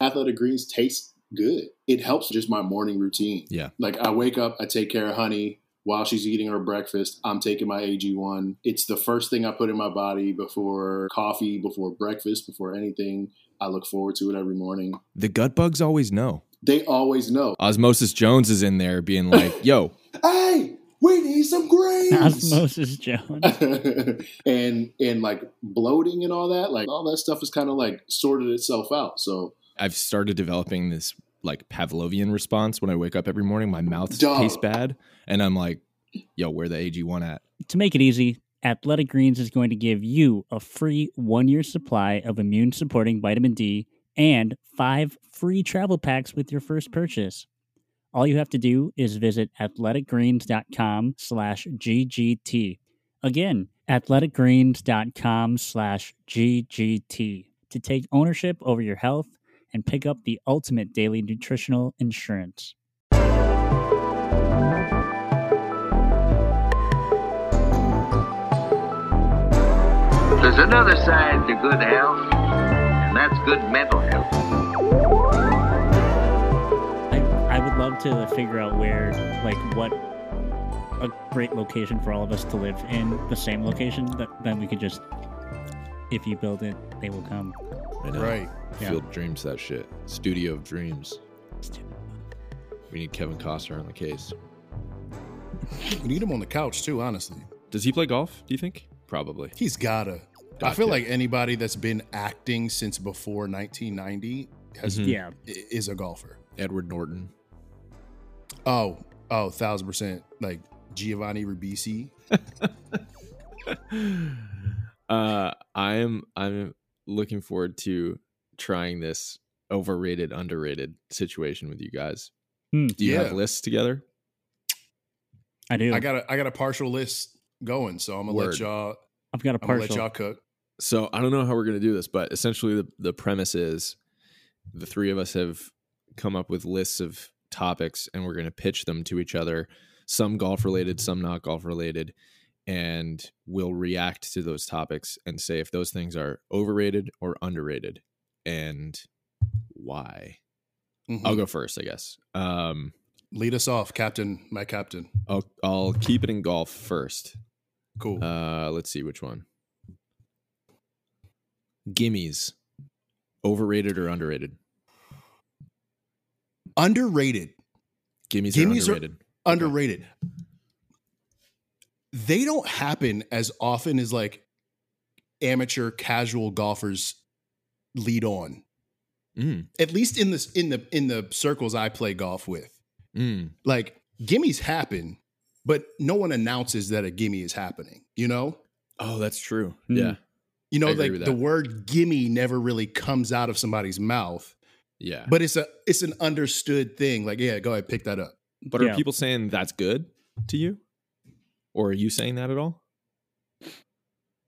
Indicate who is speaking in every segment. Speaker 1: athletic greens taste good. It helps just my morning routine.
Speaker 2: Yeah.
Speaker 1: Like I wake up, I take care of honey while she's eating her breakfast. I'm taking my AG1. It's the first thing I put in my body before coffee, before breakfast, before anything. I look forward to it every morning.
Speaker 2: The gut bugs always know.
Speaker 1: They always know.
Speaker 2: Osmosis Jones is in there being like, yo,
Speaker 1: Hey, we need some grains.
Speaker 3: Osmosis Jones.
Speaker 1: and and like bloating and all that, like all that stuff is kind of like sorted itself out. So
Speaker 2: I've started developing this like Pavlovian response when I wake up every morning. My mouth
Speaker 1: Dog.
Speaker 2: tastes bad. And I'm like, yo, where the AG1 at?
Speaker 3: to make it easy, Athletic Greens is going to give you a free one year supply of immune supporting vitamin D and five free travel packs with your first purchase. All you have to do is visit athleticgreens.com slash GGT. Again, athleticgreens.com slash GGT to take ownership over your health and pick up the ultimate daily nutritional insurance.
Speaker 4: There's another side to good health, and that's good mental health.
Speaker 3: I, I would love to figure out where, like, what a great location for all of us to live in the same location that then we could just, if you build it, they will come.
Speaker 2: I know.
Speaker 5: Right. Yeah.
Speaker 2: Field dreams that shit. Studio of dreams. We need Kevin Costner on the case.
Speaker 5: We need him on the couch too, honestly.
Speaker 2: Does he play golf, do you think? Probably.
Speaker 5: He's gotta. I
Speaker 2: Got
Speaker 5: feel
Speaker 2: to.
Speaker 5: like anybody that's been acting since before 1990 has
Speaker 2: Mhm.
Speaker 3: Yeah.
Speaker 5: i- is a golfer.
Speaker 2: Edward Norton.
Speaker 5: Oh, oh, thousand percent. Like Giovanni Ribisi.
Speaker 2: uh i'm i'm looking forward to trying this overrated underrated situation with you guys
Speaker 3: Hmm.
Speaker 2: do you have
Speaker 5: Yeah.
Speaker 2: lists together
Speaker 3: I do.
Speaker 5: I got a I got a partial list going, so I'm gonna
Speaker 2: Word.
Speaker 5: let y'all.
Speaker 3: I've got a
Speaker 5: I'm gonna let
Speaker 3: partial.
Speaker 5: y'all cook.
Speaker 2: so i don't know how we're going to do this but essentially the, the premise is the three of us have come up with lists of topics and we're going to pitch them to each other some golf related some not golf related and we'll react to those topics and say if those things are overrated or underrated and why
Speaker 5: Mhm.
Speaker 2: I'll go first, I guess. Um,
Speaker 5: Lead us off, Captain. My captain.
Speaker 2: I'll I'll keep it in golf first.
Speaker 5: Cool.
Speaker 2: Uh, let's see which one. Gimmies, overrated or underrated?
Speaker 5: underrated.
Speaker 2: Gimmies,
Speaker 5: Gimmies
Speaker 2: are
Speaker 5: are-
Speaker 2: underrated.
Speaker 5: Underrated. They don't happen as often as like amateur casual golfers lead on.
Speaker 2: Mm,
Speaker 5: At least in this in the in the circles I play golf with.
Speaker 2: mm,
Speaker 5: Like gimmies happen, but no one announces that a gimme is happening, you know?
Speaker 2: Oh, that's true.
Speaker 3: Mm.
Speaker 2: Yeah,
Speaker 5: You know,
Speaker 2: I agree
Speaker 5: like
Speaker 2: with
Speaker 5: the
Speaker 2: that.
Speaker 5: word gimme never really comes out of somebody's mouth,
Speaker 2: yeah. But,
Speaker 5: but it's a it's an understood thing. Like, yeah, go ahead, pick that up.
Speaker 2: are
Speaker 3: Yeah.
Speaker 2: people saying that's good to you, or are you saying that at all?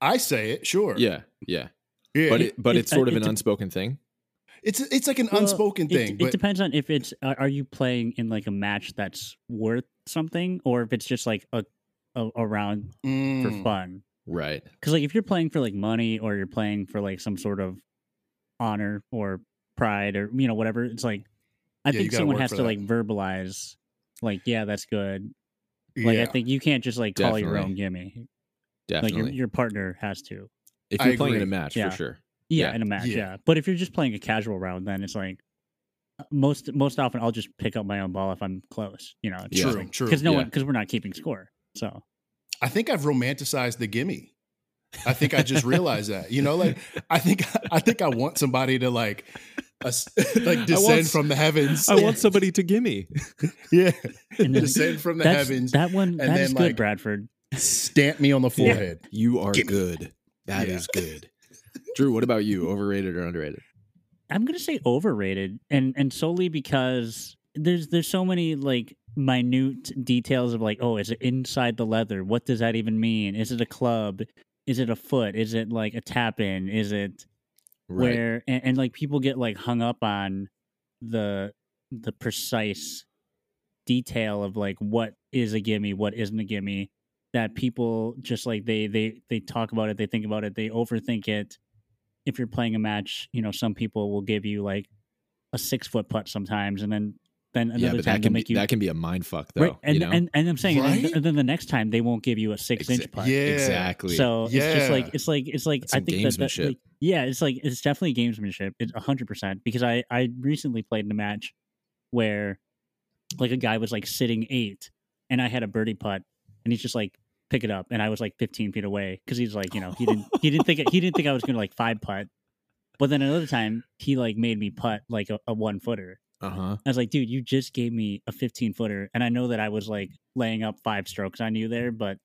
Speaker 5: I say it, sure.
Speaker 2: Yeah, yeah.
Speaker 5: yeah.
Speaker 2: But it, but
Speaker 3: it-
Speaker 2: it's sort of
Speaker 3: it
Speaker 2: an
Speaker 3: de-
Speaker 2: unspoken thing.
Speaker 5: It's it's like an
Speaker 3: Well,
Speaker 5: unspoken
Speaker 3: it-
Speaker 5: thing,
Speaker 3: It,
Speaker 5: but
Speaker 3: depends on if it's uh, are are you playing in like a match that's worth something or if it's just like a a, a round for
Speaker 5: Mm,
Speaker 3: fun.
Speaker 2: Right.
Speaker 3: Because like if you're playing for like money or you're playing for like some sort of honor or pride or you know whatever, it's like I
Speaker 5: Yeah, you
Speaker 3: think
Speaker 5: gotta
Speaker 3: someone
Speaker 5: work
Speaker 3: has
Speaker 5: for
Speaker 3: to
Speaker 5: that.
Speaker 3: like verbalize like yeah that's good. Like I
Speaker 5: yeah.
Speaker 3: think you can't just like call your own gimme. Like
Speaker 2: Definitely.
Speaker 3: your your partner has to.
Speaker 2: if
Speaker 5: I
Speaker 2: you're playing in a
Speaker 5: agree.
Speaker 2: match,
Speaker 3: Yeah.
Speaker 2: for sure.
Speaker 3: Yeah,
Speaker 2: Yeah.
Speaker 3: in a match. Yeah.
Speaker 5: Yeah.
Speaker 3: But if you're just playing a casual round, then it's like uh, most most often I'll just pick up my own ball if I'm close. You know, it's
Speaker 2: Yeah.
Speaker 3: just
Speaker 5: True,
Speaker 3: like,
Speaker 5: true,
Speaker 3: Because no
Speaker 2: yeah.
Speaker 3: one because we're not keeping score. So
Speaker 5: I think I've romanticized the gimme. I think I just realized that. You know, like I think I think I want somebody to like us
Speaker 2: I
Speaker 5: like
Speaker 2: want
Speaker 5: descend
Speaker 2: s-
Speaker 5: from the heavens.
Speaker 2: I want somebody to gimme.
Speaker 5: yeah.
Speaker 3: and then,
Speaker 5: Descend from the
Speaker 3: that's,
Speaker 5: heavens.
Speaker 3: that one that
Speaker 5: then,
Speaker 3: is good,
Speaker 5: like-
Speaker 3: Bradford.
Speaker 5: Stamp me on the
Speaker 3: Yeah.
Speaker 5: forehead.
Speaker 2: You are
Speaker 5: Gimme.
Speaker 2: good. That
Speaker 5: Yeah.
Speaker 2: is good. Drew, what about you? Overrated or underrated?
Speaker 3: I'm gonna say overrated, and and solely because there's there's so many like minute details of like, oh, is it inside the leather? What does that even mean? Is it a club? Is it a foot? Is it like a tap in? Is it where and, and like people get like hung up on the the precise detail of like what is a gimme, what isn't a gimme. That people just like they they they talk about it, they think about it, they overthink it if you're playing a match, you know, some people will give you like a six foot putt sometimes, and then then
Speaker 2: yeah,
Speaker 3: another
Speaker 2: but that
Speaker 3: time they'll
Speaker 2: can be,
Speaker 3: make you
Speaker 2: that can be a mind fuck though.
Speaker 3: right, and,
Speaker 2: you know?
Speaker 3: and and I'm saying, and then-
Speaker 5: Right?
Speaker 3: and then the next time they won't give you a six inch
Speaker 2: Exa-
Speaker 3: putt.
Speaker 5: yeah,
Speaker 2: exactly.
Speaker 3: So it's just
Speaker 5: Yeah.
Speaker 3: like it's like it's like
Speaker 2: That's
Speaker 3: I
Speaker 2: some
Speaker 3: think that, that
Speaker 2: gamesmanship.
Speaker 3: like, yeah, it's like it's definitely gamesmanship. It's hundred percent because I I recently played in a match where like a guy was like sitting eight and I had a birdie putt and he's just like pick it up and I was like fifteen feet away because he's like you know he didn't he didn't think it- he didn't think I was gonna like five putt. But then another time he like made me putt like a, a one footer.
Speaker 2: uh huh.
Speaker 3: I was like, dude, you just gave me a 15 footer. And I know that I was like laying up five strokes on you there, but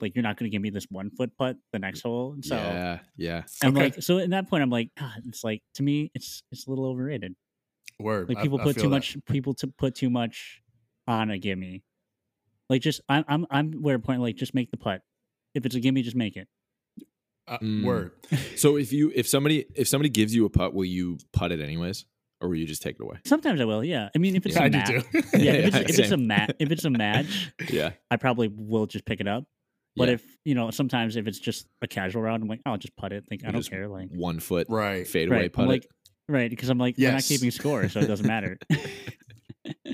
Speaker 3: like, you're not going to give me this one foot putt the next hole. And so
Speaker 2: yeah, yeah.
Speaker 3: I'm
Speaker 5: Okay.
Speaker 3: like, so at that point, I'm like, God, it's like, to me, it's, it's a little overrated.
Speaker 5: Word.
Speaker 3: Like
Speaker 5: I-
Speaker 3: people
Speaker 5: I
Speaker 3: put
Speaker 5: feel
Speaker 3: too
Speaker 5: that.
Speaker 3: much, people to put too much on a gimme. Like just, I'm, I'm, I'm where a point, like just make the putt. If it's a gimme, just make it.
Speaker 5: Uh,
Speaker 2: Mm.
Speaker 5: Word.
Speaker 2: So if you if somebody if somebody gives you a putt, will you putt it anyways, or will you just take it away?
Speaker 3: Sometimes I will. Yeah. I mean, if it's
Speaker 5: I
Speaker 3: a
Speaker 5: do
Speaker 3: match,
Speaker 5: too.
Speaker 3: yeah, if it's, if it's a
Speaker 2: Same.
Speaker 3: match, if it's a match,
Speaker 2: Yeah.
Speaker 3: I probably will just pick it up. But
Speaker 2: Yeah.
Speaker 3: if you know, sometimes if it's just a casual round, I'm like, "Oh, I'll just putt it. Like I
Speaker 2: You
Speaker 3: don't
Speaker 2: just
Speaker 3: care. Like
Speaker 2: One foot
Speaker 5: Right.
Speaker 2: fade away
Speaker 3: right,
Speaker 2: putt.
Speaker 3: I'm
Speaker 2: it.
Speaker 3: like right because I'm like we're not
Speaker 5: Yes.
Speaker 3: keeping score, so it doesn't matter.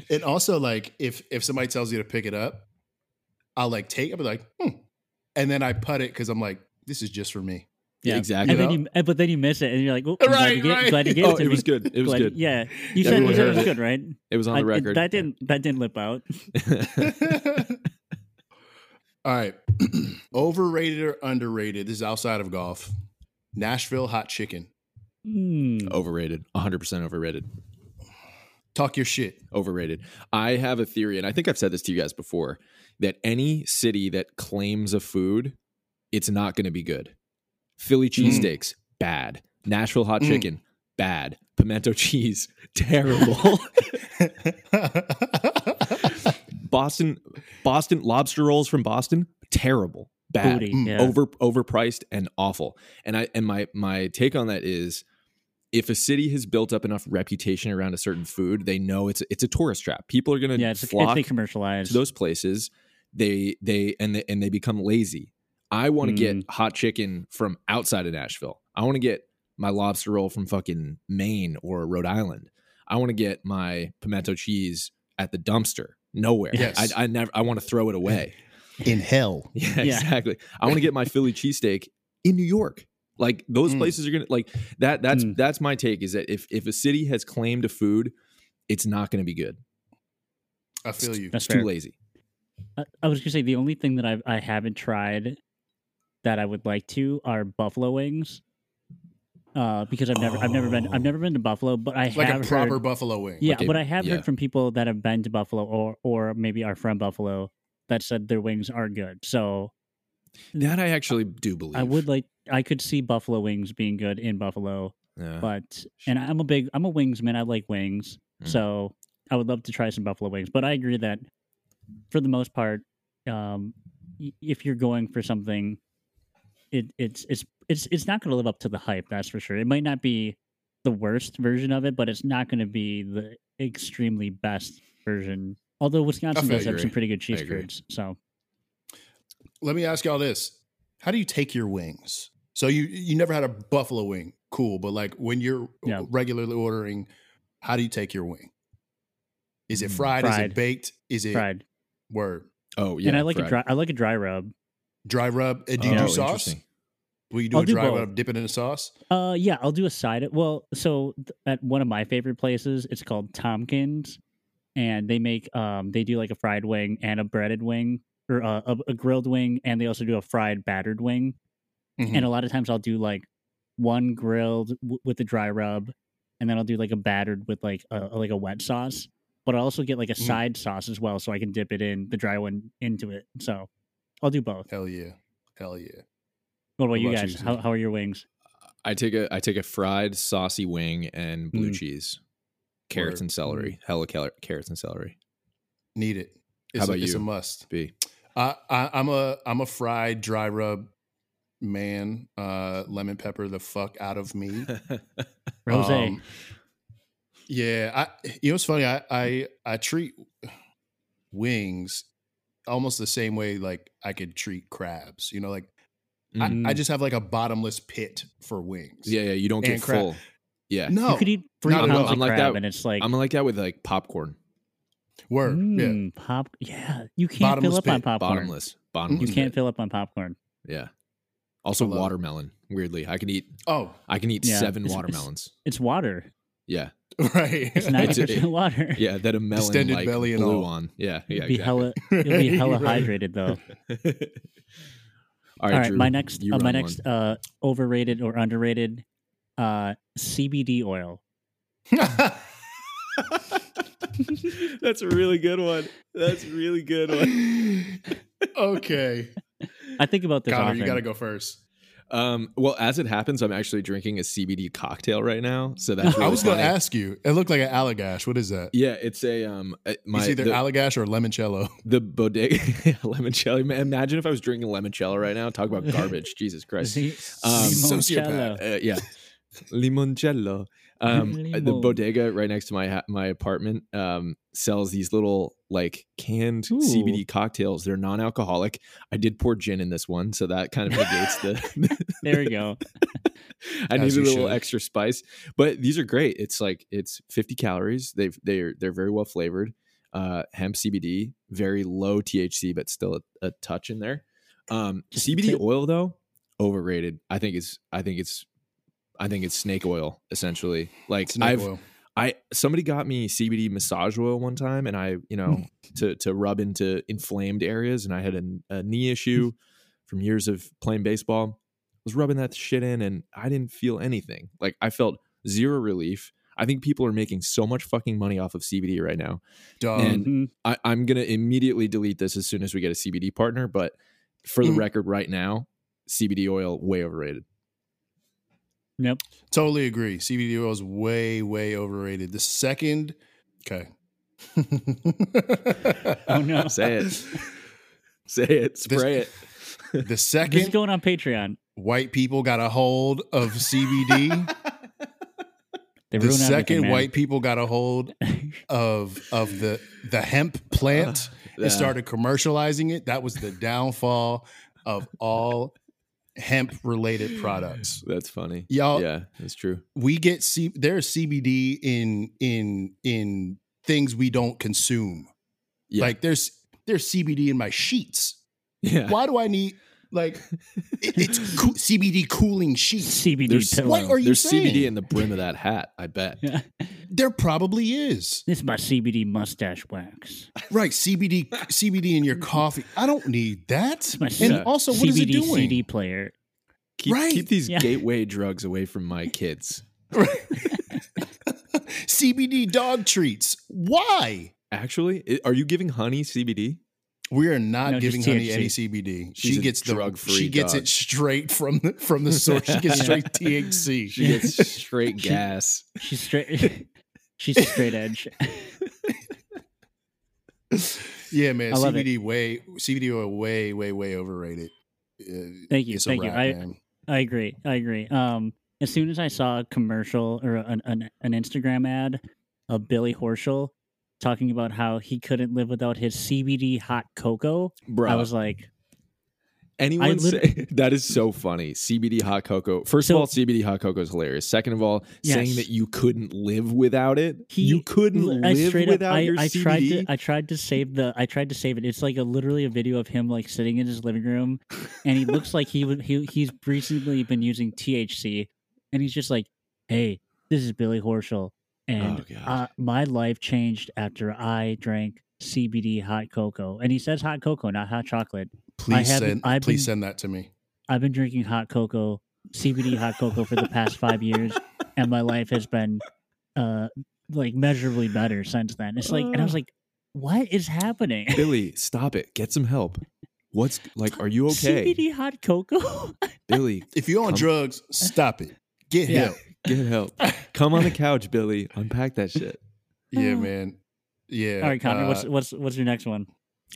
Speaker 5: And also, like, if if somebody tells you to pick it up, I'll like take. I'll be like, hmm. and then I put it because I'm like, this is just for me.
Speaker 3: Yeah.
Speaker 2: Exactly.
Speaker 3: and then
Speaker 5: know?
Speaker 3: you, and- but then you miss it, and you're like, oh, I'm glad,
Speaker 5: Right,
Speaker 3: you gave,
Speaker 5: right.
Speaker 3: glad you gave
Speaker 2: oh,
Speaker 3: it to
Speaker 2: it
Speaker 3: me.
Speaker 2: was good. It was
Speaker 3: Glad-
Speaker 2: good.
Speaker 3: Yeah, you said, you
Speaker 2: Everyone
Speaker 3: said it
Speaker 2: heard
Speaker 3: was
Speaker 2: it.
Speaker 3: good, right?
Speaker 2: It was on
Speaker 3: I-
Speaker 2: the
Speaker 3: it-
Speaker 2: record.
Speaker 3: that didn't that didn't lip out.
Speaker 5: All right, overrated or underrated? This is outside of golf. Nashville hot chicken.
Speaker 3: Mm.
Speaker 2: overrated. 100 percent overrated.
Speaker 5: Talk your shit.
Speaker 2: Overrated. I have a theory, and I think I've said this to you guys before, that any city that claims a food, it's not going to be good. Philly
Speaker 3: Hmm.
Speaker 2: cheesesteaks, bad. Nashville hot
Speaker 5: Mm.
Speaker 2: chicken, bad. Pimento cheese, terrible. Boston Boston lobster rolls from Boston, terrible, bad,
Speaker 3: Booty,
Speaker 5: Mm,
Speaker 3: yeah.
Speaker 2: over overpriced and awful. And I and my my take on that is if a city has built up enough reputation around a certain food, they know it's it's a tourist trap. People are going
Speaker 3: yeah, it's,
Speaker 2: to
Speaker 3: it's been
Speaker 2: flock to
Speaker 3: commercialized.
Speaker 2: those places. They they and they, and they become lazy. I want to get
Speaker 3: Mm.
Speaker 2: hot chicken from outside of Nashville. I want to get my lobster roll from fucking Maine or Rhode Island. I want to get my pimento cheese at the dumpster. Nowhere.
Speaker 5: Yes.
Speaker 2: I, I never. I want to throw it away.
Speaker 5: In hell.
Speaker 2: Yeah,
Speaker 3: Yeah.
Speaker 2: exactly. I want to get my Philly cheesesteak in New York. Like those
Speaker 5: Mm.
Speaker 2: places are gonna like that. That's
Speaker 3: Mm.
Speaker 2: that's my take. Is that if if a city has claimed a food, it's not gonna be good.
Speaker 5: I feel you.
Speaker 3: That's
Speaker 2: It's too
Speaker 3: fair.
Speaker 2: lazy.
Speaker 3: I, I was gonna say the only thing that I I haven't tried that I would like to are buffalo wings. Uh, because I've never I've never been I've
Speaker 2: Oh.
Speaker 3: never been to Buffalo, but I
Speaker 5: Like a
Speaker 3: have
Speaker 5: proper
Speaker 3: heard,
Speaker 5: buffalo wing.
Speaker 3: Yeah,
Speaker 2: Like a-
Speaker 3: but I have
Speaker 2: yeah.
Speaker 3: heard from people that have been to Buffalo or or maybe are from Buffalo that said their wings are good. So
Speaker 2: That I actually do believe.
Speaker 3: I would like I could see Buffalo wings being good in Buffalo,
Speaker 2: Yeah.
Speaker 3: but and I'm a big I'm a wings man. I like wings,
Speaker 2: Mm.
Speaker 3: so I would love to try some Buffalo wings. But I agree that for the most part, um, y- if you're going for something, it it's it's it's it's not going to live up to the hype. That's for sure. It might not be the worst version of it, but it's not going to be the extremely best version. Although Wisconsin
Speaker 5: feel
Speaker 3: does have
Speaker 2: you.
Speaker 3: some pretty good cheese
Speaker 2: I agree.
Speaker 3: curds, so
Speaker 5: Let me ask y'all this: How do you take your wings? So you you never had a buffalo wing, cool. But like when you're
Speaker 3: Yeah.
Speaker 5: regularly ordering, how do you take your wing? Is it
Speaker 2: Mm.
Speaker 5: fried? Is
Speaker 3: Fried.
Speaker 5: it baked? Is it
Speaker 3: fried.
Speaker 5: word
Speaker 2: Oh yeah,
Speaker 3: and I like a
Speaker 2: fried.
Speaker 3: dry I like a dry rub.
Speaker 5: dry rub? Uh, Do you
Speaker 2: Oh,
Speaker 5: do sauce?
Speaker 2: interesting.
Speaker 5: Will you do
Speaker 3: I'll
Speaker 5: a
Speaker 3: do
Speaker 5: dry
Speaker 3: both.
Speaker 5: rub? Dip it in a sauce?
Speaker 3: Uh, yeah, I'll do a side. Well, so th- at one of my favorite places, it's called Tompkins, and they make um they do like a fried wing and a breaded wing or uh, a, a grilled wing, and they also do a fried battered wing.
Speaker 5: Mhm.
Speaker 3: And a lot of times I'll do like one grilled w- with a dry rub, and then I'll do like a battered with like a like a wet sauce. But I also get like a
Speaker 5: Mm.
Speaker 3: side sauce as well, so I can dip it in the dry one into it. So I'll do both.
Speaker 5: Hell yeah, hell yeah.
Speaker 3: What about
Speaker 5: What
Speaker 3: you
Speaker 5: about
Speaker 3: guys?
Speaker 5: you,
Speaker 3: How
Speaker 5: Zeke?
Speaker 3: how are your wings?
Speaker 2: I take a I take a fried saucy wing and blue
Speaker 3: Mm.
Speaker 2: cheese, carrots
Speaker 5: Word.
Speaker 2: and celery. Hella cal- carrots and celery.
Speaker 5: Need it. It's
Speaker 2: about
Speaker 5: a, It's a
Speaker 2: you?
Speaker 5: must.
Speaker 2: B.
Speaker 5: I, I, I'm a I'm a fried dry rub man. Uh, lemon pepper the fuck out of me.
Speaker 2: Mm.
Speaker 3: Rose.
Speaker 5: Um, yeah, I you know it's funny. I I I treat wings almost the same way like I could treat crabs. You know, like I, I
Speaker 3: Mhm.
Speaker 5: just have like a bottomless pit for wings.
Speaker 2: yeah, yeah. You don't
Speaker 5: And
Speaker 2: get
Speaker 5: crab.
Speaker 2: full. Yeah.
Speaker 5: No,
Speaker 3: you could eat three
Speaker 5: Oh, not at
Speaker 3: pounds
Speaker 5: all.
Speaker 3: of
Speaker 2: I'm like
Speaker 3: crab,
Speaker 2: that-
Speaker 3: and it's like
Speaker 2: I'm like that with like popcorn,
Speaker 5: word. Yeah.
Speaker 3: mm, pop. Yeah, you can't
Speaker 5: Bottomless Mm,
Speaker 3: fill up on
Speaker 5: pit.
Speaker 3: popcorn.
Speaker 2: bottomless, bottomless.
Speaker 3: You can't
Speaker 2: pit.
Speaker 3: fill up on popcorn.
Speaker 2: Yeah. Also
Speaker 5: I love it.
Speaker 2: watermelon. Weirdly, I can eat.
Speaker 5: Oh,
Speaker 2: I can eat
Speaker 3: Yeah,
Speaker 2: seven
Speaker 3: it's- it's-
Speaker 2: watermelons.
Speaker 3: It's water.
Speaker 2: yeah.
Speaker 5: right.
Speaker 3: It's ninety percent water.
Speaker 2: Yeah. That a melon
Speaker 5: Distended
Speaker 2: like
Speaker 5: belly and
Speaker 2: blew
Speaker 5: all.
Speaker 2: on. Yeah.
Speaker 3: You'll
Speaker 2: Yeah.
Speaker 3: be
Speaker 2: exactly.
Speaker 3: hella, you'll be hella
Speaker 5: Right.
Speaker 3: hydrated though.
Speaker 2: all
Speaker 3: All right,
Speaker 2: Drew,
Speaker 3: my next,
Speaker 2: you
Speaker 3: uh, my
Speaker 2: run
Speaker 3: next
Speaker 2: one.
Speaker 3: uh, overrated or underrated uh, CBD oil.
Speaker 2: That's a really good one. That's a really good
Speaker 5: okay,
Speaker 3: I think about this
Speaker 5: Connor,
Speaker 3: often.
Speaker 5: you got to go first.
Speaker 2: Um, well, as it happens, I'm actually drinking a CBD cocktail right now, so that's. Really
Speaker 5: I was going to
Speaker 2: funny.
Speaker 5: ask you. It looked like an allagash. What is that?
Speaker 2: Yeah, it's a um. uh, My
Speaker 5: it's either
Speaker 2: the,
Speaker 5: allagash or limoncello.
Speaker 2: the bodega limoncello. Man, Imagine if I was drinking limoncello right now. Talk about garbage. Jesus Christ.
Speaker 3: Z-
Speaker 2: Um,
Speaker 3: limoncello.
Speaker 2: Uh, yeah, limoncello. Um, uh, the
Speaker 3: Limon.
Speaker 2: bodega right next to my ha- my apartment um, sells these little like canned
Speaker 3: Ooh.
Speaker 2: CBD cocktails. They're non-alcoholic. I did pour gin in this one, so that kind of negates the
Speaker 3: There we go.
Speaker 2: I
Speaker 5: As
Speaker 2: needed a
Speaker 5: you
Speaker 2: little
Speaker 5: should.
Speaker 2: extra spice, but these are great. It's like it's 50 calories. They've they're they're very well flavored. Uh, hemp CBD, very low THC, but still a, a touch in there. Um,
Speaker 3: Just
Speaker 2: CBD
Speaker 3: to-
Speaker 2: oil though, overrated. I think it's I think it's I think it's snake oil essentially. Like
Speaker 5: Snake
Speaker 2: I've
Speaker 5: oil.
Speaker 2: I somebody got me CBD massage oil one time, and I you know to to rub into inflamed areas, and I had a, a knee issue from years of playing baseball. Was rubbing that shit in, and I didn't feel anything. Like I felt zero relief. I think people are making so much fucking money off of CBD right now.
Speaker 5: Dumb.
Speaker 2: and-
Speaker 3: Mhm.
Speaker 2: I, I'm gonna immediately delete this as soon as we get a CBD partner. But for the
Speaker 5: Mhm.
Speaker 2: record, right now, CBD oil way overrated.
Speaker 3: Nope.
Speaker 5: Totally agree. CBD oil is way, way overrated. The second, okay.
Speaker 3: Oh no.
Speaker 2: Say it. Say it. Spray it.
Speaker 5: The
Speaker 3: This is
Speaker 5: second
Speaker 3: going on Patreon.
Speaker 5: white people got a hold of CBD,
Speaker 3: They
Speaker 5: the
Speaker 3: ruin
Speaker 5: second
Speaker 3: everything, man.
Speaker 5: white people got a hold of of the the hemp plant
Speaker 2: Uh,
Speaker 5: and started commercializing it. That was the downfall of all hemp related products.
Speaker 2: That's funny.
Speaker 5: Y'all,
Speaker 2: yeah, that's true.
Speaker 5: we get C- there's CBD in in in things we don't consume.
Speaker 2: Yeah.
Speaker 5: Like there's there's CBD in my sheets.
Speaker 2: Yeah.
Speaker 5: Why do I need like it- it's coo- CBD cooling sheets?
Speaker 3: CBD
Speaker 2: There's-
Speaker 3: pillow.
Speaker 5: What are you
Speaker 2: There's
Speaker 5: saying?
Speaker 2: CBD in the brim of that hat, I bet.
Speaker 5: There probably is
Speaker 3: this is my CBD mustache wax.
Speaker 5: right CBD CBD in your coffee. I don't need that.
Speaker 3: It's my
Speaker 5: And also, what is
Speaker 3: CBD
Speaker 5: it doing?
Speaker 3: CD player.
Speaker 2: Keep,
Speaker 5: Right.
Speaker 2: keep these
Speaker 3: Yeah.
Speaker 2: gateway drugs away from my kids.
Speaker 5: CBD dog treats. Why?
Speaker 2: Actually, i- are you giving honey CBD?
Speaker 5: We are not
Speaker 3: No, just
Speaker 5: giving honey
Speaker 3: THC.
Speaker 5: any CBD.
Speaker 2: She's
Speaker 5: she
Speaker 2: a
Speaker 5: gets the
Speaker 2: drug-free
Speaker 5: She gets
Speaker 2: dog.
Speaker 5: it straight from the from the source. She gets
Speaker 3: Yeah.
Speaker 5: straight THC.
Speaker 2: She gets straight gas.
Speaker 3: She's straight. she's straight edge.
Speaker 5: yeah, man.
Speaker 3: I love
Speaker 5: CBD way CBD oil way way way overrated. Uh,
Speaker 3: Thank you,
Speaker 5: it's a
Speaker 3: thank you.
Speaker 5: wrap,
Speaker 3: I-
Speaker 5: man.
Speaker 3: I agree. I agree. Um, as soon as I saw a commercial or an an, an Instagram ad of Billy Horschel talking about how he couldn't live without his CBD hot cocoa,
Speaker 2: Bro,
Speaker 3: I was like, I
Speaker 2: anyone
Speaker 3: lit-
Speaker 2: say that is so funny. CBD hot cocoa. First
Speaker 3: So-
Speaker 2: of all, CBD hot cocoa is hilarious. Second of all, saying
Speaker 3: Yes.
Speaker 2: that you couldn't live without it.
Speaker 3: He-
Speaker 2: you couldn't
Speaker 3: L- I
Speaker 2: live
Speaker 3: straight up,
Speaker 2: without
Speaker 3: I,
Speaker 2: your
Speaker 3: I
Speaker 2: CBD.
Speaker 3: tried to, I tried to save the, I tried to save it. It's like a literally a video of him like sitting in his living room, and he looks like he would, he he's recently been using THC, and he's just like, hey, this is Billy Horschel, and
Speaker 2: oh god.
Speaker 3: uh, my life changed after I drank CBD hot cocoa, and he says hot cocoa, not hot chocolate.
Speaker 5: Please
Speaker 3: haven't-
Speaker 5: send
Speaker 3: I've
Speaker 5: please
Speaker 3: been-
Speaker 5: send that to me.
Speaker 3: I've been drinking hot cocoa, CBD hot cocoa for the past five years, and my life has been uh like measurably better since then. It's like, and
Speaker 2: Uh.
Speaker 3: I was like, what is happening?
Speaker 2: Billy, stop it. Get some help. What's like are you okay?
Speaker 3: CBD hot cocoa?
Speaker 2: Billy,
Speaker 5: If you're on
Speaker 2: Come-
Speaker 5: drugs, stop it. Get
Speaker 3: Yeah.
Speaker 5: help.
Speaker 2: Get help. Come on the couch, Billy. Unpack that shit.
Speaker 5: Yeah, man. Yeah.
Speaker 3: All right, Connor, what's
Speaker 5: uh,
Speaker 3: what's what's your next one?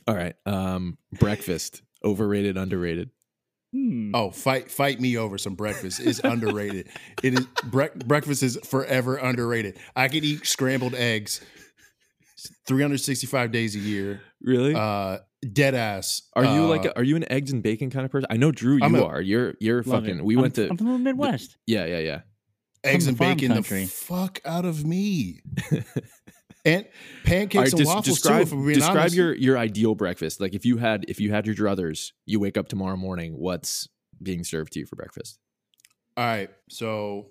Speaker 2: All right. Um, breakfast. Overrated, underrated.
Speaker 3: Hmm.
Speaker 5: Oh, fight fight me over some breakfast is underrated. It is bre- breakfast is forever underrated. I could eat scrambled eggs 365 days a year.
Speaker 2: Really?
Speaker 5: Uh dead ass.
Speaker 2: are you
Speaker 5: Uh,
Speaker 2: like a, are you an eggs and bacon kind of person? I know Drew, you
Speaker 5: I'm a-
Speaker 2: are. You're you're
Speaker 3: Love
Speaker 2: fucking
Speaker 3: it.
Speaker 2: we
Speaker 3: I'm-
Speaker 2: went to
Speaker 3: I'm from the Midwest.
Speaker 2: Yeah, yeah, yeah.
Speaker 5: eggs
Speaker 3: From
Speaker 5: and
Speaker 3: farm
Speaker 5: bacon
Speaker 3: country.
Speaker 5: the fuck out of me. and pancakes
Speaker 2: All right,
Speaker 5: and
Speaker 2: des-
Speaker 5: waffles too.
Speaker 2: describe
Speaker 5: If we're being
Speaker 2: describe
Speaker 5: honest.
Speaker 2: your your ideal breakfast. Like if you had if you had your druthers, you wake up tomorrow morning. What's being served to you for breakfast?
Speaker 5: All right, so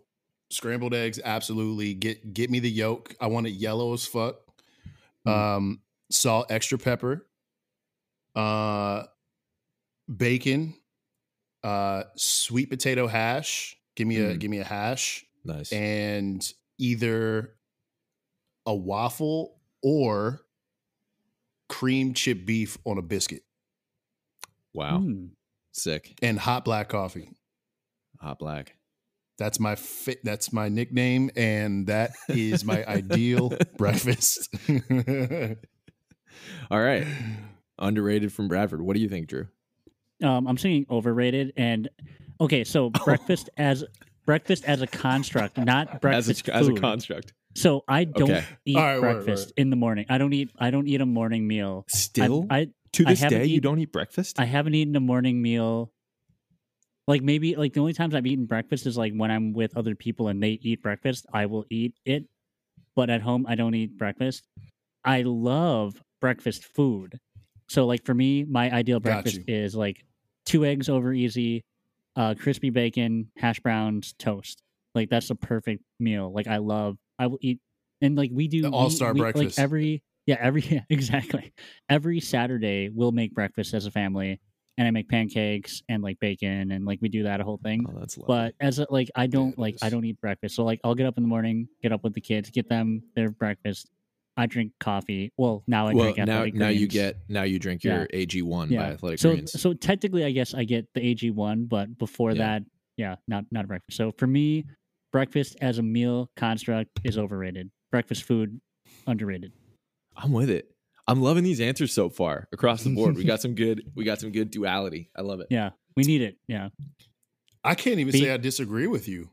Speaker 5: scrambled eggs, absolutely. Get get me the yolk. I want it yellow as fuck. Um, salt, extra pepper, uh, bacon, uh, sweet potato hash. Give me a
Speaker 2: Mm.
Speaker 5: give me a hash
Speaker 2: Nice.
Speaker 5: and either a waffle or cream chip beef on a biscuit
Speaker 2: wow,
Speaker 3: Mm.
Speaker 2: sick.
Speaker 5: and hot black coffee.
Speaker 2: Hot black.
Speaker 5: That's my fit. That's my nickname, and that is my ideal breakfast.
Speaker 2: All right, underrated from Bradford. What do you think, Drew?
Speaker 3: Um, I'm saying overrated and okay.
Speaker 2: Oh.
Speaker 3: So breakfast as breakfast as a construct, not
Speaker 2: as
Speaker 3: breakfast
Speaker 2: a, as a
Speaker 3: food.
Speaker 2: construct.
Speaker 3: So I don't
Speaker 2: Okay.
Speaker 3: eat
Speaker 5: All right, word,
Speaker 3: breakfast
Speaker 5: word.
Speaker 3: in the morning. I don't eat. I don't eat a morning meal. I've-
Speaker 2: Still
Speaker 3: I
Speaker 2: to
Speaker 3: I
Speaker 2: this
Speaker 3: haven't
Speaker 2: day, you
Speaker 3: eaten-
Speaker 2: don't eat breakfast.
Speaker 3: I haven't eaten a morning meal. Like maybe like the only times I've eaten breakfast is like when I'm with other people and they eat breakfast, I will eat it. But at home I don't eat breakfast. I love breakfast food. So like for me, my ideal
Speaker 5: Got
Speaker 3: breakfast
Speaker 5: you.
Speaker 3: is like two eggs over easy, uh crispy bacon, hash browns, toast. Like that's the perfect meal. Like I love I will eat and like we do
Speaker 5: The
Speaker 3: we-
Speaker 5: all-star
Speaker 3: we-
Speaker 5: breakfast.
Speaker 3: Like every yeah, every yeah, exactly. Every Saturday we'll make breakfast as a family and I make pancakes and like bacon and like we do that whole thing.
Speaker 2: oh, that's lovely.
Speaker 3: But as a, like I don't
Speaker 5: it
Speaker 3: like I
Speaker 5: is.
Speaker 3: don't eat breakfast. So like I'll get up in the morning, get up with the kids, get them their breakfast. I drink coffee. Well, now I
Speaker 2: well,
Speaker 3: drink
Speaker 2: now
Speaker 3: athletic
Speaker 2: now you
Speaker 3: greens.
Speaker 2: get now you drink your
Speaker 3: Yeah.
Speaker 2: AG one by Athletic
Speaker 3: so,
Speaker 2: Greens.
Speaker 3: So technically, I guess I get the AG one, but before
Speaker 2: Yeah.
Speaker 3: that, yeah, not not a breakfast. So for me, breakfast as a meal construct is overrated. Breakfast food underrated.
Speaker 2: I'm with it. I'm loving these answers so far across the board. We got some good. We got some good duality. I love it.
Speaker 3: Yeah, we need it. Yeah.
Speaker 5: I can't even
Speaker 3: Be-
Speaker 5: say I disagree with you.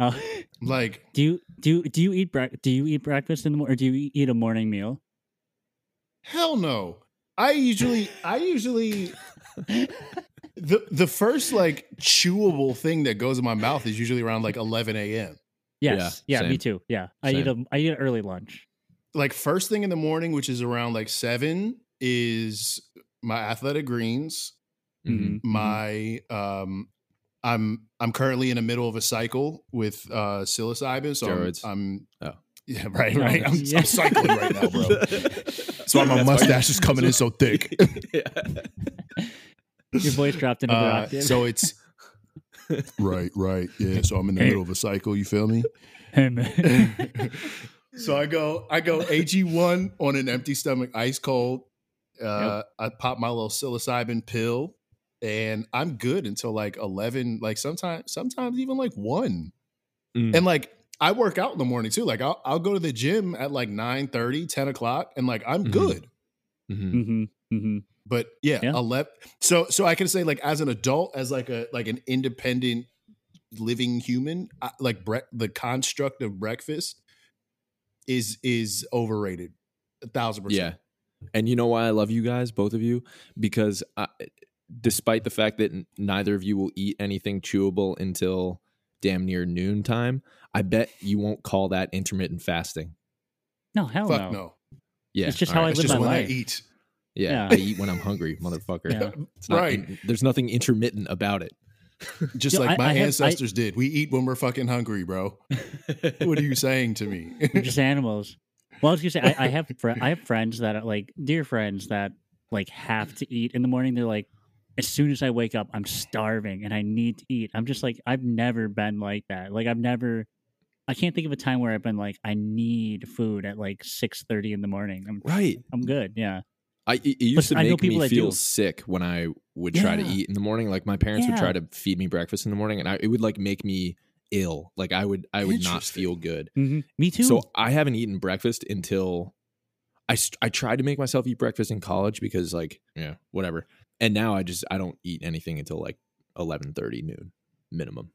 Speaker 3: Uh,
Speaker 5: Like,
Speaker 3: do you do you, do you eat break do you eat breakfast in the morning or do you eat a morning meal?
Speaker 5: hell no. I usually, I usually,
Speaker 3: Mm-hmm.
Speaker 5: the the first like chewable thing that goes in my mouth is usually around like 11 a.m.
Speaker 3: Yes.
Speaker 2: Yeah,
Speaker 3: Yeah. me
Speaker 2: same.
Speaker 3: too. Yeah. I eat a I eat an early lunch.
Speaker 5: Like first thing in the morning, which is around like seven, is my athletic greens.
Speaker 2: Mhm.
Speaker 3: Mhm.
Speaker 5: my um i'm i'm currently in the middle of a cycle with uh psilocybin so I'm-
Speaker 2: Steroids.
Speaker 5: I'm,
Speaker 2: Oh.
Speaker 5: yeah right right
Speaker 3: Oh,
Speaker 5: I'm,
Speaker 3: yeah.
Speaker 5: I'm cycling right now bro that's why my
Speaker 2: That's
Speaker 5: mustache is coming in so thick
Speaker 2: yeah.
Speaker 3: Your voice dropped into the
Speaker 5: Uh,
Speaker 3: octave.
Speaker 5: so it's right right yeah so i'm in the
Speaker 3: Hey.
Speaker 5: middle of a cycle you feel me
Speaker 3: Hey, man.
Speaker 5: so i go i go ag1 on an empty stomach ice cold uh i pop my little psilocybin pill and i'm good until like 11 like sometimes sometimes even like 1
Speaker 2: Mm.
Speaker 5: And like I work out in the morning too. Like I'll I'll go to the gym at like 9 30, 10 o'clock, and like I'm
Speaker 2: Mhm.
Speaker 5: good. Mm-hmm.
Speaker 2: Mhm.
Speaker 3: hmm hmm
Speaker 5: But yeah,
Speaker 3: Yeah.
Speaker 5: 11. So so I can say like as an adult, as like a like an independent living human, I, like bre- the construct of breakfast is is overrated. A thousand percent.
Speaker 2: Yeah. And you know why I love you guys, both of you? Because I, despite the fact that n- neither of you will eat anything chewable until damn near noontime, I bet you won't call that intermittent fasting.
Speaker 3: No, hell
Speaker 5: Fuck no.
Speaker 3: Oh, no.
Speaker 2: Yeah.
Speaker 3: It's just
Speaker 2: all
Speaker 3: how I
Speaker 5: That's
Speaker 3: live
Speaker 5: just
Speaker 3: my
Speaker 5: when
Speaker 3: life.
Speaker 5: I eat.
Speaker 2: Yeah,
Speaker 3: yeah.
Speaker 2: I eat when I'm hungry, motherfucker.
Speaker 3: Yeah.
Speaker 2: It's not
Speaker 5: Right.
Speaker 2: in- there's nothing intermittent about it.
Speaker 5: Just
Speaker 3: Yo,
Speaker 5: like
Speaker 3: I-
Speaker 5: my
Speaker 3: I have- I-
Speaker 5: ancestors did. We eat when we're fucking hungry, bro. What are you saying to me?
Speaker 3: We're just animals. Well, I was gonna say I, I have fr- I have friends that are like dear friends that like have to eat in the morning. They're like, as soon as I wake up, I'm starving and I need to eat. I'm just like I've never been like that. Like I've never. I can't think of a time where I've been like I need food at like six thirty in the morning. I'm
Speaker 2: Right.
Speaker 3: I'm good. Yeah.
Speaker 2: I it it used to
Speaker 3: I know
Speaker 2: make me
Speaker 3: people that
Speaker 2: feel
Speaker 3: do.
Speaker 2: sick when I would try to
Speaker 3: Yeah.
Speaker 2: eat in the morning. Like my parents would try
Speaker 3: Yeah.
Speaker 2: to feed me breakfast in the morning, and I, it would like make me ill. Like I would I would not
Speaker 5: Interesting.
Speaker 2: feel good.
Speaker 3: hmm Me too.
Speaker 2: So I haven't eaten breakfast until I st- I tried to make myself eat breakfast in college because like yeah whatever. And now I just I don't eat anything until like eleven thirty noon minimum.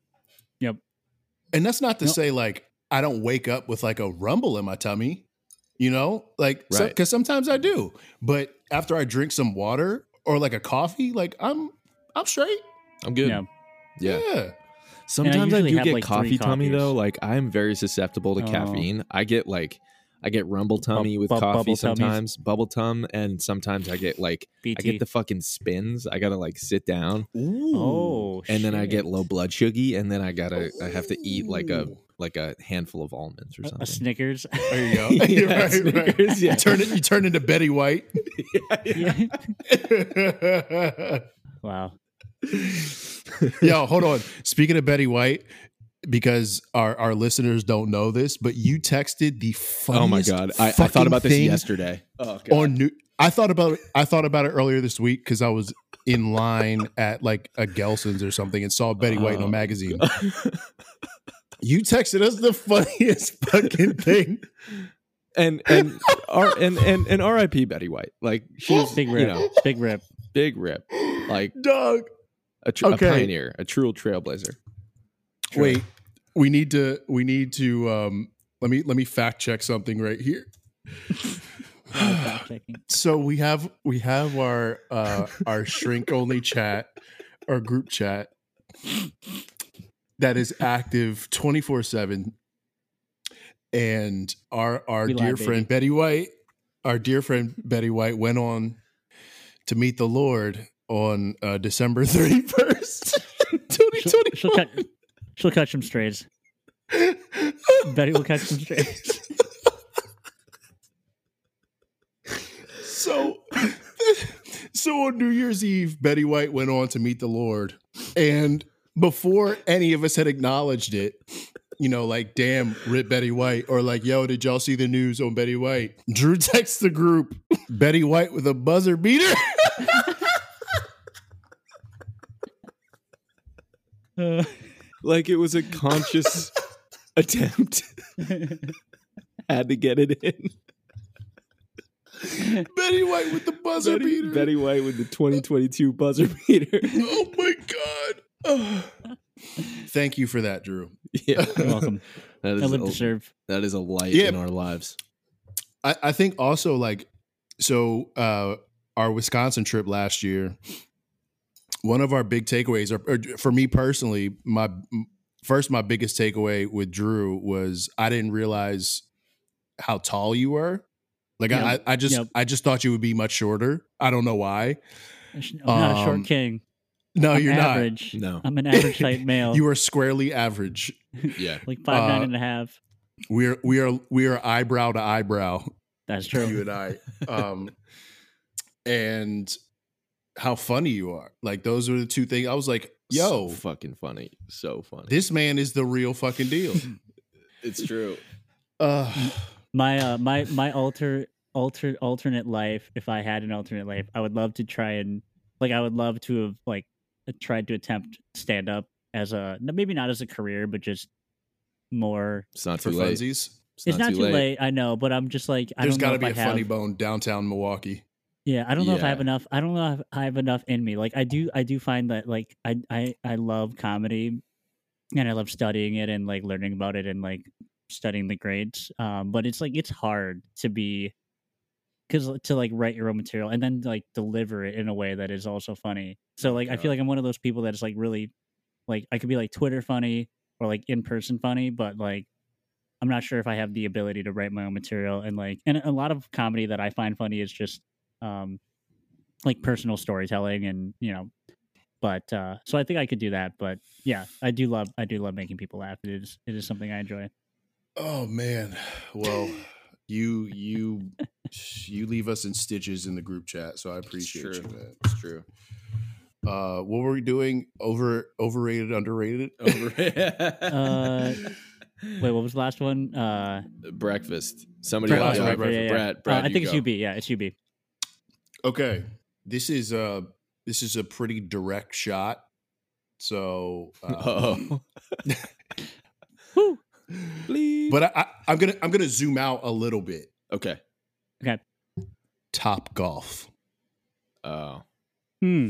Speaker 5: And that's not to
Speaker 3: No.
Speaker 5: say like I don't wake up with like a rumble in my tummy, you know, like because
Speaker 2: Right. Mm-hmm.
Speaker 5: sometimes I do. But after I drink some water or like a coffee, like I'm I'm straight.
Speaker 2: I'm good.
Speaker 3: Yeah.
Speaker 2: yeah.
Speaker 5: Yeah.
Speaker 2: Sometimes I,
Speaker 3: usually
Speaker 2: do
Speaker 3: have,
Speaker 2: get
Speaker 3: like, three
Speaker 2: coffee tummy
Speaker 3: coffees.
Speaker 2: though. Like I'm very susceptible to
Speaker 3: Oh.
Speaker 2: caffeine. I get like I get rumble tummy with
Speaker 3: bu-
Speaker 2: coffee
Speaker 3: bubble tummies.
Speaker 2: sometimes, bubble tum, and sometimes I get like I
Speaker 3: BT.
Speaker 2: get the fucking spins. I gotta like sit down,
Speaker 3: oh,
Speaker 2: and then I
Speaker 3: shit.
Speaker 2: get low blood sugar, and then I gotta I have to eat like a like a handful of almonds or
Speaker 3: A-
Speaker 2: something.
Speaker 3: a Snickers.
Speaker 5: There you go.
Speaker 2: Yeah,
Speaker 5: Right, right.
Speaker 2: Snickers, yeah.
Speaker 5: You turn it. You turn into Betty White.
Speaker 3: Yeah.
Speaker 5: Yo,
Speaker 3: wow.
Speaker 5: hold on. Speaking of Betty White, because our our listeners don't know this, but you texted the
Speaker 2: oh my
Speaker 5: funniest.
Speaker 2: god, I, I thought
Speaker 5: fucking
Speaker 2: about this
Speaker 5: thing
Speaker 2: yesterday. Oh god.
Speaker 5: On new, I thought about it. I thought about it earlier this week because I was in line at like a Gelson's or something and saw Betty White in
Speaker 2: Oh,
Speaker 5: a magazine. You texted us the funniest fucking thing.
Speaker 2: and and R and and and R.I.P. Betty White. Like she's
Speaker 3: Big
Speaker 2: you
Speaker 3: rip.
Speaker 2: know
Speaker 3: Big rip.
Speaker 2: big rip, like
Speaker 5: Dog.
Speaker 2: a, tr-
Speaker 5: Okay.
Speaker 2: a pioneer, a true trailblazer. Sure.
Speaker 5: Wait, we need to we need to um let me let me fact check something right here.
Speaker 3: Fact checking.
Speaker 5: so we have we have our uh our shrink only chat, our group chat that is active 24/7 and our our
Speaker 3: We lied,
Speaker 5: dear friend Betty White, our dear friend Betty White went on to meet the Lord on uh, December 31st,
Speaker 3: She'll,
Speaker 5: 2020.
Speaker 3: she'll cut. She'll catch some strays. Betty will catch some strays.
Speaker 5: So, so on New Year's Eve, Betty White went on to meet the Lord, and before any of us had acknowledged it, you know, like damn, rip Betty White, or like yo, did y'all see the news on Betty White? Drew texts the group, Betty White with a buzzer beater.
Speaker 3: Uh,
Speaker 2: Like it was a conscious attempt. Had to get it in.
Speaker 5: Betty White with the buzzer
Speaker 2: Betty,
Speaker 5: beater.
Speaker 2: Betty White with the 2022 buzzer beater.
Speaker 5: Oh my god. Ugh. Thank you for that, Drew.
Speaker 2: yeah,
Speaker 3: you're welcome.
Speaker 2: that
Speaker 3: I
Speaker 2: is,
Speaker 3: live to
Speaker 2: a,
Speaker 3: serve.
Speaker 2: that is a light
Speaker 5: Yeah.
Speaker 2: in our lives.
Speaker 5: I, I think also like so uh our Wisconsin trip last year, one of our big takeaways, or, or for me personally, my first my biggest takeaway with Drew was I didn't realize how tall you were. Like
Speaker 3: Yep.
Speaker 5: I, I just
Speaker 3: Yep.
Speaker 5: I just thought you would be much shorter. I don't know why.
Speaker 3: I'm not a
Speaker 5: Um,
Speaker 3: short king.
Speaker 5: No,
Speaker 3: I'm
Speaker 5: you're
Speaker 3: average.
Speaker 2: No,
Speaker 3: I'm an average type male.
Speaker 5: not. You are squarely average.
Speaker 2: yeah,
Speaker 3: like five nine
Speaker 5: uh,
Speaker 3: and a half.
Speaker 5: We are we are we are eyebrow to eyebrow.
Speaker 3: That's true.
Speaker 5: you and I. Um, and how funny you are. Like those were the two things. I was like,
Speaker 2: yo,
Speaker 5: yo,
Speaker 2: fucking funny, so funny.
Speaker 5: this man is the real fucking deal.
Speaker 2: it's true.
Speaker 5: Uh,
Speaker 3: my uh my my alter alter alternate life if i had an alternate life i would love to try and like i would love to have like uh, tried to attempt stand up as a n- maybe not as a career but just more
Speaker 2: It's not
Speaker 5: for
Speaker 2: too late.
Speaker 5: funsies,
Speaker 3: it's, not, too late. i know but i'm just like i
Speaker 5: there's
Speaker 3: don't
Speaker 5: got
Speaker 3: know
Speaker 5: to
Speaker 3: if
Speaker 5: be
Speaker 3: I
Speaker 5: a funny
Speaker 3: have-
Speaker 5: bone downtown Milwaukee.
Speaker 3: yeah i don't know if i have
Speaker 2: Yeah.
Speaker 3: enough i don't know if i have enough in me like i do i do find that like i i, I love comedy and i love studying it and like learning about it and like studying the grades um but it's like it's hard to be because to like write your own material and then like deliver it in a way that is also funny so like i feel like i'm one of those people that is like really like i could be like twitter funny or like in person funny but like i'm not sure if i have the ability to write my own material and like and a lot of comedy that i find funny is just um like personal storytelling and you know but uh so i think i could do that but yeah i do love i do love making people laugh it is it is something i enjoy
Speaker 5: Oh man. Well, you you you leave us in stitches in the group chat, so I appreciate
Speaker 2: true.
Speaker 5: you, man.
Speaker 2: It's true.
Speaker 5: Uh, what were we doing? Over overrated, underrated?
Speaker 3: Uh, wait what was the last one uh
Speaker 2: breakfast. Somebody
Speaker 5: Brett,
Speaker 2: else.
Speaker 5: yeah,
Speaker 2: Brett,
Speaker 5: breakfast.
Speaker 3: yeah, yeah.
Speaker 2: Brett,
Speaker 3: Uh,
Speaker 2: Brett,
Speaker 3: I
Speaker 2: you
Speaker 3: think
Speaker 2: go.
Speaker 3: it's UB. Yeah, it's UB.
Speaker 5: Okay. This is uh this is a pretty direct shot. So uh,
Speaker 2: Oh,
Speaker 3: Woo!
Speaker 2: please.
Speaker 5: but I, I, I'm gonna I'm gonna zoom out a little bit.
Speaker 2: okay.
Speaker 5: Top golf.
Speaker 2: Oh,
Speaker 3: Hmm.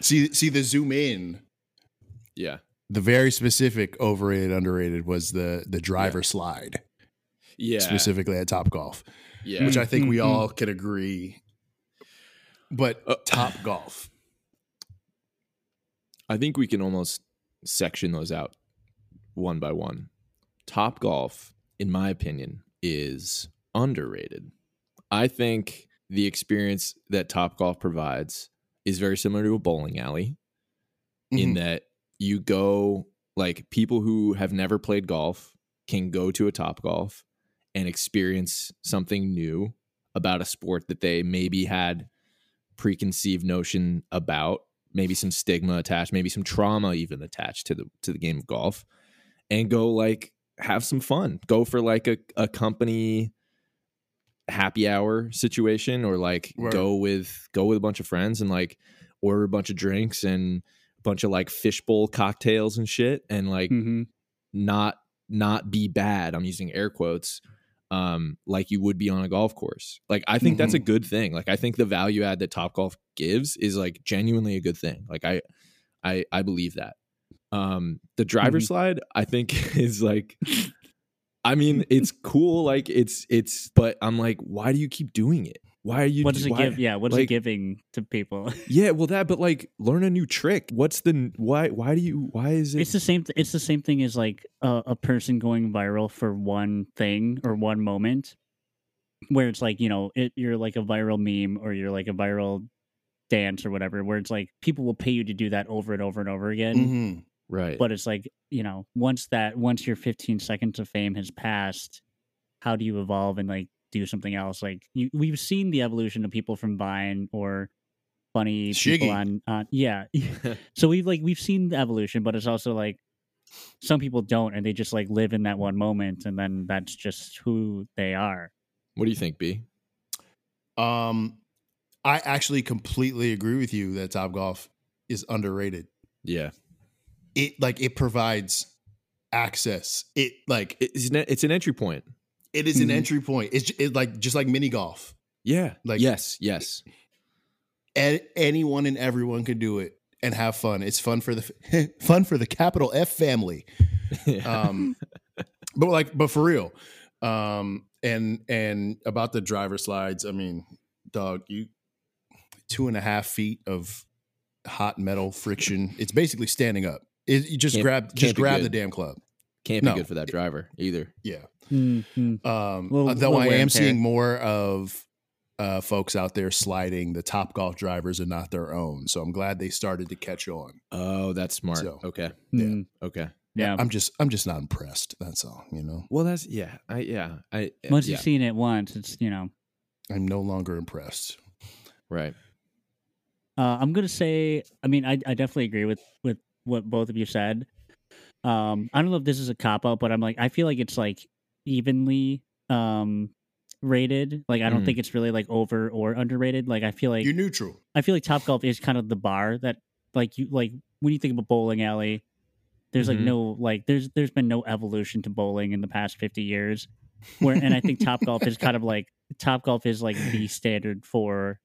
Speaker 5: See see the zoom in.
Speaker 2: yeah.
Speaker 5: The very specific overrated underrated was the the driver slide
Speaker 2: Yeah.
Speaker 5: specifically at Top Golf,
Speaker 2: Yeah. Mm-hmm.
Speaker 5: which I think we
Speaker 3: Mm, mm,
Speaker 5: all can agree. But
Speaker 2: Uh,
Speaker 5: Top Golf,
Speaker 2: I think we can almost section those out one by one. Top golf, in my opinion, is underrated. I think the experience that Top Golf provides is very similar to a bowling alley in
Speaker 5: Mhm.
Speaker 2: that you go like people who have never played golf can go to a Top Golf and experience something new about a sport that they maybe had preconceived notion about, maybe some stigma attached, maybe some trauma even attached to the to the game of golf and go like have some fun. Go for like a, a company happy hour situation or like
Speaker 5: Right.
Speaker 2: go with go with a bunch of friends and like order a bunch of drinks and a bunch of like fishbowl cocktails and shit and like
Speaker 3: Mm-hmm.
Speaker 2: not not be bad i'm using air quotes um like you would be on a golf course like i think
Speaker 3: Mm-hmm.
Speaker 2: that's a good thing like i think the value add that top golf gives is like genuinely a good thing like i i i believe that um the driver
Speaker 3: Mhm.
Speaker 2: slide i think is like i mean it's cool like it's it's but i'm like why do you keep doing it why are you
Speaker 3: What does it
Speaker 2: why-
Speaker 3: give? Yeah, what is it
Speaker 2: like-
Speaker 3: giving to people?
Speaker 2: yeah well that but like learn a new trick what's the why why do you why is it
Speaker 3: It's the same. Th- it's the same thing as like a, a person going viral for one thing or one moment, where it's like you know it, you're like a viral meme or you're like a viral dance or whatever. Where it's like people will pay you to do that over and over and over again.
Speaker 2: Mm-hmm.
Speaker 5: Mhm.
Speaker 2: right
Speaker 3: But it's like you know once that once your 15 seconds of fame has passed, how do you evolve and like do something else? Like you, we've seen the evolution of people from Vine or funny people
Speaker 5: Shiggy.
Speaker 3: on, on yeah so we've like we've seen the evolution but it's also like some people don't and they just like live in that one moment and then that's just who they are
Speaker 2: what do you think b
Speaker 5: Um, I actually completely agree with you that Top Golf is underrated.
Speaker 2: yeah
Speaker 5: It like it provides access. It like
Speaker 2: it's an, it's an entry point.
Speaker 5: it is an
Speaker 2: Mm-hmm.
Speaker 3: Mhm.
Speaker 5: entry point. It's ju- it, like just like mini golf.
Speaker 2: Yeah.
Speaker 5: Like-
Speaker 2: yes, yes.
Speaker 5: A- anyone and everyone can do it and have fun. It's fun for the fun for the capital F family. um but like but for real um and and about the driver slides i mean dog you two and a half feet of hot metal friction it's basically standing up it, you just
Speaker 2: Can't-
Speaker 5: grab
Speaker 2: can't
Speaker 5: just
Speaker 2: be
Speaker 5: grab
Speaker 2: good.
Speaker 5: the damn club
Speaker 2: Can't be
Speaker 5: no.
Speaker 2: good for that driver either.
Speaker 5: yeah
Speaker 3: Mhm.
Speaker 5: um
Speaker 3: Little-
Speaker 5: though
Speaker 3: little
Speaker 5: i
Speaker 3: wear
Speaker 5: am
Speaker 3: and tear.
Speaker 5: seeing more of uh folks out there sliding the top golf drivers and not their own so i'm glad they started to catch on
Speaker 2: Oh, that's smart.
Speaker 5: So-
Speaker 2: okay.
Speaker 5: Yeah.
Speaker 3: Mhm.
Speaker 2: Okay.
Speaker 3: yeah,
Speaker 5: i'm just i'm just not impressed that's all you know
Speaker 2: Well, that's yeah. I yeah. I
Speaker 3: once
Speaker 2: yeah,
Speaker 3: you've seen it once it's you know
Speaker 5: i'm no longer impressed
Speaker 2: right.
Speaker 3: Uh, I'm gonna say. I mean, I, I definitely agree with with what both of you said. Um, I don't know if this is a cop out, but I'm like, I feel like it's like evenly um rated. Like, I don't
Speaker 2: Mm.
Speaker 3: think it's really like over or underrated. Like, I feel like
Speaker 5: you're neutral
Speaker 3: I feel like Top Golf is kind of the bar that like you like when you think about bowling alley. There's
Speaker 2: Mhm.
Speaker 3: like no like there's there's been no evolution to bowling in the past 50 years. Where and I think Top Golf is kind of like Top Golf is like the standard for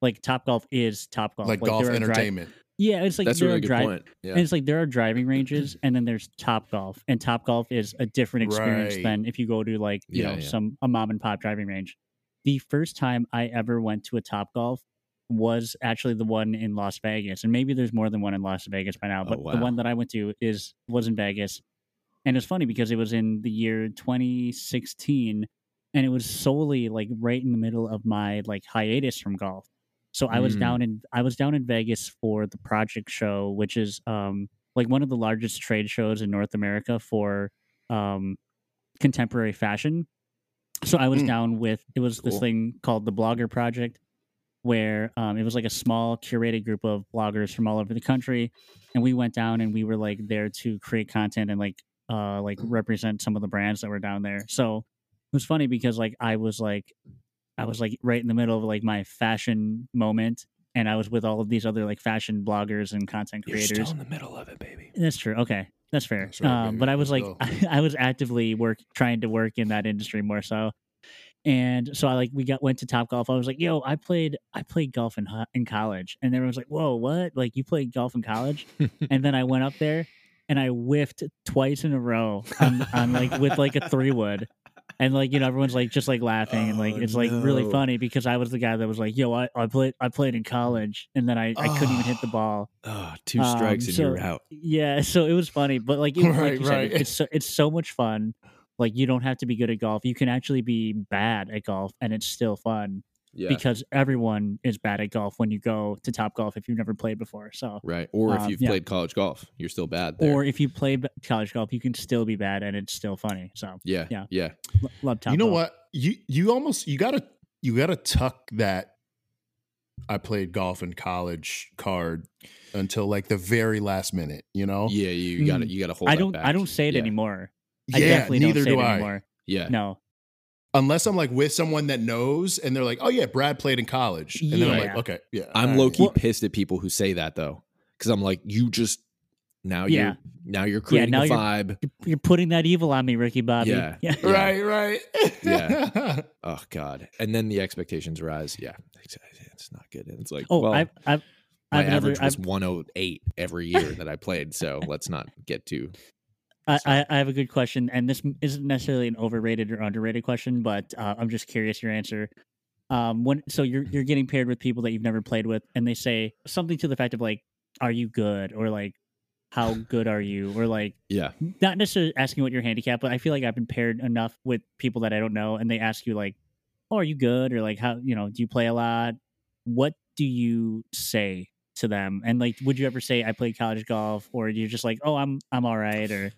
Speaker 3: like Top Golf is Top Golf
Speaker 5: like, golf
Speaker 3: there are dri-
Speaker 5: entertainment.
Speaker 3: yeah, it's like
Speaker 2: that's a
Speaker 3: there
Speaker 2: really
Speaker 3: are
Speaker 2: good
Speaker 3: dri-
Speaker 2: point.
Speaker 3: And
Speaker 2: Yeah.
Speaker 3: it's like there are driving ranges, and then there's Top Golf, and Top Golf is a different experience
Speaker 5: Right.
Speaker 3: than if you go to like you
Speaker 2: Yeah,
Speaker 3: know
Speaker 2: yeah.
Speaker 3: some a mom and pop driving range. The first time I ever went to a Top Golf was actually the one in Las Vegas, and maybe there's more than one in Las Vegas by now,
Speaker 2: Oh,
Speaker 3: but
Speaker 2: wow.
Speaker 3: the one that I went to is was in Vegas, and it's funny because it was in the year 2016, and it was solely like right in the middle of my like hiatus from golf. So I was
Speaker 2: Mm.
Speaker 3: down in I was down in Vegas for the Project Show, which is um like one of the largest trade shows in North America for um contemporary fashion. So I was
Speaker 5: Mm.
Speaker 3: down with it was this
Speaker 2: Cool.
Speaker 3: thing called the Blogger Project, where um, it was like a small curated group of bloggers from all over the country, and we went down and we were like there to create content and like uh like
Speaker 5: Mm.
Speaker 3: represent some of the brands that were down there. So it was funny because like I was like I was like right in the middle of like my fashion moment, and I was with all of these other like fashion bloggers and content creators.
Speaker 2: the middle of it, baby.
Speaker 3: That's true. Okay, that's fair.
Speaker 5: That's right,
Speaker 3: um,
Speaker 5: baby.
Speaker 3: but I was
Speaker 5: Let's
Speaker 3: like,
Speaker 5: go.
Speaker 3: I, was actively work trying to work in that industry more so, and so I like we got went to Top Golf. I was like, yo, I played I played golf in hi- in college, and everyone was like, whoa, what? Like you played golf in college? and then I went up there and I whiffed twice in a row on, on like with like a three wood. and like you know everyone's like just like laughing and like
Speaker 2: Oh,
Speaker 3: it's like really
Speaker 2: no.
Speaker 3: funny because I was the guy that was like, "Yo, I, I played I played in college and then I, I couldn't even hit the ball."
Speaker 2: Oh, two
Speaker 3: Um,
Speaker 2: strikes and
Speaker 3: so-
Speaker 2: you're out.
Speaker 3: Yeah, so it was funny, but like, it, like
Speaker 5: Right,
Speaker 3: you said,
Speaker 5: right.
Speaker 3: it's so, it's so much fun. Like you don't have to be good at golf; you can actually be bad at golf, and it's still fun
Speaker 2: Yeah.
Speaker 3: because everyone is bad at golf when you go to Top Golf if you've never played before. So,
Speaker 2: right. Or if
Speaker 3: um,
Speaker 2: you've
Speaker 3: yeah.
Speaker 2: played college golf, you're still bad there.
Speaker 3: or if you play b- college golf, you can still be bad, and it's still funny. So,
Speaker 2: yeah. Yeah.
Speaker 3: yeah. lo- love Top.
Speaker 5: you know
Speaker 3: Golf.
Speaker 5: what? You you almost you gotta you gotta tuck that. I played golf in college card until like the very last minute. You know.
Speaker 2: Yeah, you got to
Speaker 3: Mm.
Speaker 2: you got to hold
Speaker 3: I
Speaker 2: that
Speaker 3: don't.
Speaker 2: back.
Speaker 3: I don't say it
Speaker 2: Yeah.
Speaker 3: anymore. I
Speaker 5: Yeah,
Speaker 3: definitely
Speaker 5: neither
Speaker 3: don't say
Speaker 5: do
Speaker 3: it
Speaker 5: I.
Speaker 3: anymore.
Speaker 2: Yeah.
Speaker 3: No.
Speaker 5: Unless I'm like with someone that knows, and they're like, "Oh yeah, Brad played in college," and then I'm like,
Speaker 3: Yeah.
Speaker 5: "Okay, yeah."
Speaker 2: I'm
Speaker 5: all
Speaker 2: low
Speaker 5: right."
Speaker 2: key
Speaker 3: Well-
Speaker 2: pissed at people who say that though, because I'm like, you just now
Speaker 3: Yeah.
Speaker 2: you're now you're creating
Speaker 3: now
Speaker 2: a
Speaker 3: you're-
Speaker 2: vibe.
Speaker 3: You're- You're putting that evil on me, Ricky Bobby.
Speaker 2: Yeah.
Speaker 3: Yeah.
Speaker 2: Yeah.
Speaker 5: Right, right.
Speaker 2: Yeah. Oh God. And then the expectations rise. Yeah, it's, it's not good. And it's like,
Speaker 3: Oh,
Speaker 2: well,
Speaker 3: I've, I've,
Speaker 2: my
Speaker 3: I've another,
Speaker 2: average was
Speaker 3: I've,
Speaker 2: 108 every year that I played. So let's not get too.
Speaker 3: I, I, I have a good question, and this m- isn't necessarily an overrated or underrated question, but uh, I'm just curious your answer. Um, when so you're you're getting paired with people that you've never played with, and they say something to the fact of like, "Are you good?" or like, "How good are you?" or like,
Speaker 2: Yeah.
Speaker 3: not necessarily asking what your handicap, but I feel like I've been paired enough with people that I don't know, and they ask you like, "Oh, are you good?" or like, "How you know? Do you play a lot?" What do you say to them? And like, would you ever say, "I played college golf," or you're just like, "Oh, I'm I'm all right," or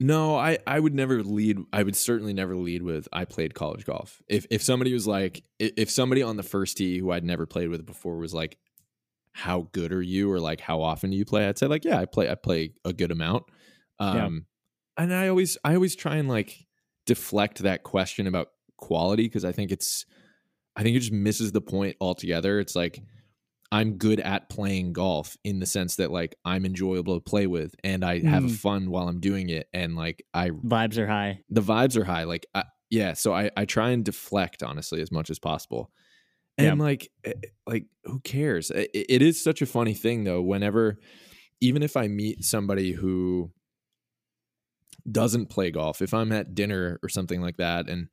Speaker 2: No, I I would never lead. I would certainly never lead with I played college golf. If if somebody was like i- if somebody on the first tee who I'd never played with before was like, how good are you or like how often do you play? I'd say like yeah, I play I play a good amount.
Speaker 3: Yeah.
Speaker 2: Um, and I always I always try and like deflect that question about quality because I think it's I think it just misses the point altogether. It's like I'm good at playing golf in the sense that like I'm enjoyable to play with and I have
Speaker 3: Mm.
Speaker 2: fun while I'm doing it and like I
Speaker 3: vibes are high.
Speaker 2: the vibes are high like I, yeah so I I try and deflect honestly as much as possible. And like eh, like who cares? I- i- it is such a funny thing though whenever even if I meet somebody who doesn't play golf, if I'm at dinner or something like that and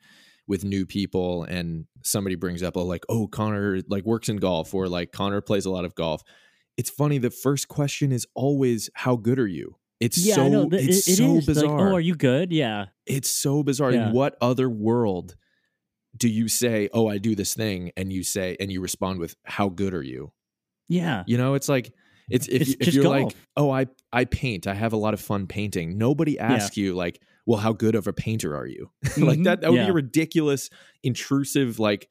Speaker 2: with new people and somebody brings up oh, like oh Connor like works in golf or like Connor plays a lot of golf, it's funny the first question is always how good are you? It's so
Speaker 3: that-
Speaker 2: it's
Speaker 3: it- it
Speaker 2: so
Speaker 3: is, like,
Speaker 2: bizarre.
Speaker 3: oh, are you good? Yeah,
Speaker 2: It's so bizarre.
Speaker 3: Yeah.
Speaker 2: In what other world do you say, "Oh, I do this thing," and you say, and you respond with, "How good are you?"
Speaker 3: yeah.
Speaker 2: You know, it's like it's if,
Speaker 3: It's
Speaker 2: you- if
Speaker 3: just
Speaker 2: you're like,
Speaker 3: golf.
Speaker 2: "Oh, I I paint. I have a lot of fun painting." Nobody asks you like, "Well, how good of a painter are you?" like
Speaker 3: Mhm.
Speaker 2: that that would be
Speaker 3: Yeah.
Speaker 2: a ridiculous, intrusive, like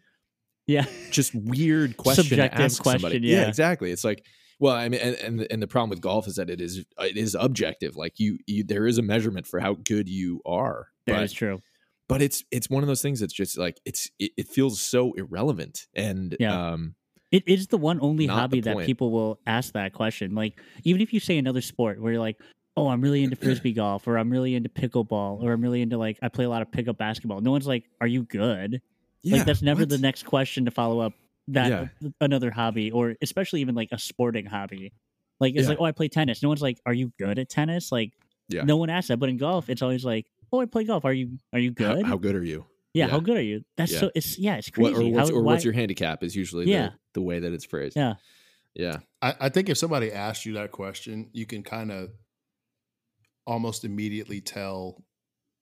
Speaker 3: Yeah,
Speaker 2: just weird question
Speaker 3: Subjective
Speaker 2: to ask somebody.
Speaker 3: question,
Speaker 2: Yeah.
Speaker 3: yeah.
Speaker 2: exactly. It's like, well, I mean, and, and and the problem with golf is that it is it is objective. Like you, you there is a measurement for how good you are.
Speaker 3: that
Speaker 2: but,
Speaker 3: is true.
Speaker 2: but it's it's one of those things that's just like it's it, it feels so irrelevant and
Speaker 3: Yeah.
Speaker 2: um
Speaker 3: It is the one only
Speaker 2: Not the
Speaker 3: hobby that
Speaker 2: point.
Speaker 3: people will ask that question. Like, even if you say another sport where you're like, oh, I'm really into frisbee golf, or I'm really into pickleball, or I'm really into like, I play a lot of pickup basketball. No one's like, are you good?
Speaker 2: yeah,
Speaker 3: like, that's never
Speaker 2: what?
Speaker 3: the next question to follow up that
Speaker 2: Yeah.
Speaker 3: another hobby, or especially even like a sporting hobby. Like, it's
Speaker 2: Yeah.
Speaker 3: like, oh, I play tennis. No one's like, are you good at tennis? Like,
Speaker 2: Yeah.
Speaker 3: no one asks that. But in golf, it's always like, oh, I play golf. Are you are you
Speaker 2: How-
Speaker 3: good?
Speaker 2: How, good are you?
Speaker 3: yeah,
Speaker 2: yeah.
Speaker 3: How good are you? That's
Speaker 2: Yeah.
Speaker 3: so. It's yeah. It's
Speaker 2: What,
Speaker 3: crazy.
Speaker 2: or what's,
Speaker 3: how,
Speaker 2: or what's
Speaker 3: why-
Speaker 2: your handicap is usually
Speaker 3: Yeah.
Speaker 2: the, the way that it's phrased.
Speaker 3: Yeah.
Speaker 2: Yeah.
Speaker 5: I, I think if somebody asked you that question, you can kind of almost immediately tell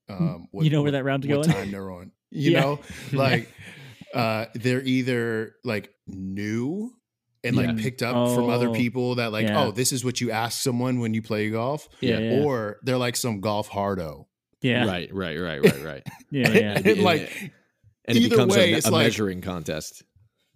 Speaker 5: um,
Speaker 3: Hmm. You know where that round's
Speaker 5: what
Speaker 3: going?
Speaker 5: time they're on. You
Speaker 3: Yeah.
Speaker 5: know, like uh, they're either like new and like
Speaker 2: Yeah.
Speaker 5: picked up from other
Speaker 3: Oh,
Speaker 5: people that like,
Speaker 3: yeah.
Speaker 5: oh, this is what you ask someone when you play golf,
Speaker 2: Yeah.
Speaker 3: yeah.
Speaker 5: or they're like some golf hardo.
Speaker 3: yeah.
Speaker 2: Right, right, right, right, right.
Speaker 3: Yeah, yeah.
Speaker 2: It'd be-
Speaker 5: like,
Speaker 2: and it
Speaker 5: Either
Speaker 2: becomes
Speaker 5: way,
Speaker 2: a,
Speaker 5: it's
Speaker 2: a
Speaker 5: like-
Speaker 2: measuring contest.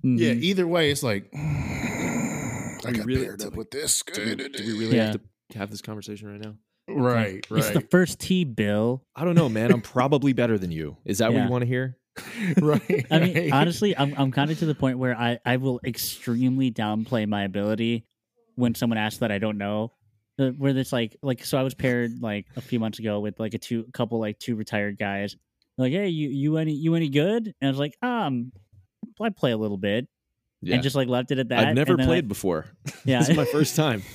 Speaker 5: yeah.
Speaker 2: Mm-hmm.
Speaker 3: Mhm.
Speaker 5: Either way, it's like. I
Speaker 2: We
Speaker 5: got
Speaker 2: really-
Speaker 5: paired
Speaker 2: do
Speaker 5: up
Speaker 2: we-
Speaker 5: with this.
Speaker 2: Do we, do we really
Speaker 3: Yeah.
Speaker 2: have to have this conversation right now?
Speaker 5: Right,
Speaker 3: It's the
Speaker 5: right,
Speaker 3: first tee, Bill.
Speaker 2: I don't know, man. I'm probably better than you. Is that what
Speaker 3: Yeah.
Speaker 2: you want to hear?
Speaker 5: right.
Speaker 3: I mean,
Speaker 5: right.
Speaker 3: honestly, I'm I'm kind of to the point where I I will extremely downplay my ability when someone asks that I don't know. Uh, Where it's like like so, I was paired like a few months ago with like a two couple like two retired guys. They're like, hey, you you any you any good? And I was like, um, I play a little bit,
Speaker 2: Yeah.
Speaker 3: and just like left it at that.
Speaker 2: I've never
Speaker 3: and then I-
Speaker 2: played before.
Speaker 3: yeah,
Speaker 2: this is my first time.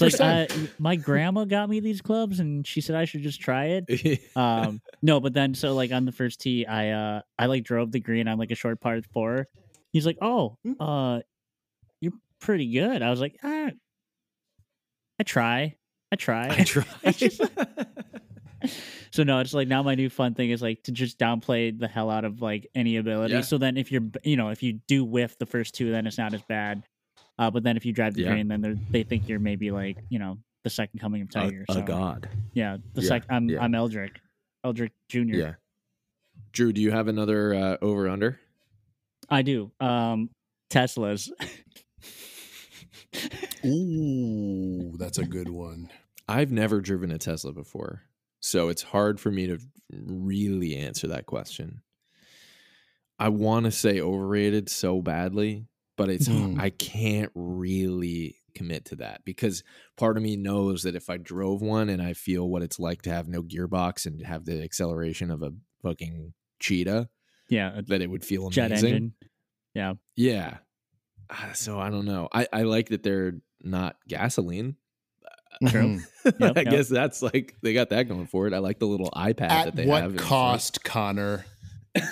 Speaker 3: like I, my grandma got me these clubs, and she said I should just try it. Um, no, but then so like on the first tee, I uh I like drove the green on like a short par four. He's like, "Oh,
Speaker 2: Hmm.
Speaker 3: uh, you're pretty good." I was like, ah, "I try, I try."
Speaker 2: I tried.
Speaker 3: so no, it's like now my new fun thing is like to just downplay the hell out of like any ability.
Speaker 2: Yeah.
Speaker 3: So then if you're you know if you do whiff the first two, then it's not as bad. Uh, but then if you drive the
Speaker 2: Yeah.
Speaker 3: green, then they're- they think you're maybe like you know the second coming of
Speaker 2: a,
Speaker 3: Tiger.
Speaker 2: a
Speaker 3: so
Speaker 2: god.
Speaker 3: yeah, the
Speaker 2: Yeah,
Speaker 3: sec. I'm
Speaker 2: yeah.
Speaker 3: I'm Eldrick, Eldrick Junior.
Speaker 2: Yeah. Drew, do you have another uh, over under?
Speaker 3: I do. Um, Teslas.
Speaker 5: Ooh, that's a good one.
Speaker 2: I've never driven a Tesla before, so it's hard for me to really answer that question. I want to say overrated so badly, but it's
Speaker 5: Hmm.
Speaker 2: I can't really commit to that because part of me knows that if I drove one and I feel what it's like to have no gearbox and have the acceleration of a fucking cheetah,
Speaker 3: yeah, uh, a
Speaker 2: that it would feel amazing.
Speaker 3: jet engine.
Speaker 2: Yeah. Ah, So I don't know. I, I like that they're not gasoline.
Speaker 5: Mhm.
Speaker 3: Yep,
Speaker 2: I
Speaker 3: yep.
Speaker 2: guess that's like they got that going for it. I like the little iPad
Speaker 5: At
Speaker 2: that they have.
Speaker 5: what
Speaker 2: in front.
Speaker 5: cost, Connor?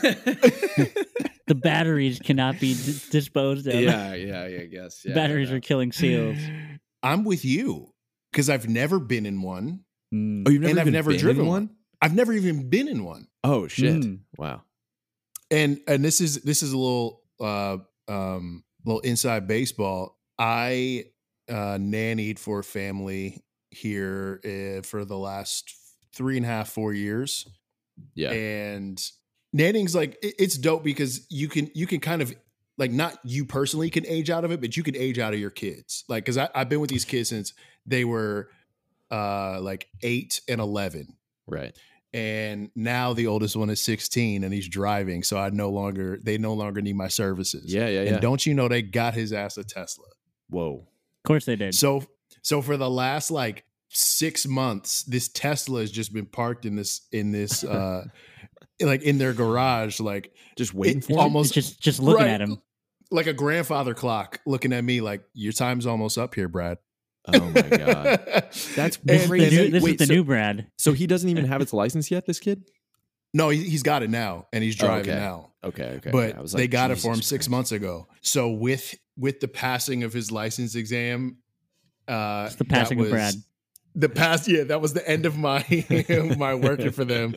Speaker 3: The batteries cannot be d- disposed of.
Speaker 2: yeah, yeah, yeah, I guess. Yeah, I don't
Speaker 3: batteries
Speaker 2: know.
Speaker 3: are killing seals.
Speaker 5: I'm with you because I've never been in one.
Speaker 3: Mm.
Speaker 2: Oh, you've never
Speaker 5: and I've
Speaker 2: even
Speaker 5: never
Speaker 2: been in
Speaker 5: driven one? I've never even been in one.
Speaker 2: Oh shit!
Speaker 3: Mm.
Speaker 2: Wow.
Speaker 5: And and this is this is a little uh um little inside baseball. I uh nannied for a family here uh, for the last three and a half four years.
Speaker 2: Yeah.
Speaker 5: and nannying's like it- it's dope because you can you can kind of like not you personally can age out of it but you can age out of your kids like because i've been with these kids since they were uh like 8 and 11
Speaker 2: right.
Speaker 5: and now the oldest one is 16 and he's driving so i no longer they no longer need my services
Speaker 2: Yeah, yeah, yeah.
Speaker 5: and don't you know they got his ass a tesla
Speaker 2: Whoa.
Speaker 3: Of course they did.
Speaker 5: so so for the last like six months, this Tesla has just been parked in this in this uh like in their garage, like
Speaker 2: Just waiting
Speaker 5: it um
Speaker 2: for 'em?
Speaker 5: almost
Speaker 3: just just looking
Speaker 5: Right.
Speaker 3: at him.
Speaker 5: like a grandfather clock looking at me like your time's almost up here, Brad.
Speaker 2: Oh my god. That's
Speaker 5: And-
Speaker 2: crazy.
Speaker 5: and
Speaker 3: New-
Speaker 5: then-
Speaker 3: this
Speaker 2: wait,
Speaker 3: is the
Speaker 2: so-
Speaker 3: new Brad.
Speaker 2: So he doesn't even have its license yet. This kid.
Speaker 5: no, he, he's got it now, and he's
Speaker 2: Oh,
Speaker 5: driving
Speaker 2: okay.
Speaker 5: now.
Speaker 2: Okay. Okay.
Speaker 5: but
Speaker 2: I was
Speaker 5: they
Speaker 2: like,
Speaker 5: got it for him
Speaker 2: Jesus
Speaker 5: six
Speaker 2: Christ.
Speaker 5: months ago. So with with the passing of his license exam, uh,
Speaker 3: It's the
Speaker 5: that
Speaker 3: passing of
Speaker 5: was-
Speaker 3: Brad.
Speaker 5: The past, yeah, that was the end of my my working for them,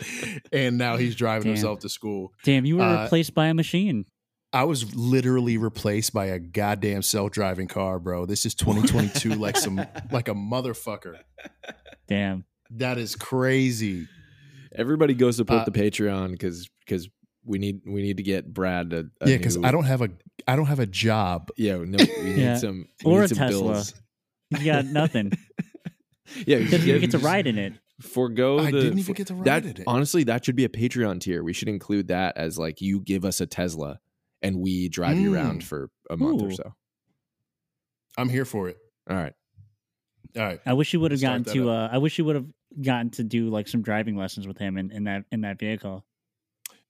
Speaker 5: and now he's driving
Speaker 3: Damn.
Speaker 5: himself to school.
Speaker 3: Damn, you were
Speaker 5: uh,
Speaker 3: replaced by a machine.
Speaker 5: I was literally replaced by a goddamn self driving car, bro. This is 2022, like some like a motherfucker.
Speaker 3: Damn.
Speaker 5: That is crazy.
Speaker 2: Everybody go support
Speaker 5: Uh,
Speaker 2: the Patreon because because we need we need to get Brad a, a
Speaker 5: Yeah, because
Speaker 2: new-
Speaker 5: I don't have a I don't have a job.
Speaker 2: yeah no we need
Speaker 3: Yeah.
Speaker 2: some we
Speaker 3: Or
Speaker 2: need
Speaker 3: a
Speaker 2: some
Speaker 3: Tesla.
Speaker 2: bills.
Speaker 3: You got nothing.
Speaker 2: yeah
Speaker 3: Doesn't even get to
Speaker 2: just
Speaker 3: ride in it.
Speaker 2: forego
Speaker 5: I
Speaker 2: Oh, the
Speaker 5: didn't even
Speaker 2: for-
Speaker 5: get to ride
Speaker 2: that
Speaker 5: in it.
Speaker 2: honestly that should be a Patreon tier we should include that as like you give us a Tesla and we drive you around
Speaker 5: Mm.
Speaker 2: for a month or
Speaker 3: Ooh.
Speaker 2: so
Speaker 5: I'm here for it.
Speaker 2: all right
Speaker 5: All right.
Speaker 3: I wish you would have
Speaker 5: Start
Speaker 3: gotten
Speaker 5: that
Speaker 3: to. Uh, I wish you would have gotten to do like some driving lessons with him in, in that in that vehicle.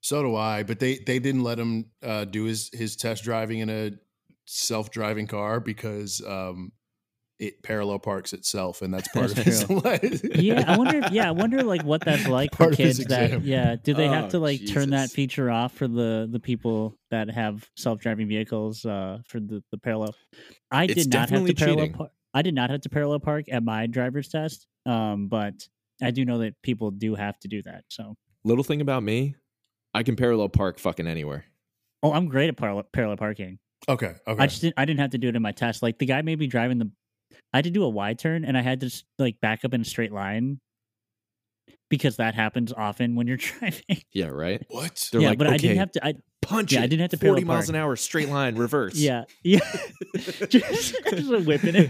Speaker 5: So do I, but they they didn't let him uh, do his his test driving in a self driving car because um, it parallel parks itself, and that's part of
Speaker 3: That's
Speaker 5: his life.
Speaker 3: Yeah, I wonder. If, yeah, I wonder like what that's like for
Speaker 5: Part of his
Speaker 3: kids that.
Speaker 5: exam.
Speaker 3: Yeah, do they
Speaker 2: Oh,
Speaker 3: have to like turn that
Speaker 2: Jesus.
Speaker 3: feature off for the the people that have self driving vehicles uh, for the the parallel? I
Speaker 2: It's
Speaker 3: did not have
Speaker 2: definitely
Speaker 3: to parallel.
Speaker 2: cheating.
Speaker 3: Par- I did not have to parallel park at my driver's test, um, but I do know that people do have to do that. So,
Speaker 2: little thing about me I can parallel park fucking anywhere
Speaker 3: oh, I'm great at parallel parallel parking.
Speaker 5: Okay. Okay.
Speaker 3: I just didn't, I didn't have to do it in my test. Like the guy made me drive in the, I had to do a wide turn and I had to s- like back up in a straight line because that happens often when you're driving.
Speaker 2: yeah right
Speaker 5: what?
Speaker 2: They're
Speaker 3: yeah,
Speaker 2: like,
Speaker 3: but I
Speaker 2: okay.
Speaker 3: didn't have to. I,
Speaker 2: punch
Speaker 3: Yeah,
Speaker 2: it,
Speaker 3: I didn't have to
Speaker 2: forty
Speaker 3: parallel
Speaker 2: miles
Speaker 3: park.
Speaker 2: an hour straight line reverse
Speaker 3: yeah, yeah, just, just like whipping it.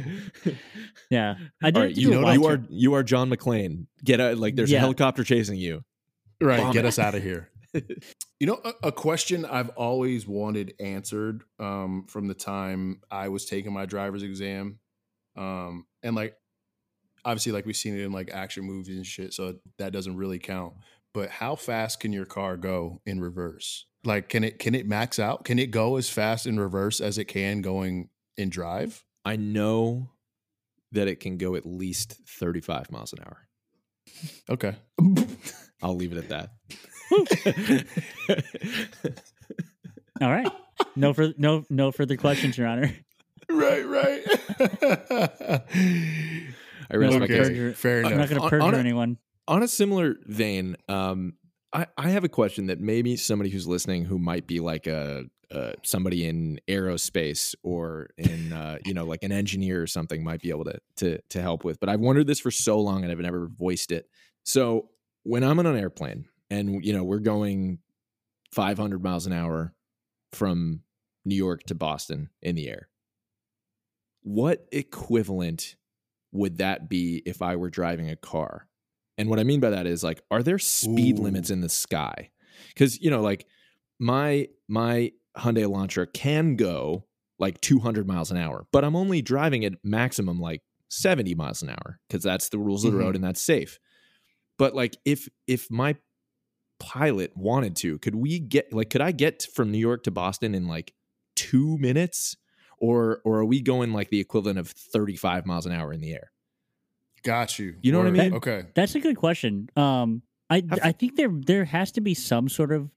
Speaker 3: Yeah, I did
Speaker 2: All
Speaker 3: not
Speaker 2: right,
Speaker 3: have to
Speaker 2: you,
Speaker 3: do a
Speaker 2: know,
Speaker 3: wide
Speaker 2: you
Speaker 3: turn.
Speaker 2: are you are John McClane. Get out! Like there's a
Speaker 3: Yeah.
Speaker 2: helicopter chasing you.
Speaker 5: Right.
Speaker 2: Vomit.
Speaker 5: Get us out of here. you know, a, a question I've always wanted answered um, from the time I was taking my driver's exam, um, and like obviously, like we've seen it in like action movies and shit, so that doesn't really count. But how fast can your car go in reverse? Like, can it can it max out? Can it go as fast in reverse as it can going in drive?
Speaker 2: I know that it can go at least 35 miles an hour.
Speaker 5: Okay.
Speaker 2: I'll leave it at that.
Speaker 3: All right. No further no no further questions, Your Honor.
Speaker 5: right, right.
Speaker 2: I rest
Speaker 3: No,
Speaker 2: my
Speaker 3: okay.
Speaker 2: case.
Speaker 3: You're-
Speaker 5: Fair
Speaker 3: I'm not
Speaker 5: enough.
Speaker 3: going to
Speaker 2: On-
Speaker 3: perjure
Speaker 2: on a-
Speaker 3: anyone.
Speaker 2: on a similar vein, um, I, I have a question that maybe somebody who's listening who might be like a, uh somebody in aerospace or in uh, you know like an engineer or something might be able to to to help with. But I've wondered this for so long and I've never voiced it. So when I'm on an airplane and you know we're going 500 miles an hour from New York to Boston in the air, what equivalent would that be if I were driving a car? And what I mean by that is like, are there speed
Speaker 5: Ooh.
Speaker 2: limits in the sky? Because you know, like my my Hyundai Elantra can go like 200 miles an hour, but I'm only driving at maximum like 70 miles an hour because that's the rules of the road and that's safe. But like, if if my pilot wanted to, could we get like, could I get from New York to Boston in like two minutes, or or are we going like the equivalent of 35 miles an hour in the air?
Speaker 5: Got you.
Speaker 2: You know what I
Speaker 5: Word.
Speaker 2: mean?
Speaker 5: Okay.
Speaker 3: That's a good question. Um I
Speaker 2: Have-
Speaker 3: I think there there has to be some sort of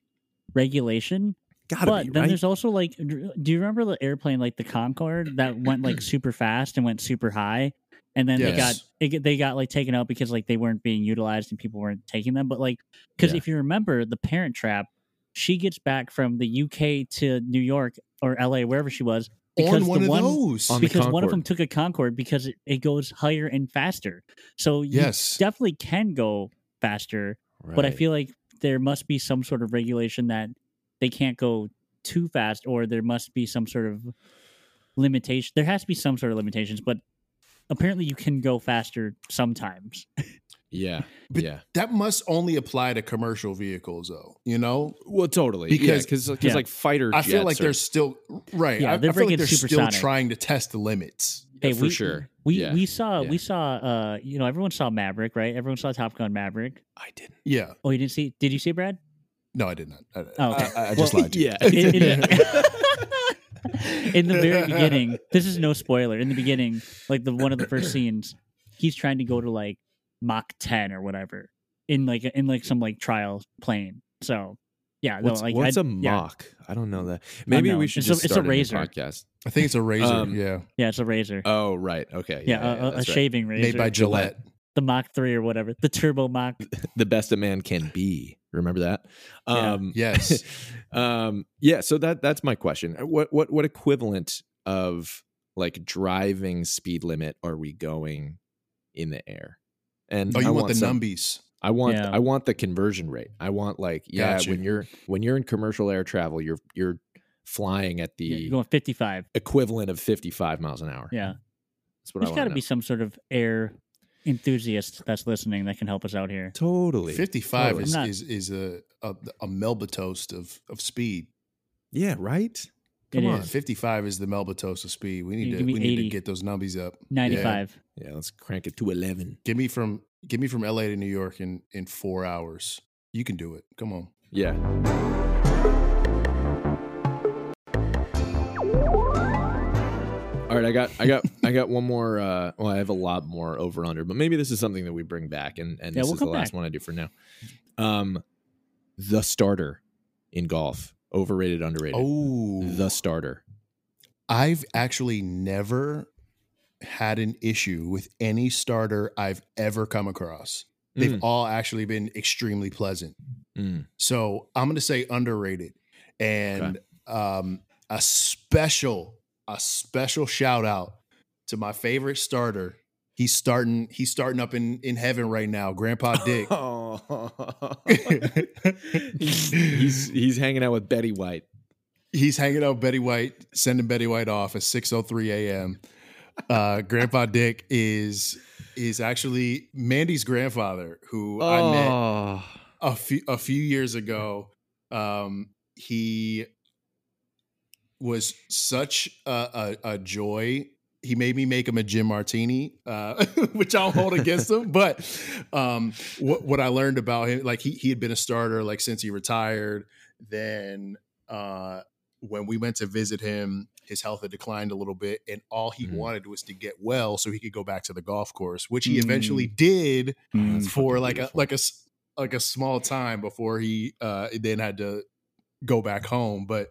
Speaker 3: regulation,
Speaker 2: Gotta
Speaker 3: but
Speaker 2: be
Speaker 3: then
Speaker 2: right.
Speaker 3: there's also like do you remember the airplane like the Concorde that went like super fast and went super high and then they got
Speaker 5: Yes.
Speaker 3: it, get- they got like taken out because like they weren't being utilized and people weren't taking them, but like cuz
Speaker 2: Yeah.
Speaker 3: if you remember the Parent Trap, she gets back from the UK to New York or LA wherever she was because
Speaker 5: on one
Speaker 3: the
Speaker 5: of
Speaker 3: one
Speaker 5: those.
Speaker 2: On the
Speaker 3: because one of
Speaker 2: Concorde.
Speaker 3: them took a Concorde because it, it goes higher and faster. So you
Speaker 5: yes.
Speaker 3: definitely can go faster, but I
Speaker 2: Right.
Speaker 3: feel like there must be some sort of regulation that they can't go too fast, or there must be some sort of limitation. There has to be some sort of limitations, but apparently you can go faster sometimes.
Speaker 2: yeah,
Speaker 5: But-
Speaker 2: yeah.
Speaker 5: that must only apply to commercial vehicles, though. You know,
Speaker 2: Well, totally.
Speaker 5: Because-
Speaker 2: Because because
Speaker 3: Yeah.
Speaker 2: like fighter.
Speaker 5: I feel
Speaker 2: jets
Speaker 5: like
Speaker 2: are-
Speaker 5: they're still right.
Speaker 3: Yeah,
Speaker 5: I, I
Speaker 3: they're
Speaker 5: feel like
Speaker 3: freaking
Speaker 5: they're still
Speaker 3: supersonic.
Speaker 5: trying to test the limits.
Speaker 3: Hey,
Speaker 2: for
Speaker 3: we,
Speaker 2: sure.
Speaker 3: We
Speaker 2: Yeah.
Speaker 3: we saw
Speaker 2: Yeah.
Speaker 3: we saw uh you know everyone saw Maverick right? Everyone saw Top Gun Maverick.
Speaker 2: I didn't.
Speaker 5: Yeah.
Speaker 3: Oh, you didn't see? Did you see it, Brad?
Speaker 5: No, I did not. I,
Speaker 3: Oh, okay.
Speaker 5: I, I just
Speaker 2: Well,
Speaker 5: lied to
Speaker 2: yeah.
Speaker 5: you.
Speaker 3: in, in- in the very beginning, this is no spoiler. In the beginning, like the one of the first scenes, he's trying to go to like Mach ten or whatever in like in like some like trial plane. So yeah,
Speaker 2: What's,
Speaker 3: no, like
Speaker 2: what's
Speaker 3: a
Speaker 2: a mock? I don't know that. Maybe
Speaker 3: know.
Speaker 2: we should
Speaker 3: It's a-
Speaker 2: just
Speaker 3: it's a
Speaker 2: start a, new
Speaker 3: razor.
Speaker 2: podcast.
Speaker 5: I think it's a razor.
Speaker 2: Um,
Speaker 5: yeah,
Speaker 3: yeah, it's a razor.
Speaker 2: Oh right. Okay.
Speaker 3: yeah, a, a- a
Speaker 2: that's right.
Speaker 3: shaving razor
Speaker 5: made by Gillette.
Speaker 3: the Mach three or whatever, the turbo Mach.
Speaker 2: The best a man can be. Remember that.
Speaker 3: Yeah.
Speaker 2: Um,
Speaker 5: Yes.
Speaker 2: um. Yeah. So that that's my question. What what what equivalent of like driving speed limit are we going in the air? And
Speaker 5: Oh, you
Speaker 2: I
Speaker 5: want, the
Speaker 2: some-
Speaker 5: numbies?
Speaker 2: I want
Speaker 3: Yeah.
Speaker 2: I want the conversion rate. I want like yeah
Speaker 5: Gotcha.
Speaker 2: when you're when you're in commercial air travel you're you're flying at the
Speaker 3: Yeah, you're going fifty five.
Speaker 2: equivalent of 55 miles an hour.
Speaker 3: Yeah,
Speaker 2: That's what
Speaker 3: there's
Speaker 2: I
Speaker 3: got
Speaker 2: want
Speaker 3: to be some sort of air enthusiast that's listening that can help us out here.
Speaker 2: totally.
Speaker 5: Fifty-five
Speaker 2: Totally.
Speaker 5: is,
Speaker 3: I'm not-
Speaker 5: is is a a, a Melba toast of of speed.
Speaker 2: Yeah, right?
Speaker 3: It
Speaker 5: Come on,
Speaker 3: is.
Speaker 5: fifty-five is the Melba toast of speed. We
Speaker 3: You
Speaker 5: need to
Speaker 3: give me
Speaker 5: we need
Speaker 3: 80.
Speaker 5: to get those numbies up. Yeah.
Speaker 3: Ninety five.
Speaker 2: Yeah, let's crank it to 11.
Speaker 5: Give me from give me from L.A. to New York in in four hours. You can do it. Come on.
Speaker 2: Yeah. All right, I got I got I got one more uh well I have a lot more over under, but maybe this is something that we bring back and and
Speaker 3: Yeah,
Speaker 2: this
Speaker 3: we'll
Speaker 2: is the
Speaker 3: come
Speaker 2: last
Speaker 3: back.
Speaker 2: one I do for now. Um the starter in golf, overrated underrated.
Speaker 5: Oh,
Speaker 2: The starter.
Speaker 5: I've actually never had an issue with any starter I've ever come across. They've
Speaker 2: Mm,
Speaker 5: all actually been extremely pleasant.
Speaker 2: mm.
Speaker 5: So I'm going to say underrated and um, a special, a special shout out to my favorite starter. He's starting, he's starting up in, in heaven right now, Grandpa Dick.
Speaker 2: he's he's hanging out with Betty White.
Speaker 5: he's hanging out with Betty White, sending Betty White off at 6:03 a.m. Uh, grandpa Dick is is actually Mandy's grandfather, who I
Speaker 2: Oh.
Speaker 5: met
Speaker 3: Oh.
Speaker 5: a few a few years ago um he was such a, a, a joy he made me make him a gin martini uh which i'll hold against him but um what what i learned about him like he he had been a starter like since he retired then uh when we went to visit him his health had declined a little bit, and all he
Speaker 2: Mhm.
Speaker 5: wanted was to get well so he could go back to the golf course, which he
Speaker 3: Mm.
Speaker 5: eventually did
Speaker 3: Mm.
Speaker 5: for
Speaker 2: fucking
Speaker 5: like
Speaker 2: beautiful.
Speaker 5: a like a s- like a small time before he uh then had to go back home but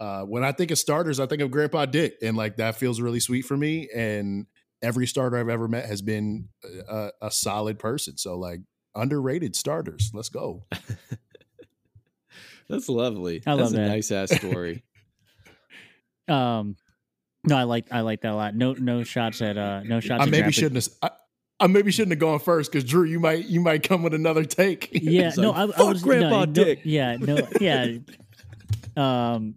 Speaker 5: uh when i think of starters i think of grandpa dick and like that feels really sweet for me and every starter i've ever met has been a, a solid person so like underrated starters let's go
Speaker 2: That's lovely.
Speaker 3: I
Speaker 2: That's
Speaker 3: love
Speaker 2: a
Speaker 3: that.
Speaker 2: nice ass story.
Speaker 3: Um, no, I like I like that a lot. No, no shots at uh, no shots.
Speaker 5: i
Speaker 3: at
Speaker 5: maybe
Speaker 3: Graphic.
Speaker 5: shouldn't have I, I maybe shouldn't have gone first because drew you might you might come with another take
Speaker 3: Yeah,
Speaker 2: It's
Speaker 3: no,
Speaker 2: like,
Speaker 3: I, I
Speaker 2: "Fuck
Speaker 3: was
Speaker 2: Grandpa
Speaker 3: no, no-
Speaker 2: Dick."
Speaker 3: yeah, no, yeah. um,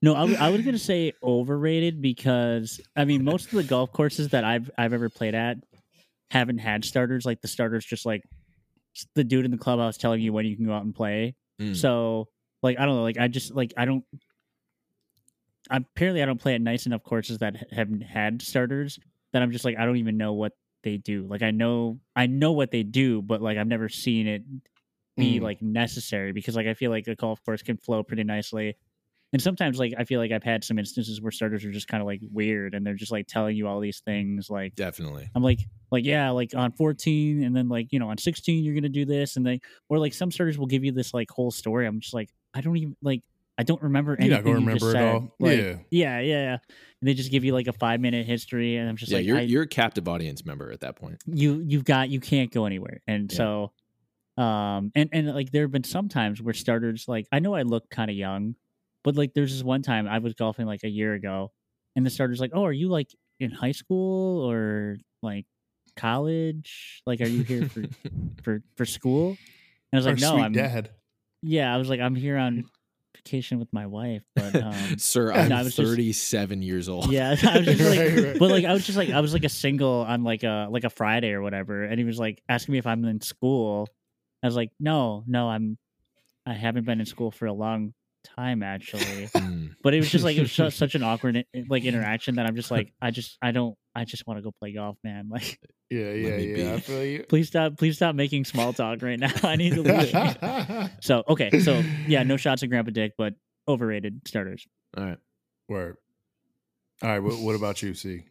Speaker 3: no, I, w- I was gonna say overrated because I mean most of the golf courses that I've I've ever played at haven't had starters. Like the starters, just like s- the dude in the clubhouse telling you when you can go out and play.
Speaker 2: Mm.
Speaker 3: So like I don't know, like I just like I don't. Apparently, I don't play at nice enough courses that h- haven't had starters that I'm just like I don't even know what they do. Like I know I know what they do, but like I've never seen it be
Speaker 5: Mm.
Speaker 3: like necessary because like I feel like a golf course can flow pretty nicely. And sometimes like I feel like I've had some instances where starters are just kind of like weird and they're just like telling you all these things like
Speaker 2: Definitely.
Speaker 3: I'm like, like yeah, like on 14, and then like you know on 16 you're gonna do this, and they or like some starters will give you this like whole story. I'm just like, I don't even like, I don't remember anything.
Speaker 5: you're not gonna
Speaker 3: you just
Speaker 5: remember it
Speaker 3: said.
Speaker 5: all
Speaker 3: Like,
Speaker 5: yeah
Speaker 3: yeah, yeah, yeah. And they just give you like a five minute history, and I'm just
Speaker 2: yeah,
Speaker 3: like,
Speaker 2: you're
Speaker 3: I-
Speaker 2: you're a captive audience member at that point.
Speaker 3: you you've got you can't go anywhere and
Speaker 2: Yeah.
Speaker 3: so um and and like there have been some times where starters like i know i look kind of young but like there's this one time i was golfing like a year ago and the starters like oh are you like in high school or like college like are you here for for for school and i was
Speaker 5: Our
Speaker 3: like no
Speaker 5: sweet
Speaker 3: i'm
Speaker 5: dad
Speaker 3: yeah i was like i'm here on vacation with my wife but um
Speaker 2: Sir,
Speaker 3: Yeah,
Speaker 2: I'm
Speaker 3: no, I was just-
Speaker 2: 37 years old.
Speaker 3: yeah i was just like
Speaker 5: Right, right.
Speaker 3: but like I was just like I was like a single on like a like a Friday or whatever, and he was like asking me if I'm in school. I was like, no, no, I'm I haven't been in school for a long time actually.
Speaker 2: Mm.
Speaker 3: But it was just like it was su- such an awkward eh, like interaction that I'm just like I just I don't I just want to go play golf, man. Like
Speaker 5: yeah yeah
Speaker 2: me be.
Speaker 5: yeah i feel you
Speaker 3: please stop please stop making small talk right now. I need to leave. so okay, so yeah, no shots at Grandpa Dick, but overrated starters.
Speaker 2: All right.
Speaker 5: Word. All right. What, what about you, C?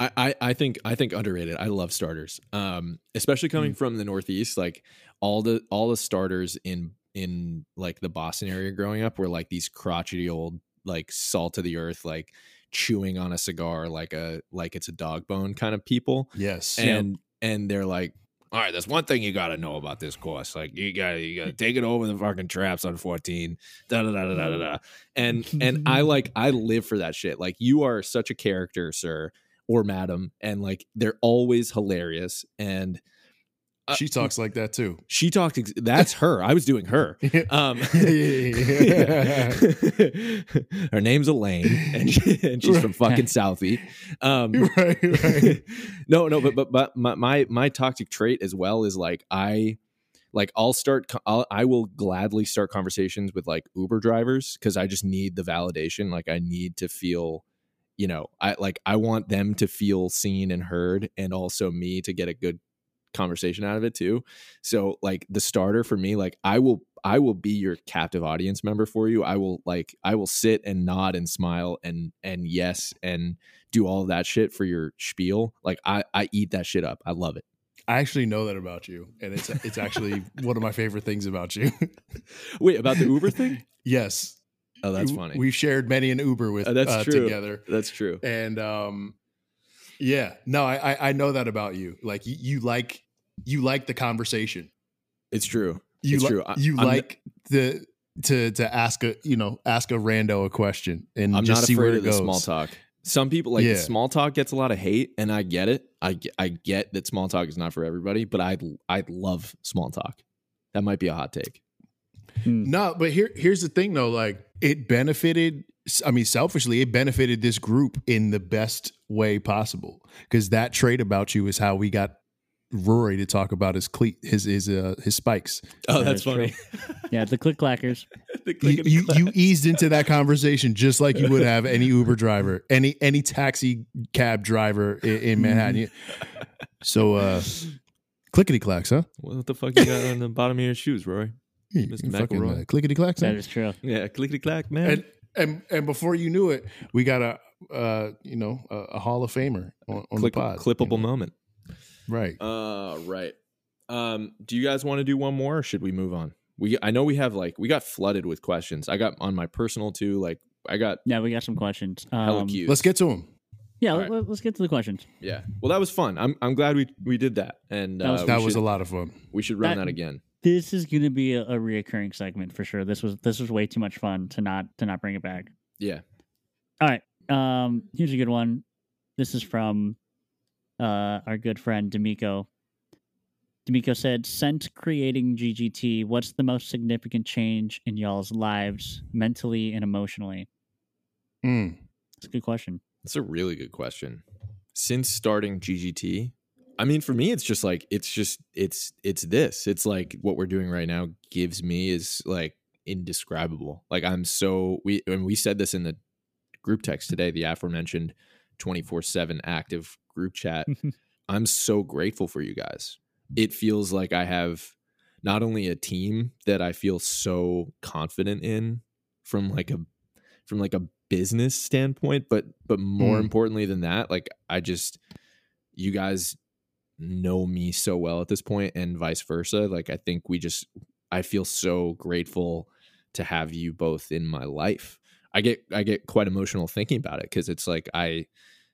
Speaker 2: I, I I think I think underrated. I love starters, um, especially coming from the Northeast. Like all the all the starters in in like the Boston area growing up were like these crotchety old like salt of the earth like chewing on a cigar like a like it's a dog bone kind of people
Speaker 5: Yes.
Speaker 2: and and they're like all right that's one thing you gotta know about this course like you gotta you gotta take it over the fucking traps on 14 da da da da da da, da and and i like i live for that shit like you are such a character sir or madam and like they're always hilarious and uh,
Speaker 5: she talks like that too.
Speaker 2: she talks ex- that's her i was doing her um her name's elaine and, she, and she's from fucking southie um
Speaker 5: right. Right.
Speaker 2: no, no, but but but my, my my toxic trait as well is like I like I'll start co- I'll, I will gladly start conversations with like Uber drivers cuz I just need the validation like I need to feel you know I like I want them to feel seen and heard and also me to get a good conversation out of it too. So like the starter for me like I will I will be your captive audience member for you. I will like I will sit and nod and smile and and yes and do all that shit for your spiel. Like I, I eat that shit up. I love it.
Speaker 5: I actually know that about you, and it's it's actually one of my favorite things about you.
Speaker 2: Wait, about the Uber thing?
Speaker 5: yes.
Speaker 2: Oh, that's
Speaker 5: We-
Speaker 2: funny.
Speaker 5: We've shared many an Uber with
Speaker 2: Uh, that's
Speaker 5: uh,
Speaker 2: true.
Speaker 5: together.
Speaker 2: that's true.
Speaker 5: and um yeah no I, I i know that about you like you, you like you like the conversation
Speaker 2: It's true.
Speaker 5: you
Speaker 2: It's
Speaker 5: li-
Speaker 2: true. I-
Speaker 5: you
Speaker 2: I'm n-
Speaker 5: like the to to ask a you know ask a rando a question and
Speaker 2: I'm
Speaker 5: Mm, just
Speaker 2: not
Speaker 5: see where
Speaker 2: afraid
Speaker 5: it
Speaker 2: of the
Speaker 5: goes
Speaker 2: small talk. Some people like
Speaker 5: Yeah.
Speaker 2: small talk gets a lot of hate, and I get it. I get, I get that small talk is not for everybody, but I I love small talk. That might be a hot take.
Speaker 5: no but here here's the thing though like it benefited i mean selfishly it benefited this group in the best way possible because that trait about you is how we got rory to talk about his cle- his his uh, his spikes
Speaker 2: Oh,
Speaker 3: That
Speaker 2: that's
Speaker 3: is true.
Speaker 2: funny.
Speaker 3: Yeah, the click clackers.
Speaker 2: The
Speaker 5: you,
Speaker 2: clickety
Speaker 5: you,
Speaker 2: clack.
Speaker 5: you eased into that conversation just like you would have any Uber driver, any any taxi cab driver in, in Manhattan. You- So uh clickety clacks, huh?
Speaker 2: what the fuck you got on the bottom of your shoes, Rory?
Speaker 5: You
Speaker 2: Mr.
Speaker 5: fucking,
Speaker 2: McElroy.
Speaker 5: uh, clickety clacks.
Speaker 3: That
Speaker 5: Huh?
Speaker 3: is true.
Speaker 2: Yeah, clickety clack, man.
Speaker 5: And and and before you knew it, we got a uh, you know a, a Hall of Famer on, on
Speaker 2: Click,
Speaker 5: the pod,
Speaker 2: clippable
Speaker 5: you know?
Speaker 2: moment.
Speaker 5: right?
Speaker 2: Uh, right. Um, do you guys want to do one more or should we move on? We I know we have like we got flooded with questions. I got on my personal too, like I got
Speaker 3: Yeah, we got some questions.
Speaker 2: hella
Speaker 3: Um,
Speaker 2: queues.
Speaker 5: Let's get to him.
Speaker 3: yeah,
Speaker 2: All
Speaker 3: let, us get to the questions.
Speaker 2: yeah. Well that was fun. I'm I'm glad we we did that. And
Speaker 3: That was
Speaker 2: uh,
Speaker 5: that
Speaker 2: we
Speaker 5: was
Speaker 2: should,
Speaker 5: a lot of fun.
Speaker 2: we should run
Speaker 3: that-
Speaker 2: that again.
Speaker 3: This is going to be a, a reoccurring segment for sure. This was this was way too much fun to not to not bring it back.
Speaker 2: Yeah.
Speaker 3: Um, here's a good one. This is from uh, our good friend D'Amico. D'Amico said, "Since creating GGT, what's the most significant change in y'all's lives, mentally and emotionally?"
Speaker 5: Mm.
Speaker 3: That's a good question.
Speaker 2: That's a really good question. Since starting GGT, I mean, for me, it's just like it's just it's it's this. It's like what we're doing right now gives me is like indescribable. Like I'm so we and we said this in the group text today, the aforementioned twenty four seven active group chat. I'm so grateful for you guys. It feels like I have not only a team that I feel so confident in from like a from like a business standpoint, but but more
Speaker 5: Mm.
Speaker 2: importantly than that, like I just you guys know me so well at this point and vice versa. Like I think we just I feel so grateful to have you both in my life. I get I get quite emotional thinking about it cuz it's like I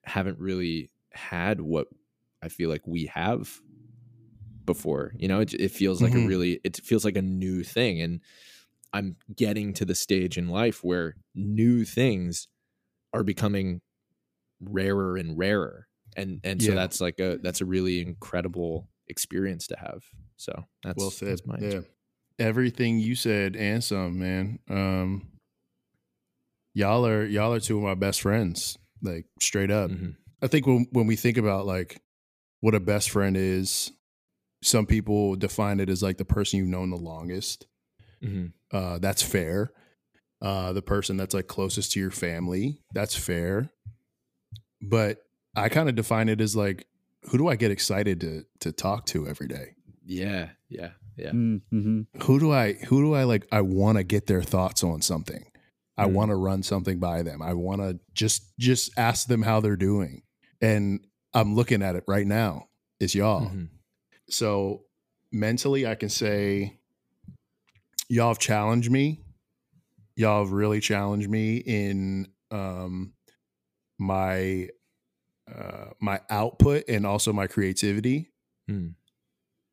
Speaker 2: haven't really had what I feel like we have before. You know, it, it feels like a
Speaker 5: Mhm.
Speaker 2: really, it feels like a new thing. And I'm getting to the stage in life where new things are becoming rarer and rarer. And, and so
Speaker 5: Yeah.
Speaker 2: that's like a, that's a really incredible experience to have. So that's,
Speaker 5: well said.
Speaker 2: that's my answer.
Speaker 5: yeah, everything you said and some, man. Um, y'all are y'all are two of my best friends. Like straight up,
Speaker 2: Mhm.
Speaker 5: I think when when we think about like what a best friend is, some people define it as like the person you've known the longest.
Speaker 2: Mhm.
Speaker 5: Uh, that's fair. Uh, the person that's like closest to your family, that's fair. But I kind of define it as like, who do I get excited to to talk to every day?
Speaker 2: Yeah. Yeah. Yeah.
Speaker 3: Mm-hmm.
Speaker 5: Who do I who do I like? I want to get their thoughts on something. I
Speaker 2: Mm.
Speaker 5: want to run something by them. I want to just just ask them how they're doing. And I'm looking at it right now. It's y'all.
Speaker 2: Mhm.
Speaker 5: So mentally, I can say y'all have challenged me. Y'all have really challenged me in um, my uh, my output and also my creativity.
Speaker 2: Hmm.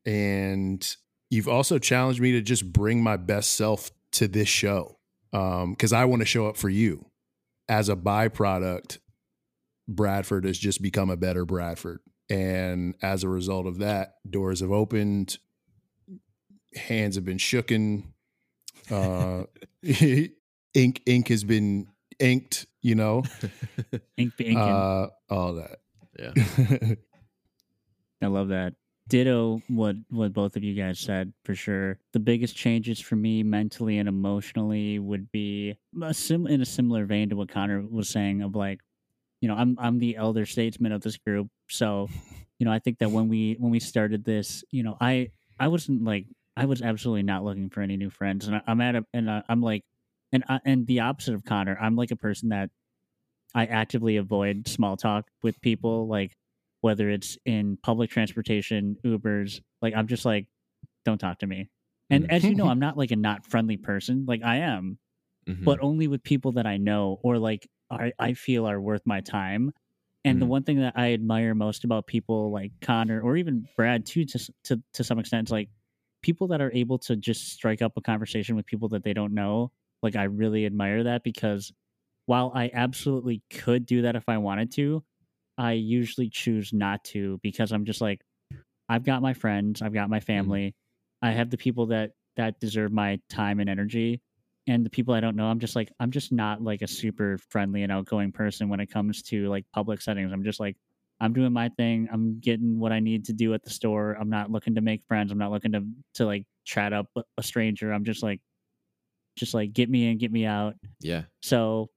Speaker 5: And you've also challenged me to just bring my best self to this show because I want to show up for you. As a byproduct, Bradford has just become a better Bradford. And as a result of that, doors have opened, hands have been shooken, uh, ink ink has been inked, you know,
Speaker 2: Mm-hmm.
Speaker 3: Ink be inking.
Speaker 5: uh, all that.
Speaker 2: Yeah.
Speaker 3: I love that. Ditto what what both of you guys said for sure. The biggest changes for me mentally and emotionally would be a sim- in a similar vein to what Connor was saying of like, you know, I'm I'm the elder statesman of this group, so you know, I think that when we when we started this, you know, I I wasn't like I was absolutely not looking for any new friends, and I, I'm at a and I, I'm like, and I, and the opposite of Connor, I'm like a person that I actively avoid small talk with people, like whether it's in public transportation, Ubers, like I'm just like, don't talk to me. And
Speaker 2: Mm.
Speaker 3: as you know, I'm not like a not friendly person. Like I am,
Speaker 2: Mhm.
Speaker 3: but only with people that I know or like I, I feel are worth my time. And the
Speaker 2: Mm.
Speaker 3: one thing that I admire most about people like Connor or even Brad too, to s- to to some extent, is like people that are able to just strike up a conversation with people that they don't know. Like I really admire that because while I absolutely could do that if I wanted to, I usually choose not to because I'm just like I've got my friends, I've got my family, I have the people that that deserve my time and energy and the people I don't know, I'm just like I'm just not like a super friendly and outgoing person when it comes to like public settings. I'm just like I'm doing my thing. I'm getting what I need to do at the store. I'm not looking to make friends. I'm not looking to to like chat up a- a stranger. I'm just like just like get me in, get me out.
Speaker 2: yeah.
Speaker 3: So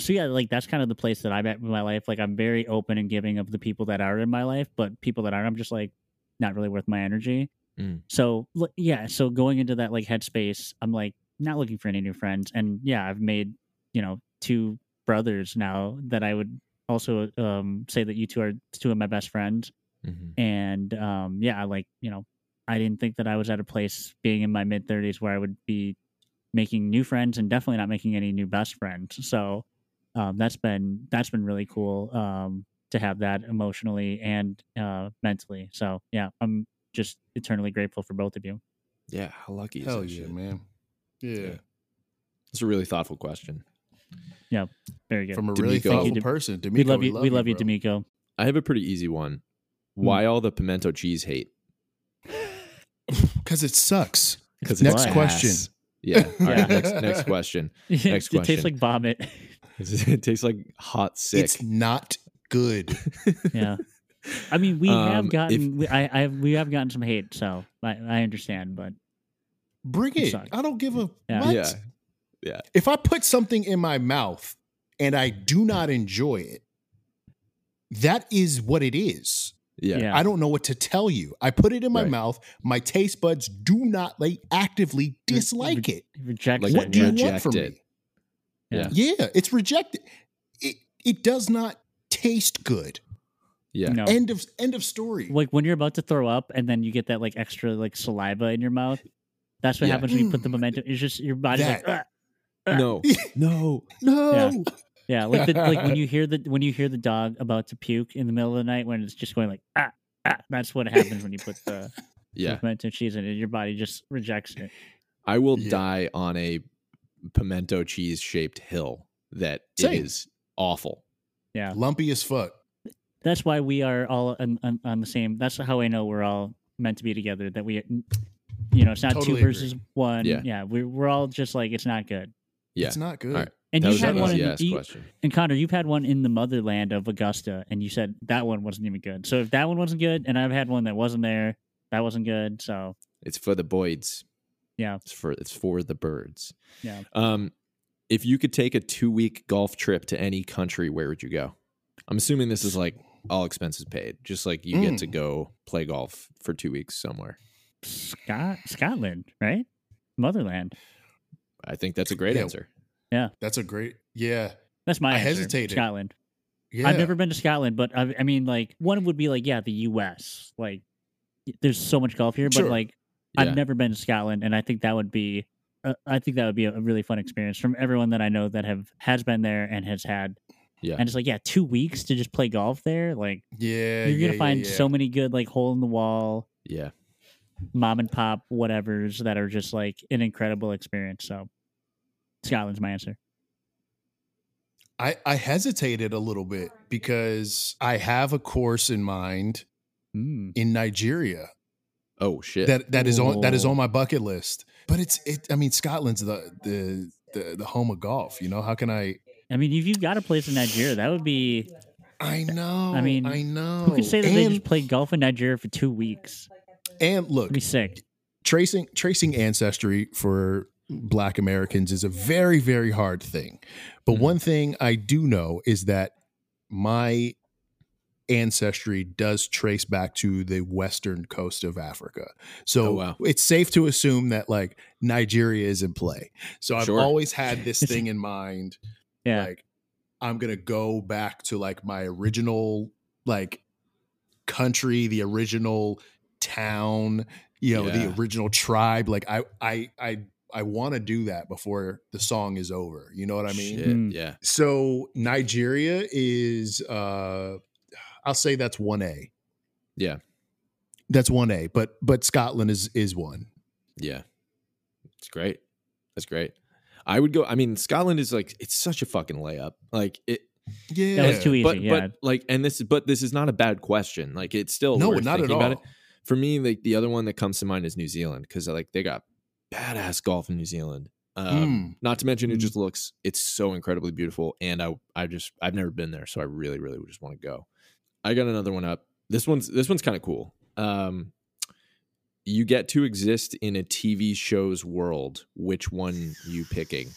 Speaker 3: so yeah, like that's kind of the place that I'm at in my life. Like I'm very open and giving of the people that are in my life, but people that aren't, I'm just like not really worth my energy.
Speaker 2: Mm.
Speaker 3: So l- yeah, so going into that like headspace, I'm like not looking for any new friends, and yeah, I've made you know two brothers now that I would also um say that you two are two of my best friends.
Speaker 2: Mm-hmm.
Speaker 3: And um yeah, I like, you know, I didn't think that I was at a place being in my mid 30s where I would be making new friends and definitely not making any new best friends. So um that's been that's been really cool um to have that emotionally and uh mentally. So yeah, I'm just eternally grateful for both of you.
Speaker 2: Yeah, how lucky is
Speaker 5: Hell
Speaker 2: that
Speaker 5: yeah,
Speaker 2: shit?
Speaker 5: man. Yeah.
Speaker 2: Yeah. It's a really thoughtful question.
Speaker 3: Very good.
Speaker 5: From a really
Speaker 2: D'Amico. Thank
Speaker 5: thoughtful
Speaker 3: you, D'Am-
Speaker 5: person. D'Amico,
Speaker 3: we love you. we love you,
Speaker 5: bro.
Speaker 3: D'Amico.
Speaker 2: I have a pretty easy one. Why all the pimento cheese hate?
Speaker 5: Because it sucks.
Speaker 2: Because
Speaker 5: Next question.
Speaker 2: Yeah. All right.
Speaker 3: Yeah.
Speaker 2: Next, next question. Next
Speaker 3: it
Speaker 2: question.
Speaker 3: tastes like vomit.
Speaker 2: It tastes like hot sick.
Speaker 5: It's not good.
Speaker 3: yeah. I mean, we
Speaker 2: Um,
Speaker 3: have
Speaker 2: if-
Speaker 3: gotten we, I, I we have gotten some hate, so I, I understand. But
Speaker 5: Bring
Speaker 3: It
Speaker 5: it.
Speaker 3: sucks.
Speaker 5: I don't give a
Speaker 3: Yeah.
Speaker 5: what.
Speaker 2: Yeah.
Speaker 5: If I put something in my mouth and I do not enjoy it, that is what it is.
Speaker 2: Yeah.
Speaker 3: yeah,
Speaker 5: I don't know what to tell you. I put it in my
Speaker 2: Right.
Speaker 5: mouth. My taste buds do not like actively dislike it.
Speaker 3: Mm-hmm. reject
Speaker 2: Like,
Speaker 5: What
Speaker 3: it.
Speaker 5: do you
Speaker 3: Yeah.
Speaker 5: want from
Speaker 2: reject
Speaker 5: me?
Speaker 2: Yeah.
Speaker 5: Yeah, it's rejected. It it does not taste good.
Speaker 2: Yeah.
Speaker 3: No.
Speaker 5: End of end of story.
Speaker 3: like when you're about to throw up, and then you get that like extra like saliva in your mouth. That's what
Speaker 2: Yeah.
Speaker 3: happens when you put the
Speaker 5: Mm.
Speaker 3: momentum. It's just your body's like, "Ugh."
Speaker 2: No. No.
Speaker 5: No.
Speaker 3: yeah, like the, like when you hear the when you hear the dog about to puke in the middle of the night when it's just going like ah ah. That's what happens when you put the
Speaker 2: Yeah.
Speaker 3: pimento cheese in it. Your body just rejects it.
Speaker 2: I will
Speaker 5: Yeah.
Speaker 2: die on a pimento cheese shaped hill that it
Speaker 5: Same.
Speaker 2: is awful.
Speaker 3: Yeah.
Speaker 5: Lumpy as fuck.
Speaker 3: that's why we are all on, on, on the same that's how i know we're all meant to be together that we you know it's not
Speaker 5: Totally
Speaker 3: two
Speaker 5: agree.
Speaker 3: versus one
Speaker 2: Yeah.
Speaker 3: we're, we're all just like it's not good
Speaker 2: Yeah.
Speaker 5: It's not good.
Speaker 2: All right.
Speaker 3: and
Speaker 2: that
Speaker 3: you've
Speaker 2: was
Speaker 3: had
Speaker 2: an
Speaker 3: one e
Speaker 2: easy
Speaker 3: in,
Speaker 2: ass
Speaker 3: you,
Speaker 2: question.
Speaker 3: and connor you've had one in the motherland of augusta and you said that one wasn't even good so if that one wasn't good and i've had one that wasn't there that wasn't good so
Speaker 2: It's for the boys.
Speaker 3: Yeah.
Speaker 2: It's for it's for the birds.
Speaker 3: Yeah.
Speaker 2: Um, if you could take a two week golf trip to any country, where would you go? I'm assuming this is like all expenses paid. Just like you get
Speaker 5: Mm.
Speaker 2: to go play golf for two weeks somewhere.
Speaker 3: Scot- scotland right motherland
Speaker 2: I think that's a great
Speaker 5: Yeah.
Speaker 2: answer.
Speaker 5: That's a great. Yeah.
Speaker 3: that's my
Speaker 5: I
Speaker 3: answer,
Speaker 5: hesitated.
Speaker 3: scotland
Speaker 5: Yeah.
Speaker 3: I've never been to Scotland, but I, I mean, like, one would be like, yeah, the U.S. Like, y- there's so much golf here,
Speaker 5: Sure.
Speaker 3: but like,
Speaker 2: Yeah.
Speaker 3: I've never been to Scotland, and I think that would be, uh, I think that would be a, a really fun experience from everyone that I know that have has been there and has had.
Speaker 2: Yeah.
Speaker 3: And it's like, yeah, two weeks to just play golf there. Like,
Speaker 5: Yeah.
Speaker 3: you're
Speaker 5: yeah,
Speaker 3: gonna
Speaker 5: yeah,
Speaker 3: find
Speaker 5: yeah.
Speaker 3: so many good like hole in the wall,
Speaker 2: Yeah.
Speaker 3: mom and pop whatever's that are just like an incredible experience. So, Scotland's my answer.
Speaker 5: I, I hesitated a little bit because I have a course in mind
Speaker 3: Mm.
Speaker 5: in Nigeria
Speaker 2: Oh shit.
Speaker 5: that that is on that is
Speaker 3: Ooh.
Speaker 5: on my bucket list. But it's it. I mean, Scotland's the the the, the home of golf. You know how can I?
Speaker 3: I mean, if you've got a place in Nigeria, that would be.
Speaker 5: I know.
Speaker 3: I mean,
Speaker 5: I know.
Speaker 3: Who could say that
Speaker 5: Oh, and,
Speaker 3: they just played golf in Nigeria for two weeks?
Speaker 5: and look,
Speaker 3: That'd be sick.
Speaker 5: tracing tracing ancestry for black americans is a very very hard thing but
Speaker 2: Mhm.
Speaker 5: one thing i do know is that my ancestry does trace back to the western coast of africa so
Speaker 2: Oh, wow.
Speaker 5: it's safe to assume that like nigeria is in play so i've
Speaker 2: Sure.
Speaker 5: always had this thing in mind
Speaker 3: Yeah.
Speaker 5: like i'm gonna go back to like my original like country the original town you know
Speaker 2: Yeah.
Speaker 5: the original tribe like i i i i want to do that before the song is over you know what i mean
Speaker 2: Shit,
Speaker 3: Mm.
Speaker 2: Yeah.
Speaker 5: so nigeria is uh i'll say that's 1a
Speaker 2: Yeah.
Speaker 5: that's 1a but but scotland is is one
Speaker 2: Yeah. It's great. That's great. I would go. I mean, Scotland is like it's such a fucking layup. Like it
Speaker 5: yeah
Speaker 3: That was too easy.
Speaker 2: but
Speaker 3: yeah.
Speaker 2: but like and this but this is not a bad question. Like it's still
Speaker 5: no
Speaker 2: worth
Speaker 5: not at
Speaker 2: thinking
Speaker 5: all
Speaker 2: about it. For me, like the other one that comes to mind is New Zealand because like they got badass golf in New Zealand. Um,
Speaker 5: Mm.
Speaker 2: Not to mention it
Speaker 3: Mm.
Speaker 2: just looks it's so incredibly beautiful, and I I just I've never been there, so I really really would just want to go. I got another one up. This one's this one's kind of cool. Um, you get to exist in a TV show's world. Which one you picking?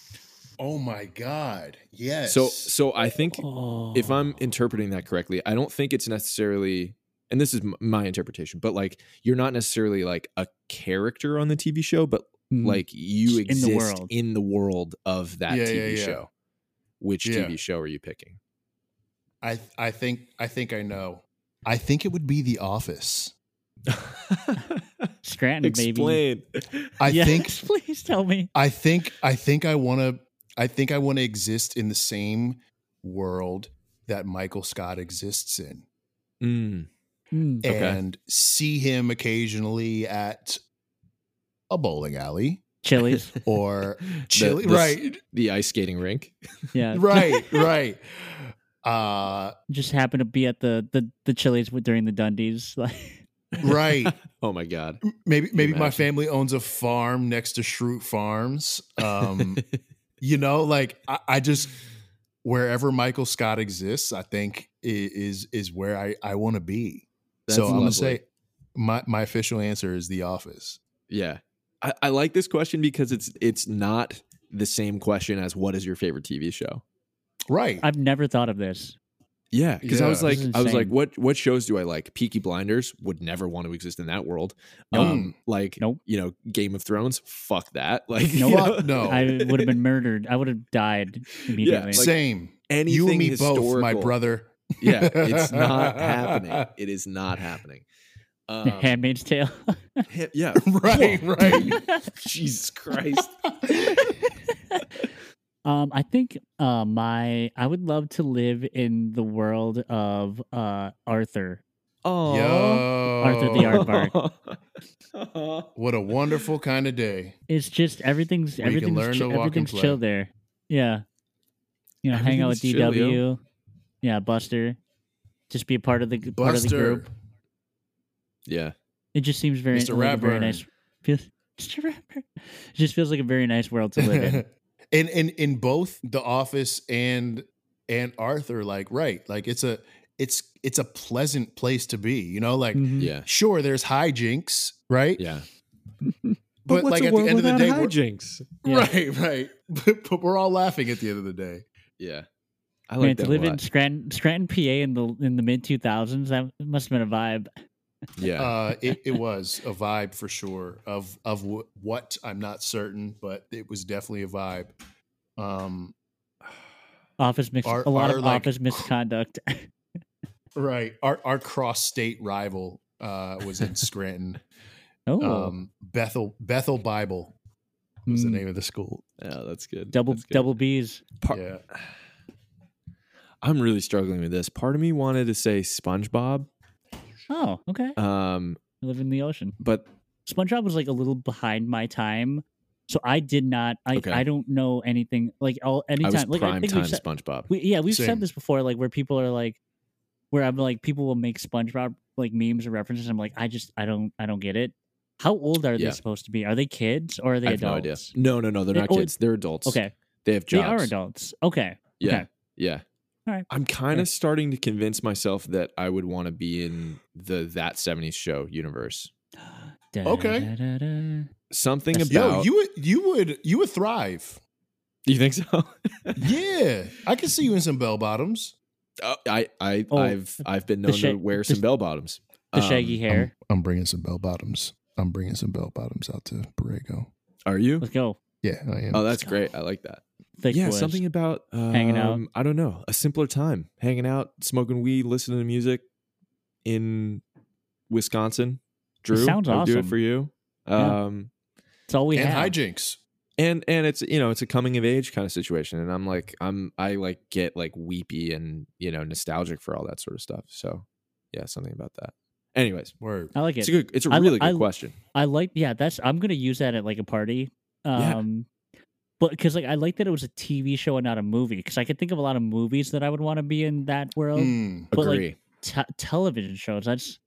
Speaker 5: oh my god yes
Speaker 2: So so I think
Speaker 3: oh.
Speaker 2: if I'm interpreting that correctly, I don't think it's necessarily, and this is m- my interpretation, but like you're not necessarily like a character on the TV show, but
Speaker 3: Mm.
Speaker 2: like you
Speaker 3: Just in the
Speaker 2: exist in the world,
Speaker 3: world.
Speaker 2: of that
Speaker 5: Yeah, yeah,
Speaker 2: TV
Speaker 5: yeah.
Speaker 2: show. which
Speaker 5: Yeah.
Speaker 2: TV show are you picking?
Speaker 5: I I think I think I know. I think it would be The Office.
Speaker 3: Scranton, baby.
Speaker 2: Explain.
Speaker 5: I
Speaker 3: Yes,
Speaker 5: think
Speaker 3: Please tell me.
Speaker 5: I think I think I want to I think I want to exist in the same world that Michael Scott exists in
Speaker 2: Mm,
Speaker 5: Hmm.
Speaker 3: Mm.
Speaker 2: Okay.
Speaker 5: and see him occasionally at a bowling alley
Speaker 3: Chili's.
Speaker 5: or chili
Speaker 2: the, the s-
Speaker 5: right
Speaker 2: The ice skating rink.
Speaker 3: Yeah.
Speaker 5: right right uh
Speaker 3: Just happened to be at the the the Chili's with- during the Dundies. Like,
Speaker 5: right
Speaker 2: Oh my god.
Speaker 5: maybe maybe my
Speaker 2: Imagine.
Speaker 5: family owns a farm next to Shroot Farms um you know like I, I just wherever michael scott exists i think i- is is where i i want to be
Speaker 2: That's
Speaker 5: so i'm gonna
Speaker 2: lovely.
Speaker 5: say my my official answer is the office
Speaker 2: Yeah. I, I like this question because it's it's not the same question as what is your favorite TV show?
Speaker 5: right
Speaker 3: I've never thought of this.
Speaker 2: Yeah, because I was
Speaker 5: Yeah.
Speaker 2: like,
Speaker 3: This is
Speaker 2: I was like,
Speaker 3: insane.
Speaker 2: what what shows do I like? Peaky Blinders would never want to exist in that world.
Speaker 5: Nope.
Speaker 2: Um, like,
Speaker 3: Nope.
Speaker 2: you know, Game of Thrones, fuck that. Like,
Speaker 3: Nope.
Speaker 2: you
Speaker 5: Fuck
Speaker 2: know,
Speaker 5: no.
Speaker 3: I would have been murdered. I would have died immediately.
Speaker 2: like-
Speaker 5: same
Speaker 2: anything
Speaker 5: you and me
Speaker 2: historical.
Speaker 5: both my brother
Speaker 2: yeah, it's not happening. It is not happening. Um,
Speaker 3: Handmaid's Tale.
Speaker 2: ha- yeah,
Speaker 5: right
Speaker 2: Whoa.
Speaker 5: right
Speaker 2: Jesus Christ.
Speaker 3: Um, I think uh, my I would love to live in the world of uh, Arthur.
Speaker 2: Oh,
Speaker 5: yo
Speaker 3: Arthur the Art-
Speaker 5: what a wonderful kind of day
Speaker 3: It's just everything's
Speaker 5: Where you can
Speaker 3: everything's
Speaker 5: learn
Speaker 3: chi-
Speaker 5: to walk and
Speaker 3: everything's
Speaker 5: play.
Speaker 3: chill there. Yeah, you know, hang out with
Speaker 2: Everything's chill,
Speaker 3: DW. Yeah, Buster. Just be a part of the part of the
Speaker 5: buster
Speaker 3: group.
Speaker 2: Yeah,
Speaker 3: It just seems very
Speaker 5: Mr.
Speaker 3: like a very
Speaker 5: Ratburn.
Speaker 3: nice. Feels, Mr. Ratburn. It just feels like a very nice world to live in.
Speaker 5: and in in both the office and and arthur like right like it's a it's it's a pleasant place to be you know like
Speaker 3: Mhm.
Speaker 2: yeah,
Speaker 5: sure there's hijinks right
Speaker 2: yeah.
Speaker 5: but, like at the end of the day we're,
Speaker 2: hijinks.
Speaker 3: Yeah.
Speaker 5: right right but, but we're all laughing at the end of the day
Speaker 2: Yeah, I
Speaker 3: Man,
Speaker 2: like
Speaker 3: to
Speaker 2: that
Speaker 3: live
Speaker 2: a
Speaker 3: in
Speaker 2: lot.
Speaker 3: Scranton, Scranton, PA, in the in the mid two thousands, that must have been a vibe.
Speaker 2: Yeah,
Speaker 5: uh it, it was a vibe for sure of of w- what i'm not certain but it was definitely a vibe um
Speaker 3: Office mix,
Speaker 5: Our-
Speaker 3: a lot
Speaker 5: our,
Speaker 3: of
Speaker 5: like-
Speaker 3: office misconduct.
Speaker 5: right our our cross state rival uh was in scranton
Speaker 3: oh,
Speaker 5: um bethel bethel bible was the
Speaker 3: mm,
Speaker 5: name of the school.
Speaker 2: yeah, that's good.
Speaker 3: double
Speaker 2: That's good.
Speaker 3: double B's.
Speaker 2: Par-
Speaker 5: yeah.
Speaker 2: I'm really struggling with this. Part of me wanted to say SpongeBob,
Speaker 3: Oh, okay.
Speaker 2: um,
Speaker 3: I live in the ocean.
Speaker 2: but
Speaker 3: SpongeBob was like a little behind my time, so I did not. I
Speaker 2: Okay.
Speaker 3: I don't know anything like all
Speaker 2: I
Speaker 3: anytime.
Speaker 2: was
Speaker 3: like, I
Speaker 2: prime
Speaker 3: think
Speaker 2: time
Speaker 3: we've said,
Speaker 2: SpongeBob.
Speaker 3: we, yeah, we've
Speaker 5: Same.
Speaker 3: said this before, like where people are like, where I'm like, people will make SpongeBob like memes or references. I'm like, I just I don't I don't get it. How old are
Speaker 2: Yeah.
Speaker 3: they supposed to be? Are they kids or are they
Speaker 2: I have no idea.
Speaker 3: adults?
Speaker 2: No, no, no. They're
Speaker 3: They-
Speaker 2: not
Speaker 3: oh,
Speaker 2: kids. They're adults.
Speaker 3: Okay,
Speaker 2: they have
Speaker 3: they
Speaker 2: jobs.
Speaker 3: are adults. Okay,
Speaker 2: Yeah,
Speaker 3: Okay.
Speaker 2: yeah.
Speaker 3: All right.
Speaker 2: I'm kind
Speaker 3: Yeah.
Speaker 2: of starting to convince myself that I would want to be in the that '70s show universe.
Speaker 5: Okay.
Speaker 3: Da-da-da-da-da.
Speaker 2: Something
Speaker 3: That's-
Speaker 5: Yo,
Speaker 2: about
Speaker 5: you would you would you would thrive.
Speaker 2: Do you think so?
Speaker 5: Yeah. I could see you in some bell bottoms.
Speaker 2: Oh, I, I,
Speaker 3: Oh,
Speaker 2: I've, I've been known
Speaker 3: sha-
Speaker 2: to wear
Speaker 3: the
Speaker 2: some
Speaker 3: sh-
Speaker 2: bell bottoms. Um,
Speaker 3: The shaggy hair.
Speaker 5: I'm bringing some bell bottoms. I'm bringing some bell bottoms out to Borrego.
Speaker 2: Are you?
Speaker 3: Let's go.
Speaker 5: Yeah, I am.
Speaker 2: Oh, that's
Speaker 3: go.
Speaker 2: great. I like that.
Speaker 3: Thick
Speaker 2: yeah,
Speaker 3: boys.
Speaker 2: something about um,
Speaker 3: Hanging out.
Speaker 2: I don't know, a simpler time, hanging out, smoking weed, listening to music in Wisconsin. Drew,
Speaker 3: sounds
Speaker 2: I would Do it
Speaker 3: awesome.
Speaker 2: for you.
Speaker 3: Yeah.
Speaker 2: Um,
Speaker 3: It's all we
Speaker 5: and
Speaker 3: have.
Speaker 5: hijinks.
Speaker 2: and and it's you know it's a coming of age kind of situation, and I'm like I'm I like get like weepy and you know nostalgic for all that sort of stuff. So yeah, something about that. Anyways,
Speaker 5: Word.
Speaker 3: I like
Speaker 2: it's
Speaker 3: it.
Speaker 2: a good, it's a
Speaker 3: I-
Speaker 2: really good
Speaker 3: I-
Speaker 2: question.
Speaker 3: I like. Yeah, that's. I'm gonna use that at like a party.
Speaker 2: Yeah.
Speaker 3: Um, but because like I like that it was a TV show and not a movie because I could think of a lot of movies that I would want to be in that world.
Speaker 5: Mm.
Speaker 3: but, like,
Speaker 2: Agree.
Speaker 3: Te- television shows. That's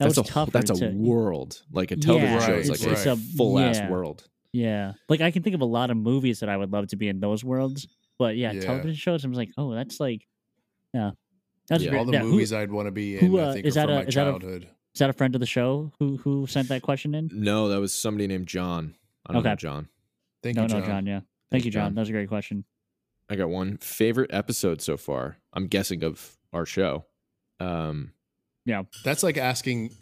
Speaker 3: that
Speaker 2: that's
Speaker 3: was
Speaker 2: a
Speaker 3: tougher.
Speaker 2: that's a
Speaker 3: to-
Speaker 2: world like a television
Speaker 3: Yeah,
Speaker 2: show is like
Speaker 5: it's-
Speaker 2: a
Speaker 5: it's a-
Speaker 2: full ass
Speaker 3: yeah.
Speaker 2: world.
Speaker 3: Yeah, like I can think of a lot of movies that I would love to be in those worlds. But yeah,
Speaker 5: Yeah.
Speaker 3: television shows. I'm like, oh, that's like, yeah, that's
Speaker 2: Yeah.
Speaker 3: great.
Speaker 5: All the
Speaker 3: Yeah, who-
Speaker 5: movies I'd want to be in,
Speaker 3: who,
Speaker 5: I
Speaker 3: uh,
Speaker 5: think,
Speaker 3: is
Speaker 5: are
Speaker 3: that
Speaker 5: from
Speaker 3: a-
Speaker 5: my
Speaker 3: is that a-
Speaker 5: childhood.
Speaker 3: is that a friend of the show who who sent that question in?
Speaker 2: No, that was somebody named John. I don't know
Speaker 3: Okay.
Speaker 2: John.
Speaker 5: Thank
Speaker 3: no,
Speaker 5: you,
Speaker 3: no,
Speaker 5: John.
Speaker 3: John. Yeah,
Speaker 2: Thanks,
Speaker 3: thank you, John.
Speaker 2: John.
Speaker 3: That was a great question.
Speaker 2: I got one favorite episode so far. I'm guessing of our show. Um,
Speaker 5: That's like asking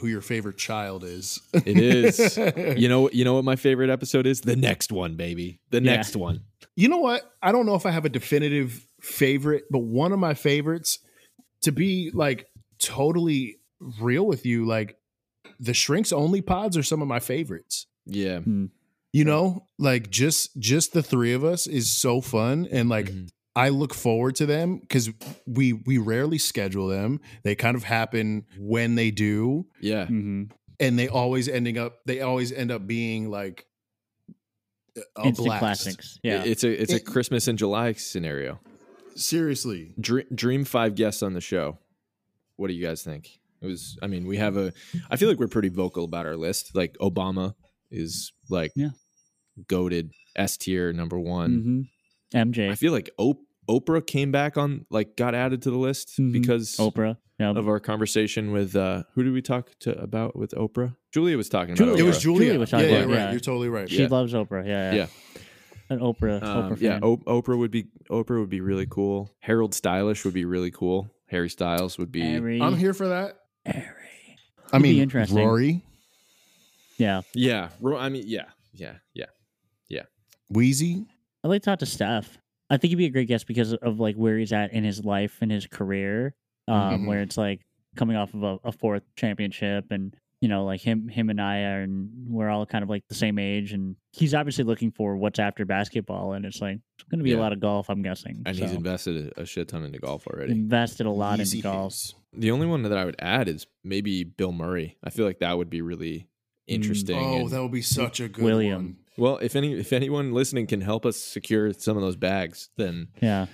Speaker 5: who your favorite child is.
Speaker 2: It is. you know, you know what my favorite episode is? The next one, baby. The
Speaker 3: Yeah.
Speaker 2: next one.
Speaker 5: You know what? I don't know if I have a definitive favorite, but one of my favorites, to be like totally real with you, like the shrinks only pods are some of my favorites.
Speaker 2: Yeah.
Speaker 5: You know, like just just the three of us is so fun, and like
Speaker 2: Mhm.
Speaker 5: I look forward to them because we we rarely schedule them. They kind of happen when they do,
Speaker 2: Yeah.
Speaker 3: Mm-hmm.
Speaker 5: and they always ending up they always end up being like a
Speaker 3: Instant
Speaker 5: blast.
Speaker 3: classics. Yeah.
Speaker 2: It's a it's a
Speaker 5: It-
Speaker 2: Christmas in July scenario.
Speaker 5: Seriously,
Speaker 2: Dream, dream five guests on the show. What do you guys think? It was. I mean, we have a. I feel like we're pretty vocal about our list. Like Obama is like
Speaker 3: Yeah.
Speaker 2: goaded S tier number one.
Speaker 3: hmm MJ,
Speaker 2: I feel like Op- Oprah came back on, like, got added to the list
Speaker 3: Mhm.
Speaker 2: because
Speaker 3: Oprah. Yeah.
Speaker 2: of our conversation with uh who did we talk to about with Oprah? Julia was talking about
Speaker 3: Julia.
Speaker 5: it was
Speaker 2: Oprah.
Speaker 5: Julia.
Speaker 3: Julia was
Speaker 5: yeah,
Speaker 3: talking
Speaker 5: yeah,
Speaker 3: about it,
Speaker 5: right.
Speaker 3: yeah.
Speaker 5: You're totally right.
Speaker 3: she
Speaker 2: yeah.
Speaker 3: loves Oprah. Yeah.
Speaker 2: Yeah.
Speaker 3: An Oprah.
Speaker 2: Um,
Speaker 3: Oprah
Speaker 2: yeah,
Speaker 3: fan.
Speaker 2: o- Oprah would be Oprah would be really cool. Harold Stylish would be really cool. Harry Styles would be.
Speaker 3: Harry.
Speaker 5: I'm here for that.
Speaker 3: Harry.
Speaker 5: I
Speaker 3: It'd be
Speaker 5: mean,
Speaker 3: interesting.
Speaker 5: Rory,
Speaker 3: Yeah.
Speaker 2: Yeah, Ro- I mean, yeah, yeah, yeah.
Speaker 5: Wheezy.
Speaker 3: I'd like to talk to Steph. I think he'd be a great guest because of like where he's at in his life and his career, um,
Speaker 2: Mm-hmm.
Speaker 5: Mhm.
Speaker 3: where it's like coming off of a, a fourth championship and you know like him him and I are and we're all kind of like the same age and he's obviously looking for what's after basketball and it's like it's going to be a
Speaker 2: Yeah.
Speaker 3: lot of golf I'm guessing
Speaker 2: And he's
Speaker 3: So, Mm.
Speaker 2: invested a, a shit ton into golf already.
Speaker 3: invested a lot into
Speaker 5: Yeezy
Speaker 3: golf
Speaker 5: Hicks.
Speaker 2: The only one that I would add is maybe Bill Murray. I feel like that would be really interesting.
Speaker 5: Oh,
Speaker 2: and-
Speaker 5: that would be such a good
Speaker 3: William.
Speaker 5: one.
Speaker 2: well, if any if anyone listening can help us secure some of those bags, then
Speaker 3: yeah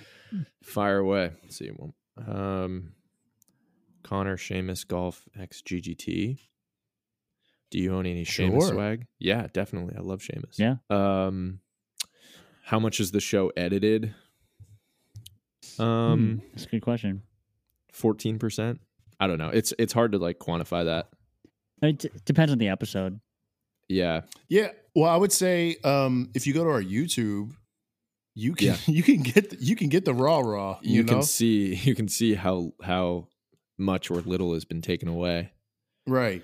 Speaker 2: Fire away. Let's see. one- Um, Connor Seamus Golf X GGT. Do you own any Seamus
Speaker 5: Sure.
Speaker 2: swag? Yeah, definitely. I love Seamus.
Speaker 3: Yeah.
Speaker 2: Um, how much is the show edited?
Speaker 3: um
Speaker 2: Um,
Speaker 3: that's a good question
Speaker 2: fourteen percent. I don't know. It's it's hard to like quantify that.
Speaker 3: I mean, t- depends on the episode
Speaker 2: Yeah.
Speaker 5: Yeah. Well, I would say um, if you go to our YouTube, you can
Speaker 2: Yeah.
Speaker 5: you can get the, you can get the raw raw.
Speaker 2: You,
Speaker 5: You, know,
Speaker 2: can see you can see how how much or little has been taken away.
Speaker 5: right?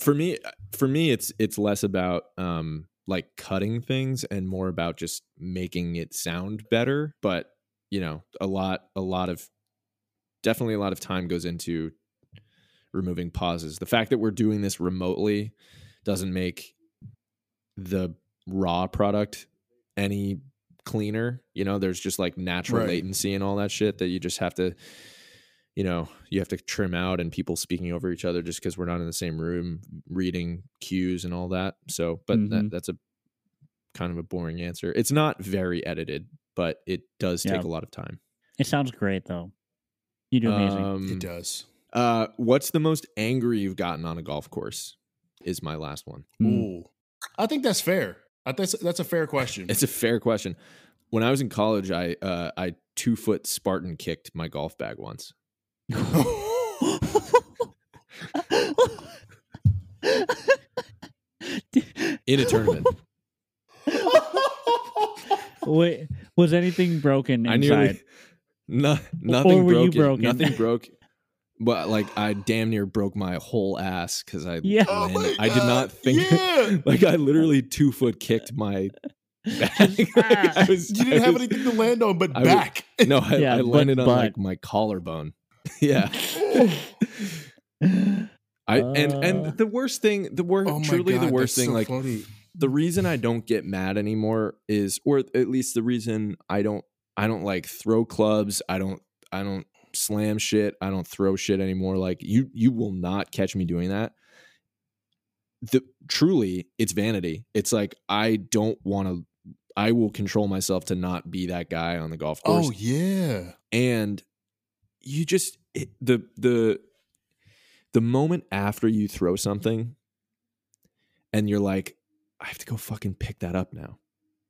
Speaker 2: for me uh, for me it's it's less about um like cutting things and more about just making it sound better but you know a lot a lot of definitely a lot of time goes into removing pauses the fact that we're doing this remotely doesn't make the raw product any cleaner you know there's just like natural
Speaker 5: Right.
Speaker 2: latency and all that shit that you just have to you know you have to trim out and people speaking over each other just because we're not in the same room reading cues and all that so but that,
Speaker 3: Mhm.
Speaker 2: that's a kind of a boring answer it's not very edited but it does take
Speaker 3: Yeah.
Speaker 2: a lot of time
Speaker 3: it sounds great though you do amazing
Speaker 2: Um,
Speaker 5: it does.
Speaker 2: uh, what's the most angry you've gotten on a golf course is my last one
Speaker 5: Mm-hmm.
Speaker 3: Mm.
Speaker 5: Ooh, I think that's fair. I think that's, that's a fair question.
Speaker 2: It's a fair question. When I was in college, I uh, I two foot Spartan kicked my golf bag once. In a tournament.
Speaker 3: Wait, was anything broken
Speaker 2: I
Speaker 3: inside?
Speaker 2: nearly no, nothing
Speaker 3: were you
Speaker 2: broke.
Speaker 3: broken?
Speaker 2: Nothing broke. But like I damn near broke my whole ass because I
Speaker 3: Yeah.
Speaker 5: Oh my
Speaker 2: landed- I did
Speaker 5: God.
Speaker 2: not think
Speaker 5: Yeah.
Speaker 2: like I literally two foot kicked my bag. Like, I was-
Speaker 5: you
Speaker 2: I
Speaker 5: didn't have
Speaker 2: was-
Speaker 5: anything to land on but
Speaker 2: I was-
Speaker 5: back.
Speaker 2: No, I,
Speaker 3: Yeah,
Speaker 2: I
Speaker 3: but-
Speaker 2: landed on
Speaker 3: but-
Speaker 2: like my collarbone. yeah. I and
Speaker 3: Uh.
Speaker 2: and the worst thing, the worst,
Speaker 5: oh my
Speaker 2: truly
Speaker 5: God,
Speaker 2: the worst
Speaker 5: that's
Speaker 2: thing,
Speaker 5: so
Speaker 2: like
Speaker 5: funny.
Speaker 2: the reason I don't get mad anymore is, or at least the reason I don't, I don't like throw clubs. I don't, I don't slam shit. I don't throw shit anymore. Like you, you will not catch me doing that. The truly, it's vanity. It's like I don't want to. I will control myself to not be that guy on the golf course
Speaker 5: oh yeah,
Speaker 2: and you just it- the the the moment after you throw something and you're like i have to go fucking pick that up now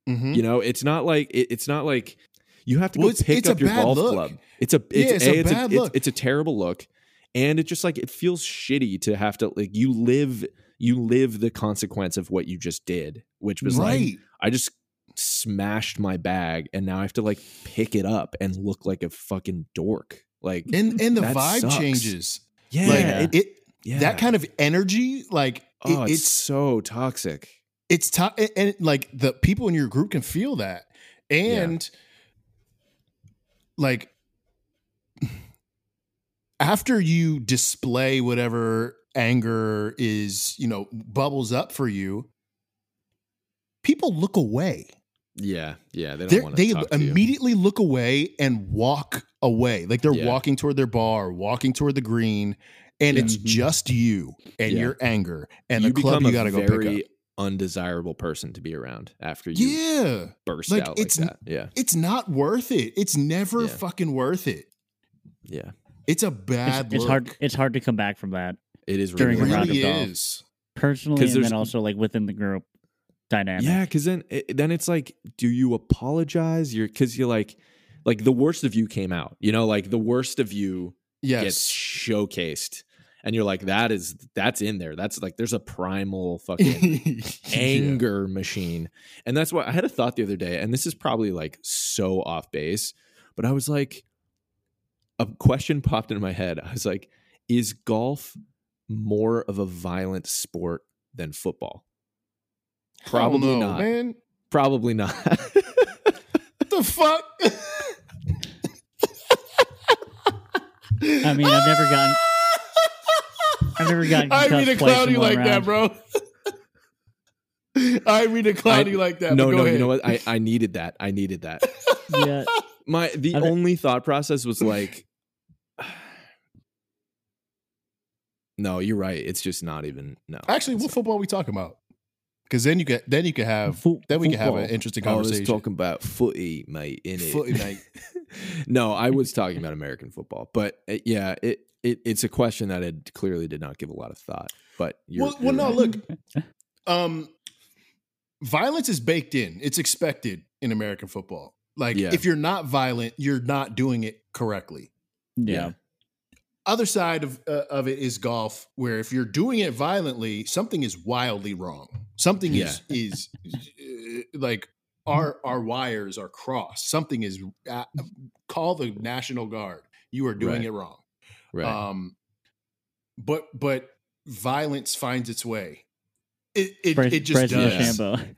Speaker 5: Mhm.
Speaker 2: you know it's not like it, it's not like you have to
Speaker 5: Well,
Speaker 2: go
Speaker 5: it's-
Speaker 2: pick
Speaker 5: it's
Speaker 2: up
Speaker 5: a
Speaker 2: your
Speaker 5: bad
Speaker 2: golf
Speaker 5: look.
Speaker 2: club it's a it's,
Speaker 5: it's
Speaker 2: a,
Speaker 5: a
Speaker 2: it's,
Speaker 5: bad
Speaker 2: it's,
Speaker 5: look.
Speaker 2: it's a terrible look and it just like it feels shitty to have to like you live you live the consequence of what you just did which was like
Speaker 5: right.
Speaker 2: I just smashed my bag and now I have to like pick it up and look like a fucking dork. Like,
Speaker 5: and and the
Speaker 2: That
Speaker 5: vibe
Speaker 2: sucks.
Speaker 5: changes.
Speaker 2: yeah,
Speaker 5: Like
Speaker 2: it-
Speaker 5: it,
Speaker 2: yeah.
Speaker 5: that kind of energy, like it-
Speaker 2: oh, it's,
Speaker 5: it's
Speaker 2: so toxic.
Speaker 5: it's tough, and, and, like the people in your group can feel that. and like after you display whatever anger is you know bubbles up for you people look away
Speaker 2: Yeah, yeah. They
Speaker 5: They're-
Speaker 2: don't want
Speaker 5: they
Speaker 2: to talk to you.
Speaker 5: immediately look away and walk away like they're
Speaker 2: Yeah.
Speaker 5: walking toward their bar walking toward the green and
Speaker 2: Yeah.
Speaker 5: it's
Speaker 3: Mhm.
Speaker 5: just you and
Speaker 2: Yeah.
Speaker 5: your anger and
Speaker 2: you
Speaker 5: the club
Speaker 2: become
Speaker 5: you
Speaker 2: a
Speaker 5: gotta go
Speaker 2: very
Speaker 5: pick up
Speaker 2: undesirable person to be around after you
Speaker 5: yeah
Speaker 2: burst
Speaker 5: Like,
Speaker 2: out
Speaker 5: it's n-
Speaker 2: like that. Yeah,
Speaker 5: it's not worth it it's never
Speaker 2: Yeah.
Speaker 5: fucking worth it
Speaker 2: yeah.
Speaker 5: it's a bad
Speaker 3: It's, it's
Speaker 5: look.
Speaker 3: hard. It's hard to come back from that
Speaker 2: It is
Speaker 5: it
Speaker 3: during
Speaker 2: really
Speaker 3: a round
Speaker 5: really
Speaker 3: of golf.
Speaker 5: is
Speaker 3: personally,
Speaker 2: 'Cause
Speaker 3: and
Speaker 2: there's-
Speaker 3: then also like within the group dynamic.
Speaker 2: Yeah, because then it, then it's like, do you apologize? You're because you're like, like the worst of you came out. You know, like the worst of you gets
Speaker 5: yes
Speaker 2: showcased, and you're like, that is that's in there. That's like there's a primal fucking anger machine, and that's why I had a thought the other day, and this is probably like so off base, but I was like, a question popped into my head. I was like, is golf more of a violent sport than football? Probably
Speaker 5: Hell no,
Speaker 2: not.
Speaker 5: man
Speaker 2: Probably not.
Speaker 5: What the fuck
Speaker 3: I mean, I've never gotten- I've never gotten
Speaker 5: I
Speaker 3: concussed
Speaker 5: read a
Speaker 3: twice in
Speaker 5: cloudy
Speaker 3: one
Speaker 5: like that
Speaker 3: round.
Speaker 5: bro I read a cloudy
Speaker 2: I-
Speaker 5: like that
Speaker 2: no,
Speaker 5: but go
Speaker 2: no,
Speaker 5: ahead.
Speaker 2: you know what? I, I needed that. I needed that.
Speaker 3: Yeah,
Speaker 2: My the
Speaker 3: I mean-
Speaker 2: only thought process was like No, you're right. It's just not even no.
Speaker 5: actually what
Speaker 2: it's not-
Speaker 5: football we talking about because then you get then you could have
Speaker 3: Fo-
Speaker 5: then we can have an
Speaker 3: football.
Speaker 5: interesting
Speaker 2: I was
Speaker 5: conversation
Speaker 2: talking about footy, mate. In it,
Speaker 5: Footy, mate.
Speaker 2: no, I was talking about American football, but uh, yeah, it, it it's a question that I clearly did not give a lot of thought. But you're,
Speaker 5: well, well
Speaker 2: you're
Speaker 5: no
Speaker 2: right.
Speaker 5: look um violence is baked in it's expected in american football like
Speaker 2: Yeah.
Speaker 5: if you're not violent you're not doing it correctly
Speaker 3: yeah,
Speaker 5: other side of uh, of it is golf where if you're doing it violently something is wildly wrong something is is uh, like our our wires are crossed something is uh, call the national guard you are doing
Speaker 2: Right.
Speaker 5: it wrong
Speaker 2: right?
Speaker 5: um but but violence finds its way it it,
Speaker 3: Bryce-
Speaker 5: it just
Speaker 3: Bryson
Speaker 5: does
Speaker 3: DeChambeau.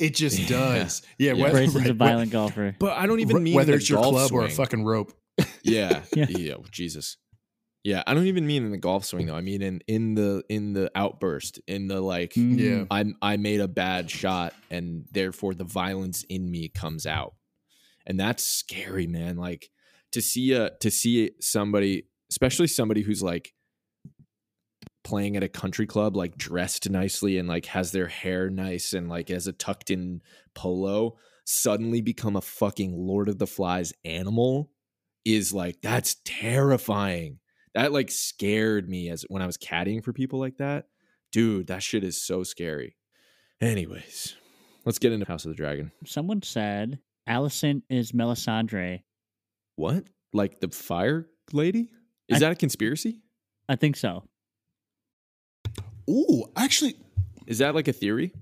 Speaker 5: it just
Speaker 2: Yeah.
Speaker 5: does yeah,
Speaker 2: Yeah.
Speaker 5: whether-
Speaker 3: Bryson's a violent golfer.
Speaker 2: but I don't even mean
Speaker 5: whether
Speaker 2: the
Speaker 5: it's your
Speaker 2: golf
Speaker 5: club or a
Speaker 2: swing.
Speaker 5: fucking rope
Speaker 2: Yeah. yeah.
Speaker 3: Yeah.
Speaker 2: well, Jesus. Yeah. I don't even mean in the golf swing though. I mean in in the in the outburst, in the like
Speaker 3: Mm,
Speaker 5: yeah
Speaker 2: I'm I made a bad shot and therefore the violence in me comes out. And that's scary, man. Like to see a to see somebody, especially somebody who's like playing at a country club, like dressed nicely and like has their hair nice and like has a tucked in polo, suddenly become a fucking Lord of the Flies animal is like that's terrifying. That like scared me as when I was caddying for people like that. Dude, that shit is so scary. Anyways, let's get into House of the Dragon.
Speaker 3: Someone said Allison is Melisandre.
Speaker 2: What? Like the fire lady? Is
Speaker 3: I-
Speaker 2: that a conspiracy?
Speaker 3: I think so.
Speaker 5: ooh actually
Speaker 2: Is that like a theory?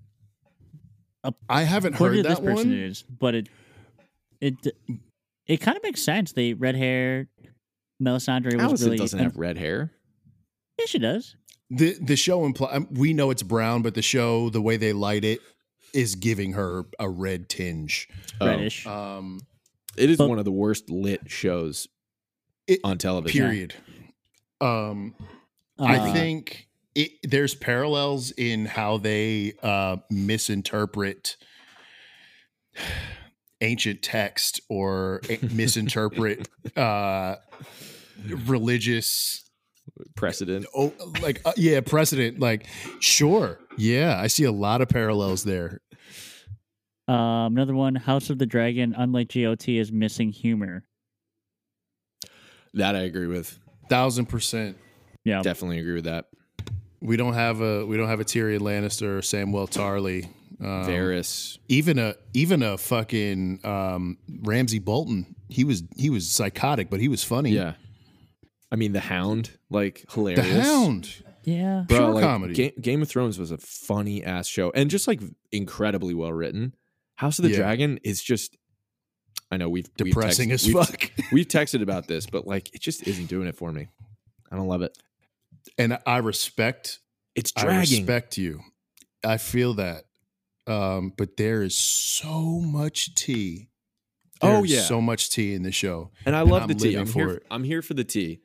Speaker 5: i haven't heard
Speaker 3: According to this
Speaker 5: that
Speaker 3: person,
Speaker 5: one
Speaker 3: it is. But it it it kind of makes sense. They red hair. Melisandre was
Speaker 2: Allison
Speaker 3: really.
Speaker 2: doesn't
Speaker 3: un-
Speaker 2: have red hair.
Speaker 3: yeah, she does.
Speaker 5: the the show imply we know it's brown but the show the way they light it is giving her a red tinge
Speaker 2: Oh,
Speaker 3: Reddish.
Speaker 5: um
Speaker 2: it is
Speaker 3: But-
Speaker 2: one of the worst lit shows
Speaker 5: It-
Speaker 2: on television.
Speaker 5: period um
Speaker 3: Uh,
Speaker 5: i think it, there's parallels in how they uh misinterpret ancient text or misinterpret uh religious
Speaker 2: Precedent.
Speaker 5: oh like uh, yeah precedent like sure yeah i see a lot of parallels there
Speaker 3: Um, another one, House of the Dragon, unlike GOT, is missing humor.
Speaker 2: That I agree with.
Speaker 5: thousand percent
Speaker 3: Yeah.
Speaker 2: Definitely agree with that.
Speaker 5: we don't have a we don't have a Tyrion Lannister or Samwell Tarly. Um,
Speaker 2: Varys.
Speaker 5: Even a even a fucking um, Ramsey Bolton. He was he was psychotic, but he was funny.
Speaker 2: Yeah. I mean the hound, like hilarious.
Speaker 5: the Hound.
Speaker 3: Yeah.
Speaker 5: Pure
Speaker 2: like,
Speaker 5: comedy.
Speaker 2: Ga- Game of Thrones was a funny ass show and just like incredibly well written. House of the
Speaker 5: Yeah.
Speaker 2: Dragon is just. I know we've we've
Speaker 5: Depressing
Speaker 2: text-
Speaker 5: as
Speaker 2: we've-
Speaker 5: fuck.
Speaker 2: We've texted about this, but like it just isn't doing it for me. I don't love it.
Speaker 5: And I respect
Speaker 2: It's
Speaker 5: I
Speaker 2: dragging.
Speaker 5: respect you. I feel that. Um, but there is so much tea
Speaker 2: Oh,
Speaker 5: There's
Speaker 2: yeah.
Speaker 5: so much tea in this show.
Speaker 2: And I
Speaker 5: And
Speaker 2: love
Speaker 5: I'm
Speaker 2: the tea.
Speaker 5: living
Speaker 2: I'm
Speaker 5: for
Speaker 2: here.
Speaker 5: it.
Speaker 2: I'm here for the tea.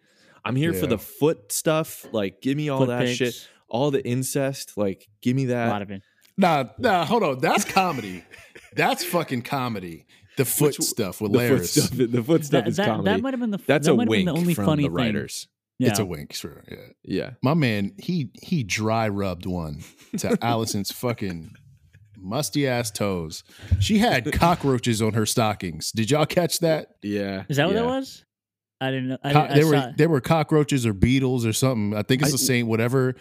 Speaker 2: I'm here for
Speaker 5: Yeah.
Speaker 2: the foot stuff. Like, give me all
Speaker 3: Foot
Speaker 2: that
Speaker 3: pics,
Speaker 2: shit. All the incest. Like, give me
Speaker 3: A lot
Speaker 2: that.
Speaker 3: of it.
Speaker 5: Nah, nah, hold on. That's comedy. That's fucking comedy. The foot
Speaker 2: Which-
Speaker 5: stuff with
Speaker 2: The foot
Speaker 5: Laris.
Speaker 2: stuff. The foot stuff
Speaker 3: That,
Speaker 2: is
Speaker 3: that,
Speaker 2: comedy.
Speaker 3: that might have been the
Speaker 2: That's
Speaker 3: that
Speaker 2: a
Speaker 3: might have been
Speaker 2: wink
Speaker 3: the only
Speaker 2: from
Speaker 3: funny
Speaker 2: the
Speaker 3: thing.
Speaker 2: writers.
Speaker 3: Yeah.
Speaker 5: It's a wink, sure. Yeah.
Speaker 2: Yeah.
Speaker 5: My man, he he dry rubbed one to Allison's fucking musty ass toes. She had cockroaches on her stockings. Did y'all catch that?
Speaker 2: Yeah.
Speaker 3: Is that what
Speaker 2: yeah.
Speaker 3: that was? I didn't know. I,
Speaker 5: Co-
Speaker 3: didn't- I
Speaker 5: there
Speaker 3: saw-
Speaker 5: were there were cockroaches or beetles or something. I think it's
Speaker 2: I-
Speaker 5: the same whatever
Speaker 3: there's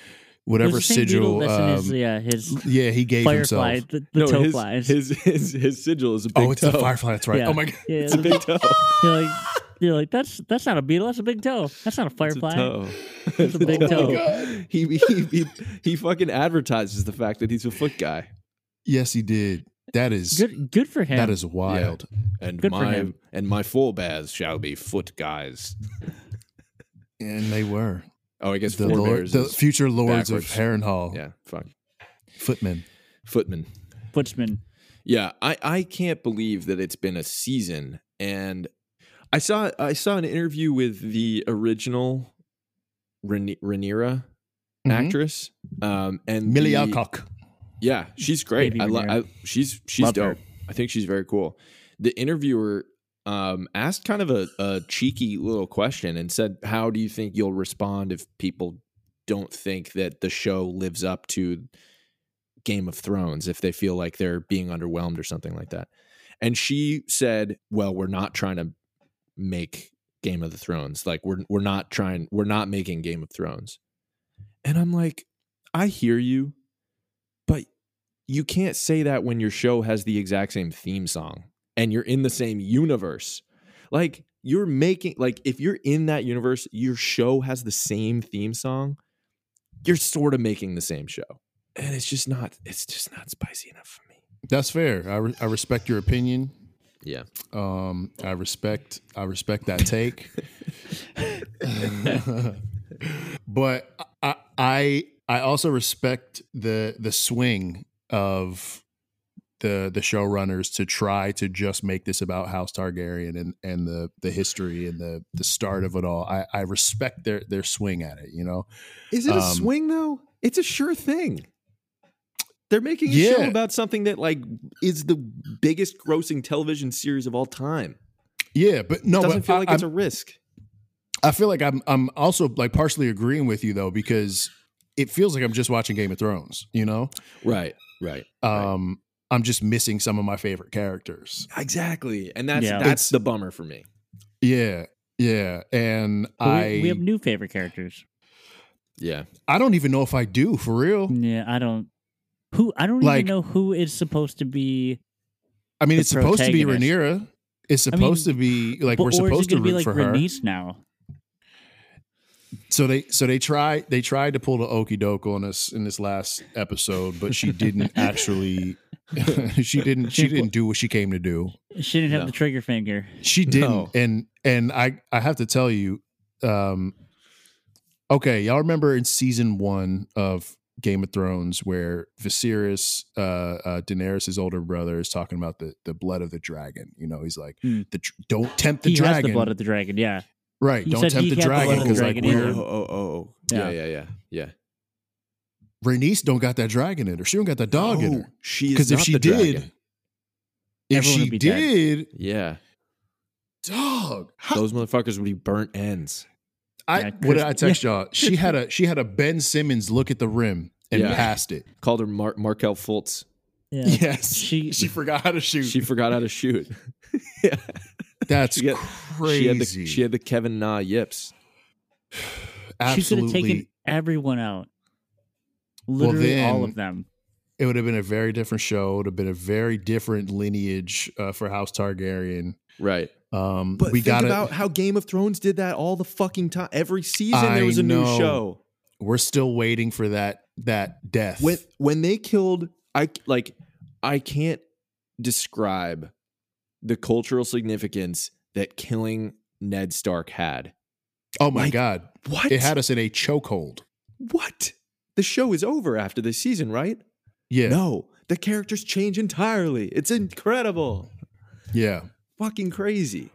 Speaker 5: whatever
Speaker 3: the same
Speaker 5: sigil.
Speaker 3: beetle that's in his,
Speaker 5: Um,
Speaker 3: yeah, his
Speaker 5: yeah, he gave
Speaker 3: firefly,
Speaker 5: himself.
Speaker 3: the, the
Speaker 2: no,
Speaker 3: toe
Speaker 2: his,
Speaker 3: flies.
Speaker 2: His, his his sigil is a big
Speaker 5: Oh, it's
Speaker 2: toe.
Speaker 5: the firefly. That's right.
Speaker 3: Yeah.
Speaker 5: Oh my god.
Speaker 3: yeah,
Speaker 2: It's a big toe.
Speaker 3: you're like you're like that's that's not a beetle, that's a big toe. That's not a firefly.
Speaker 2: It's a toe.
Speaker 3: It's a big
Speaker 2: Oh my
Speaker 3: toe.
Speaker 2: God. He, he he he fucking advertises the fact that he's a foot guy.
Speaker 5: Yes, he did. That is
Speaker 3: Good good for him.
Speaker 5: that is wild.
Speaker 2: And
Speaker 3: Good for
Speaker 2: my
Speaker 3: him.
Speaker 2: and my full baths shall be foot guys.
Speaker 5: And they were
Speaker 2: Oh, I guess
Speaker 5: the,
Speaker 2: four
Speaker 5: lord-
Speaker 2: bears.
Speaker 5: the
Speaker 2: is-
Speaker 5: future lords
Speaker 2: backwards.
Speaker 5: of Harrenhal,
Speaker 2: yeah, fuck.
Speaker 5: footmen.
Speaker 2: Footman.
Speaker 3: Footsman.
Speaker 2: Yeah, I I can't believe that it's been a season. And I saw I saw an interview with the original Rhaeny- Rhaenyra
Speaker 5: Mm-hmm.
Speaker 2: actress. Um, and
Speaker 5: Millie
Speaker 2: the-
Speaker 5: Alcock.
Speaker 2: Yeah, she's great.
Speaker 3: Baby
Speaker 2: I, lo- I
Speaker 3: Rhaenyra.
Speaker 2: she's she's
Speaker 3: Love her.
Speaker 2: dope. I think she's very cool. The interviewer um, asked kind of a, a cheeky little question and said, "How do you think you'll respond if people don't think that the show lives up to Game of Thrones? If they feel like they're being underwhelmed or something like that?" And she said, "Well, we're not trying to make Game of the Thrones. Like we're we're not trying. We're not making Game of Thrones." And I'm like, I hear you, but you can't say that when your show has the exact same theme song and you're in the same universe. Like you're making like if you're in that universe, your show has the same theme song, you're sort of making the same show. And it's just not it's just not spicy enough for me.
Speaker 5: That's fair. I, re- I respect your opinion.
Speaker 2: Yeah.
Speaker 5: Um, I respect I respect that take. but I, I I also respect the the swing of the the showrunners to try to just make this about House Targaryen and and the the history and the the start of it all. I I respect their their swing at it. You know,
Speaker 2: Is it a
Speaker 5: Um,
Speaker 2: swing though? It's a sure thing. They're making a show
Speaker 5: Yeah.
Speaker 2: about something that like is the biggest grossing television series of all time.
Speaker 5: yeah, but no,
Speaker 2: Doesn't
Speaker 5: but
Speaker 2: feel
Speaker 5: I-
Speaker 2: like
Speaker 5: I'm-
Speaker 2: it's a risk.
Speaker 5: I feel like I'm I'm also like partially agreeing with you though because it feels like I'm just watching Game of Thrones, you know?
Speaker 2: Right, right.
Speaker 5: Um I'm just missing some of my favorite characters.
Speaker 2: Exactly. And that's
Speaker 3: Yeah.
Speaker 2: that's
Speaker 5: It's-
Speaker 2: the bummer for me.
Speaker 5: Yeah. Yeah, and
Speaker 3: But
Speaker 5: I
Speaker 3: we, we have new favorite characters.
Speaker 2: Yeah.
Speaker 5: I don't even know if I do for real.
Speaker 3: Yeah, I don't who I don't
Speaker 5: Like-
Speaker 3: even know who is supposed to be
Speaker 5: I mean,
Speaker 3: The
Speaker 5: it's supposed to be
Speaker 3: protagonist.
Speaker 5: Rhaenyra. It's
Speaker 3: I mean,
Speaker 5: supposed to be like
Speaker 3: but-
Speaker 5: we're
Speaker 3: or is
Speaker 5: supposed to
Speaker 3: it gonna
Speaker 5: root
Speaker 3: be like
Speaker 5: for her.
Speaker 3: Rhaenys now.
Speaker 5: So they so they try they tried to pull the okey doke on us in this last episode, but she didn't actually. she didn't. She didn't do what she came to do.
Speaker 3: She didn't have
Speaker 2: No.
Speaker 3: the trigger finger.
Speaker 5: She didn't.
Speaker 2: No.
Speaker 5: And and I I have to tell you, um okay, y'all remember in season one of Game of Thrones where Viserys, uh, uh Daenerys' older brother, is talking about the the blood of the dragon. You know, he's like,
Speaker 3: Hmm.
Speaker 5: the, dr- don't tempt the
Speaker 3: he
Speaker 5: dragon.
Speaker 3: has the blood of the dragon, yeah.
Speaker 5: right,
Speaker 3: He
Speaker 5: don't
Speaker 3: said
Speaker 5: tempt
Speaker 3: he
Speaker 5: the
Speaker 3: had the
Speaker 5: dragon
Speaker 3: blood of the
Speaker 5: because like
Speaker 3: dragon in
Speaker 5: we're
Speaker 3: him.
Speaker 2: oh, oh.
Speaker 3: Yeah.
Speaker 2: yeah, yeah. Yeah.
Speaker 5: Rhaenys don't got that dragon in her. She don't got that dog in
Speaker 2: No,
Speaker 5: her.
Speaker 2: she is
Speaker 5: Because Oh, if
Speaker 2: not
Speaker 5: she
Speaker 2: the
Speaker 5: did,
Speaker 2: dragon.
Speaker 5: if
Speaker 3: Everyone would
Speaker 5: she
Speaker 3: be dead.
Speaker 5: did,
Speaker 2: yeah.
Speaker 5: dog, how,
Speaker 2: Those motherfuckers would be burnt ends.
Speaker 5: I
Speaker 3: Yeah,
Speaker 5: what
Speaker 3: Chris-
Speaker 5: did I text y'all? She had a she had a Ben Simmons look at the rim and
Speaker 2: Yeah.
Speaker 5: passed it.
Speaker 2: Called her Mar- Markel Fultz.
Speaker 3: Yeah.
Speaker 5: Yes, she
Speaker 3: She-
Speaker 5: she forgot how to shoot.
Speaker 2: She forgot how to shoot. yeah.
Speaker 5: That's
Speaker 2: she had-
Speaker 5: crazy.
Speaker 2: She had the she had the Kevin Na yips.
Speaker 5: Absolutely,
Speaker 3: She could have taken everyone out.
Speaker 5: Well,
Speaker 3: Literally all
Speaker 5: then-
Speaker 3: of them.
Speaker 5: it would have been a very different show. It would have been a very different lineage uh, for House Targaryen.
Speaker 2: Right.
Speaker 5: Um,
Speaker 2: But
Speaker 5: we
Speaker 2: think
Speaker 5: got
Speaker 2: about
Speaker 5: to
Speaker 2: how Game of Thrones did that all the fucking time. Every season
Speaker 5: I
Speaker 2: there was a new
Speaker 5: know.
Speaker 2: show.
Speaker 5: We're still waiting for that that death.
Speaker 2: when when they killed i like i can't describe the cultural significance that killing ned stark had
Speaker 5: oh my
Speaker 2: like,
Speaker 5: god,
Speaker 2: what
Speaker 5: it had us in a chokehold.
Speaker 2: what the show is over after this season right
Speaker 5: Yeah,
Speaker 2: no the characters change entirely it's incredible
Speaker 5: yeah.
Speaker 2: fucking crazy.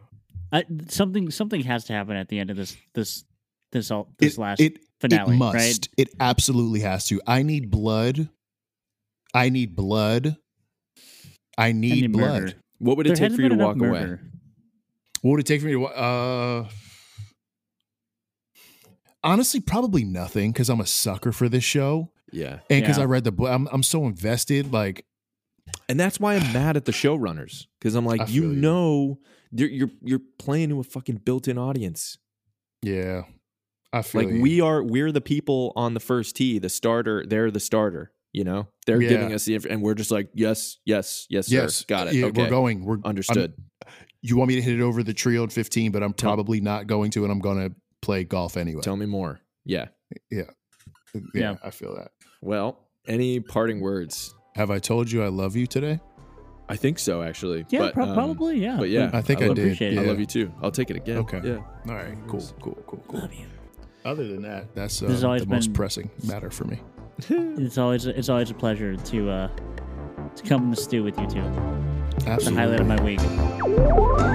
Speaker 3: I, something something has to happen at the end of this this this all this
Speaker 5: it,
Speaker 3: last
Speaker 5: it,
Speaker 3: finale,
Speaker 5: it must.
Speaker 3: right?
Speaker 5: It absolutely has to. I need blood. I need blood. I need,
Speaker 3: need
Speaker 5: blood.
Speaker 3: murder.
Speaker 2: What would it take
Speaker 3: hasn't
Speaker 2: for you to
Speaker 3: been enough
Speaker 2: walk away?
Speaker 3: murder.
Speaker 5: What would it take for me to? wa- Uh, honestly, probably nothing because I'm a sucker for this show
Speaker 2: Yeah.
Speaker 5: and because
Speaker 3: Yeah.
Speaker 5: I read the book. I'm I'm so invested. Like
Speaker 2: And that's why I'm mad at the showrunners because I'm
Speaker 5: I
Speaker 2: like, you
Speaker 5: feel you.
Speaker 2: know, you're, you're you're playing to a fucking built-in audience.
Speaker 5: yeah, I feel
Speaker 2: Like
Speaker 5: you.
Speaker 2: we are, we're the people on the first tee, the starter. They're the starter. You know, they're
Speaker 5: Yeah.
Speaker 2: giving us the inf- and we're just like, yes, yes, yes,
Speaker 5: Yes,
Speaker 2: sir. got it.
Speaker 5: yeah,
Speaker 2: okay,
Speaker 5: We're going. We're I'm-
Speaker 2: understood.
Speaker 5: you want me to hit it over the trio at 15, but I'm
Speaker 2: Tell-
Speaker 5: probably not going to, and I'm going to play golf anyway. Uh,
Speaker 2: Tell me more. Yeah.
Speaker 5: yeah,
Speaker 3: Yeah.
Speaker 5: I feel that.
Speaker 2: Well, any parting words?
Speaker 5: Have I told you I love you today?
Speaker 2: I think so, actually.
Speaker 3: Yeah,
Speaker 2: But,
Speaker 3: prob-
Speaker 2: um,
Speaker 3: probably. Yeah.
Speaker 2: But yeah,
Speaker 5: I think I
Speaker 2: love-
Speaker 5: did,
Speaker 3: appreciate it.
Speaker 2: I
Speaker 5: yeah.
Speaker 2: love you too. I'll take it again.
Speaker 5: Okay.
Speaker 2: Yeah.
Speaker 5: All right, cool, cool, cool, cool.
Speaker 3: Love you.
Speaker 5: Other than that, that's uh,
Speaker 3: This has
Speaker 5: the
Speaker 3: always
Speaker 5: most
Speaker 3: been-
Speaker 5: pressing matter for me.
Speaker 3: It's always it's always a pleasure to uh to come in the stew with you two. The
Speaker 5: Absolutely.
Speaker 3: highlight of my week.
Speaker 4: Thank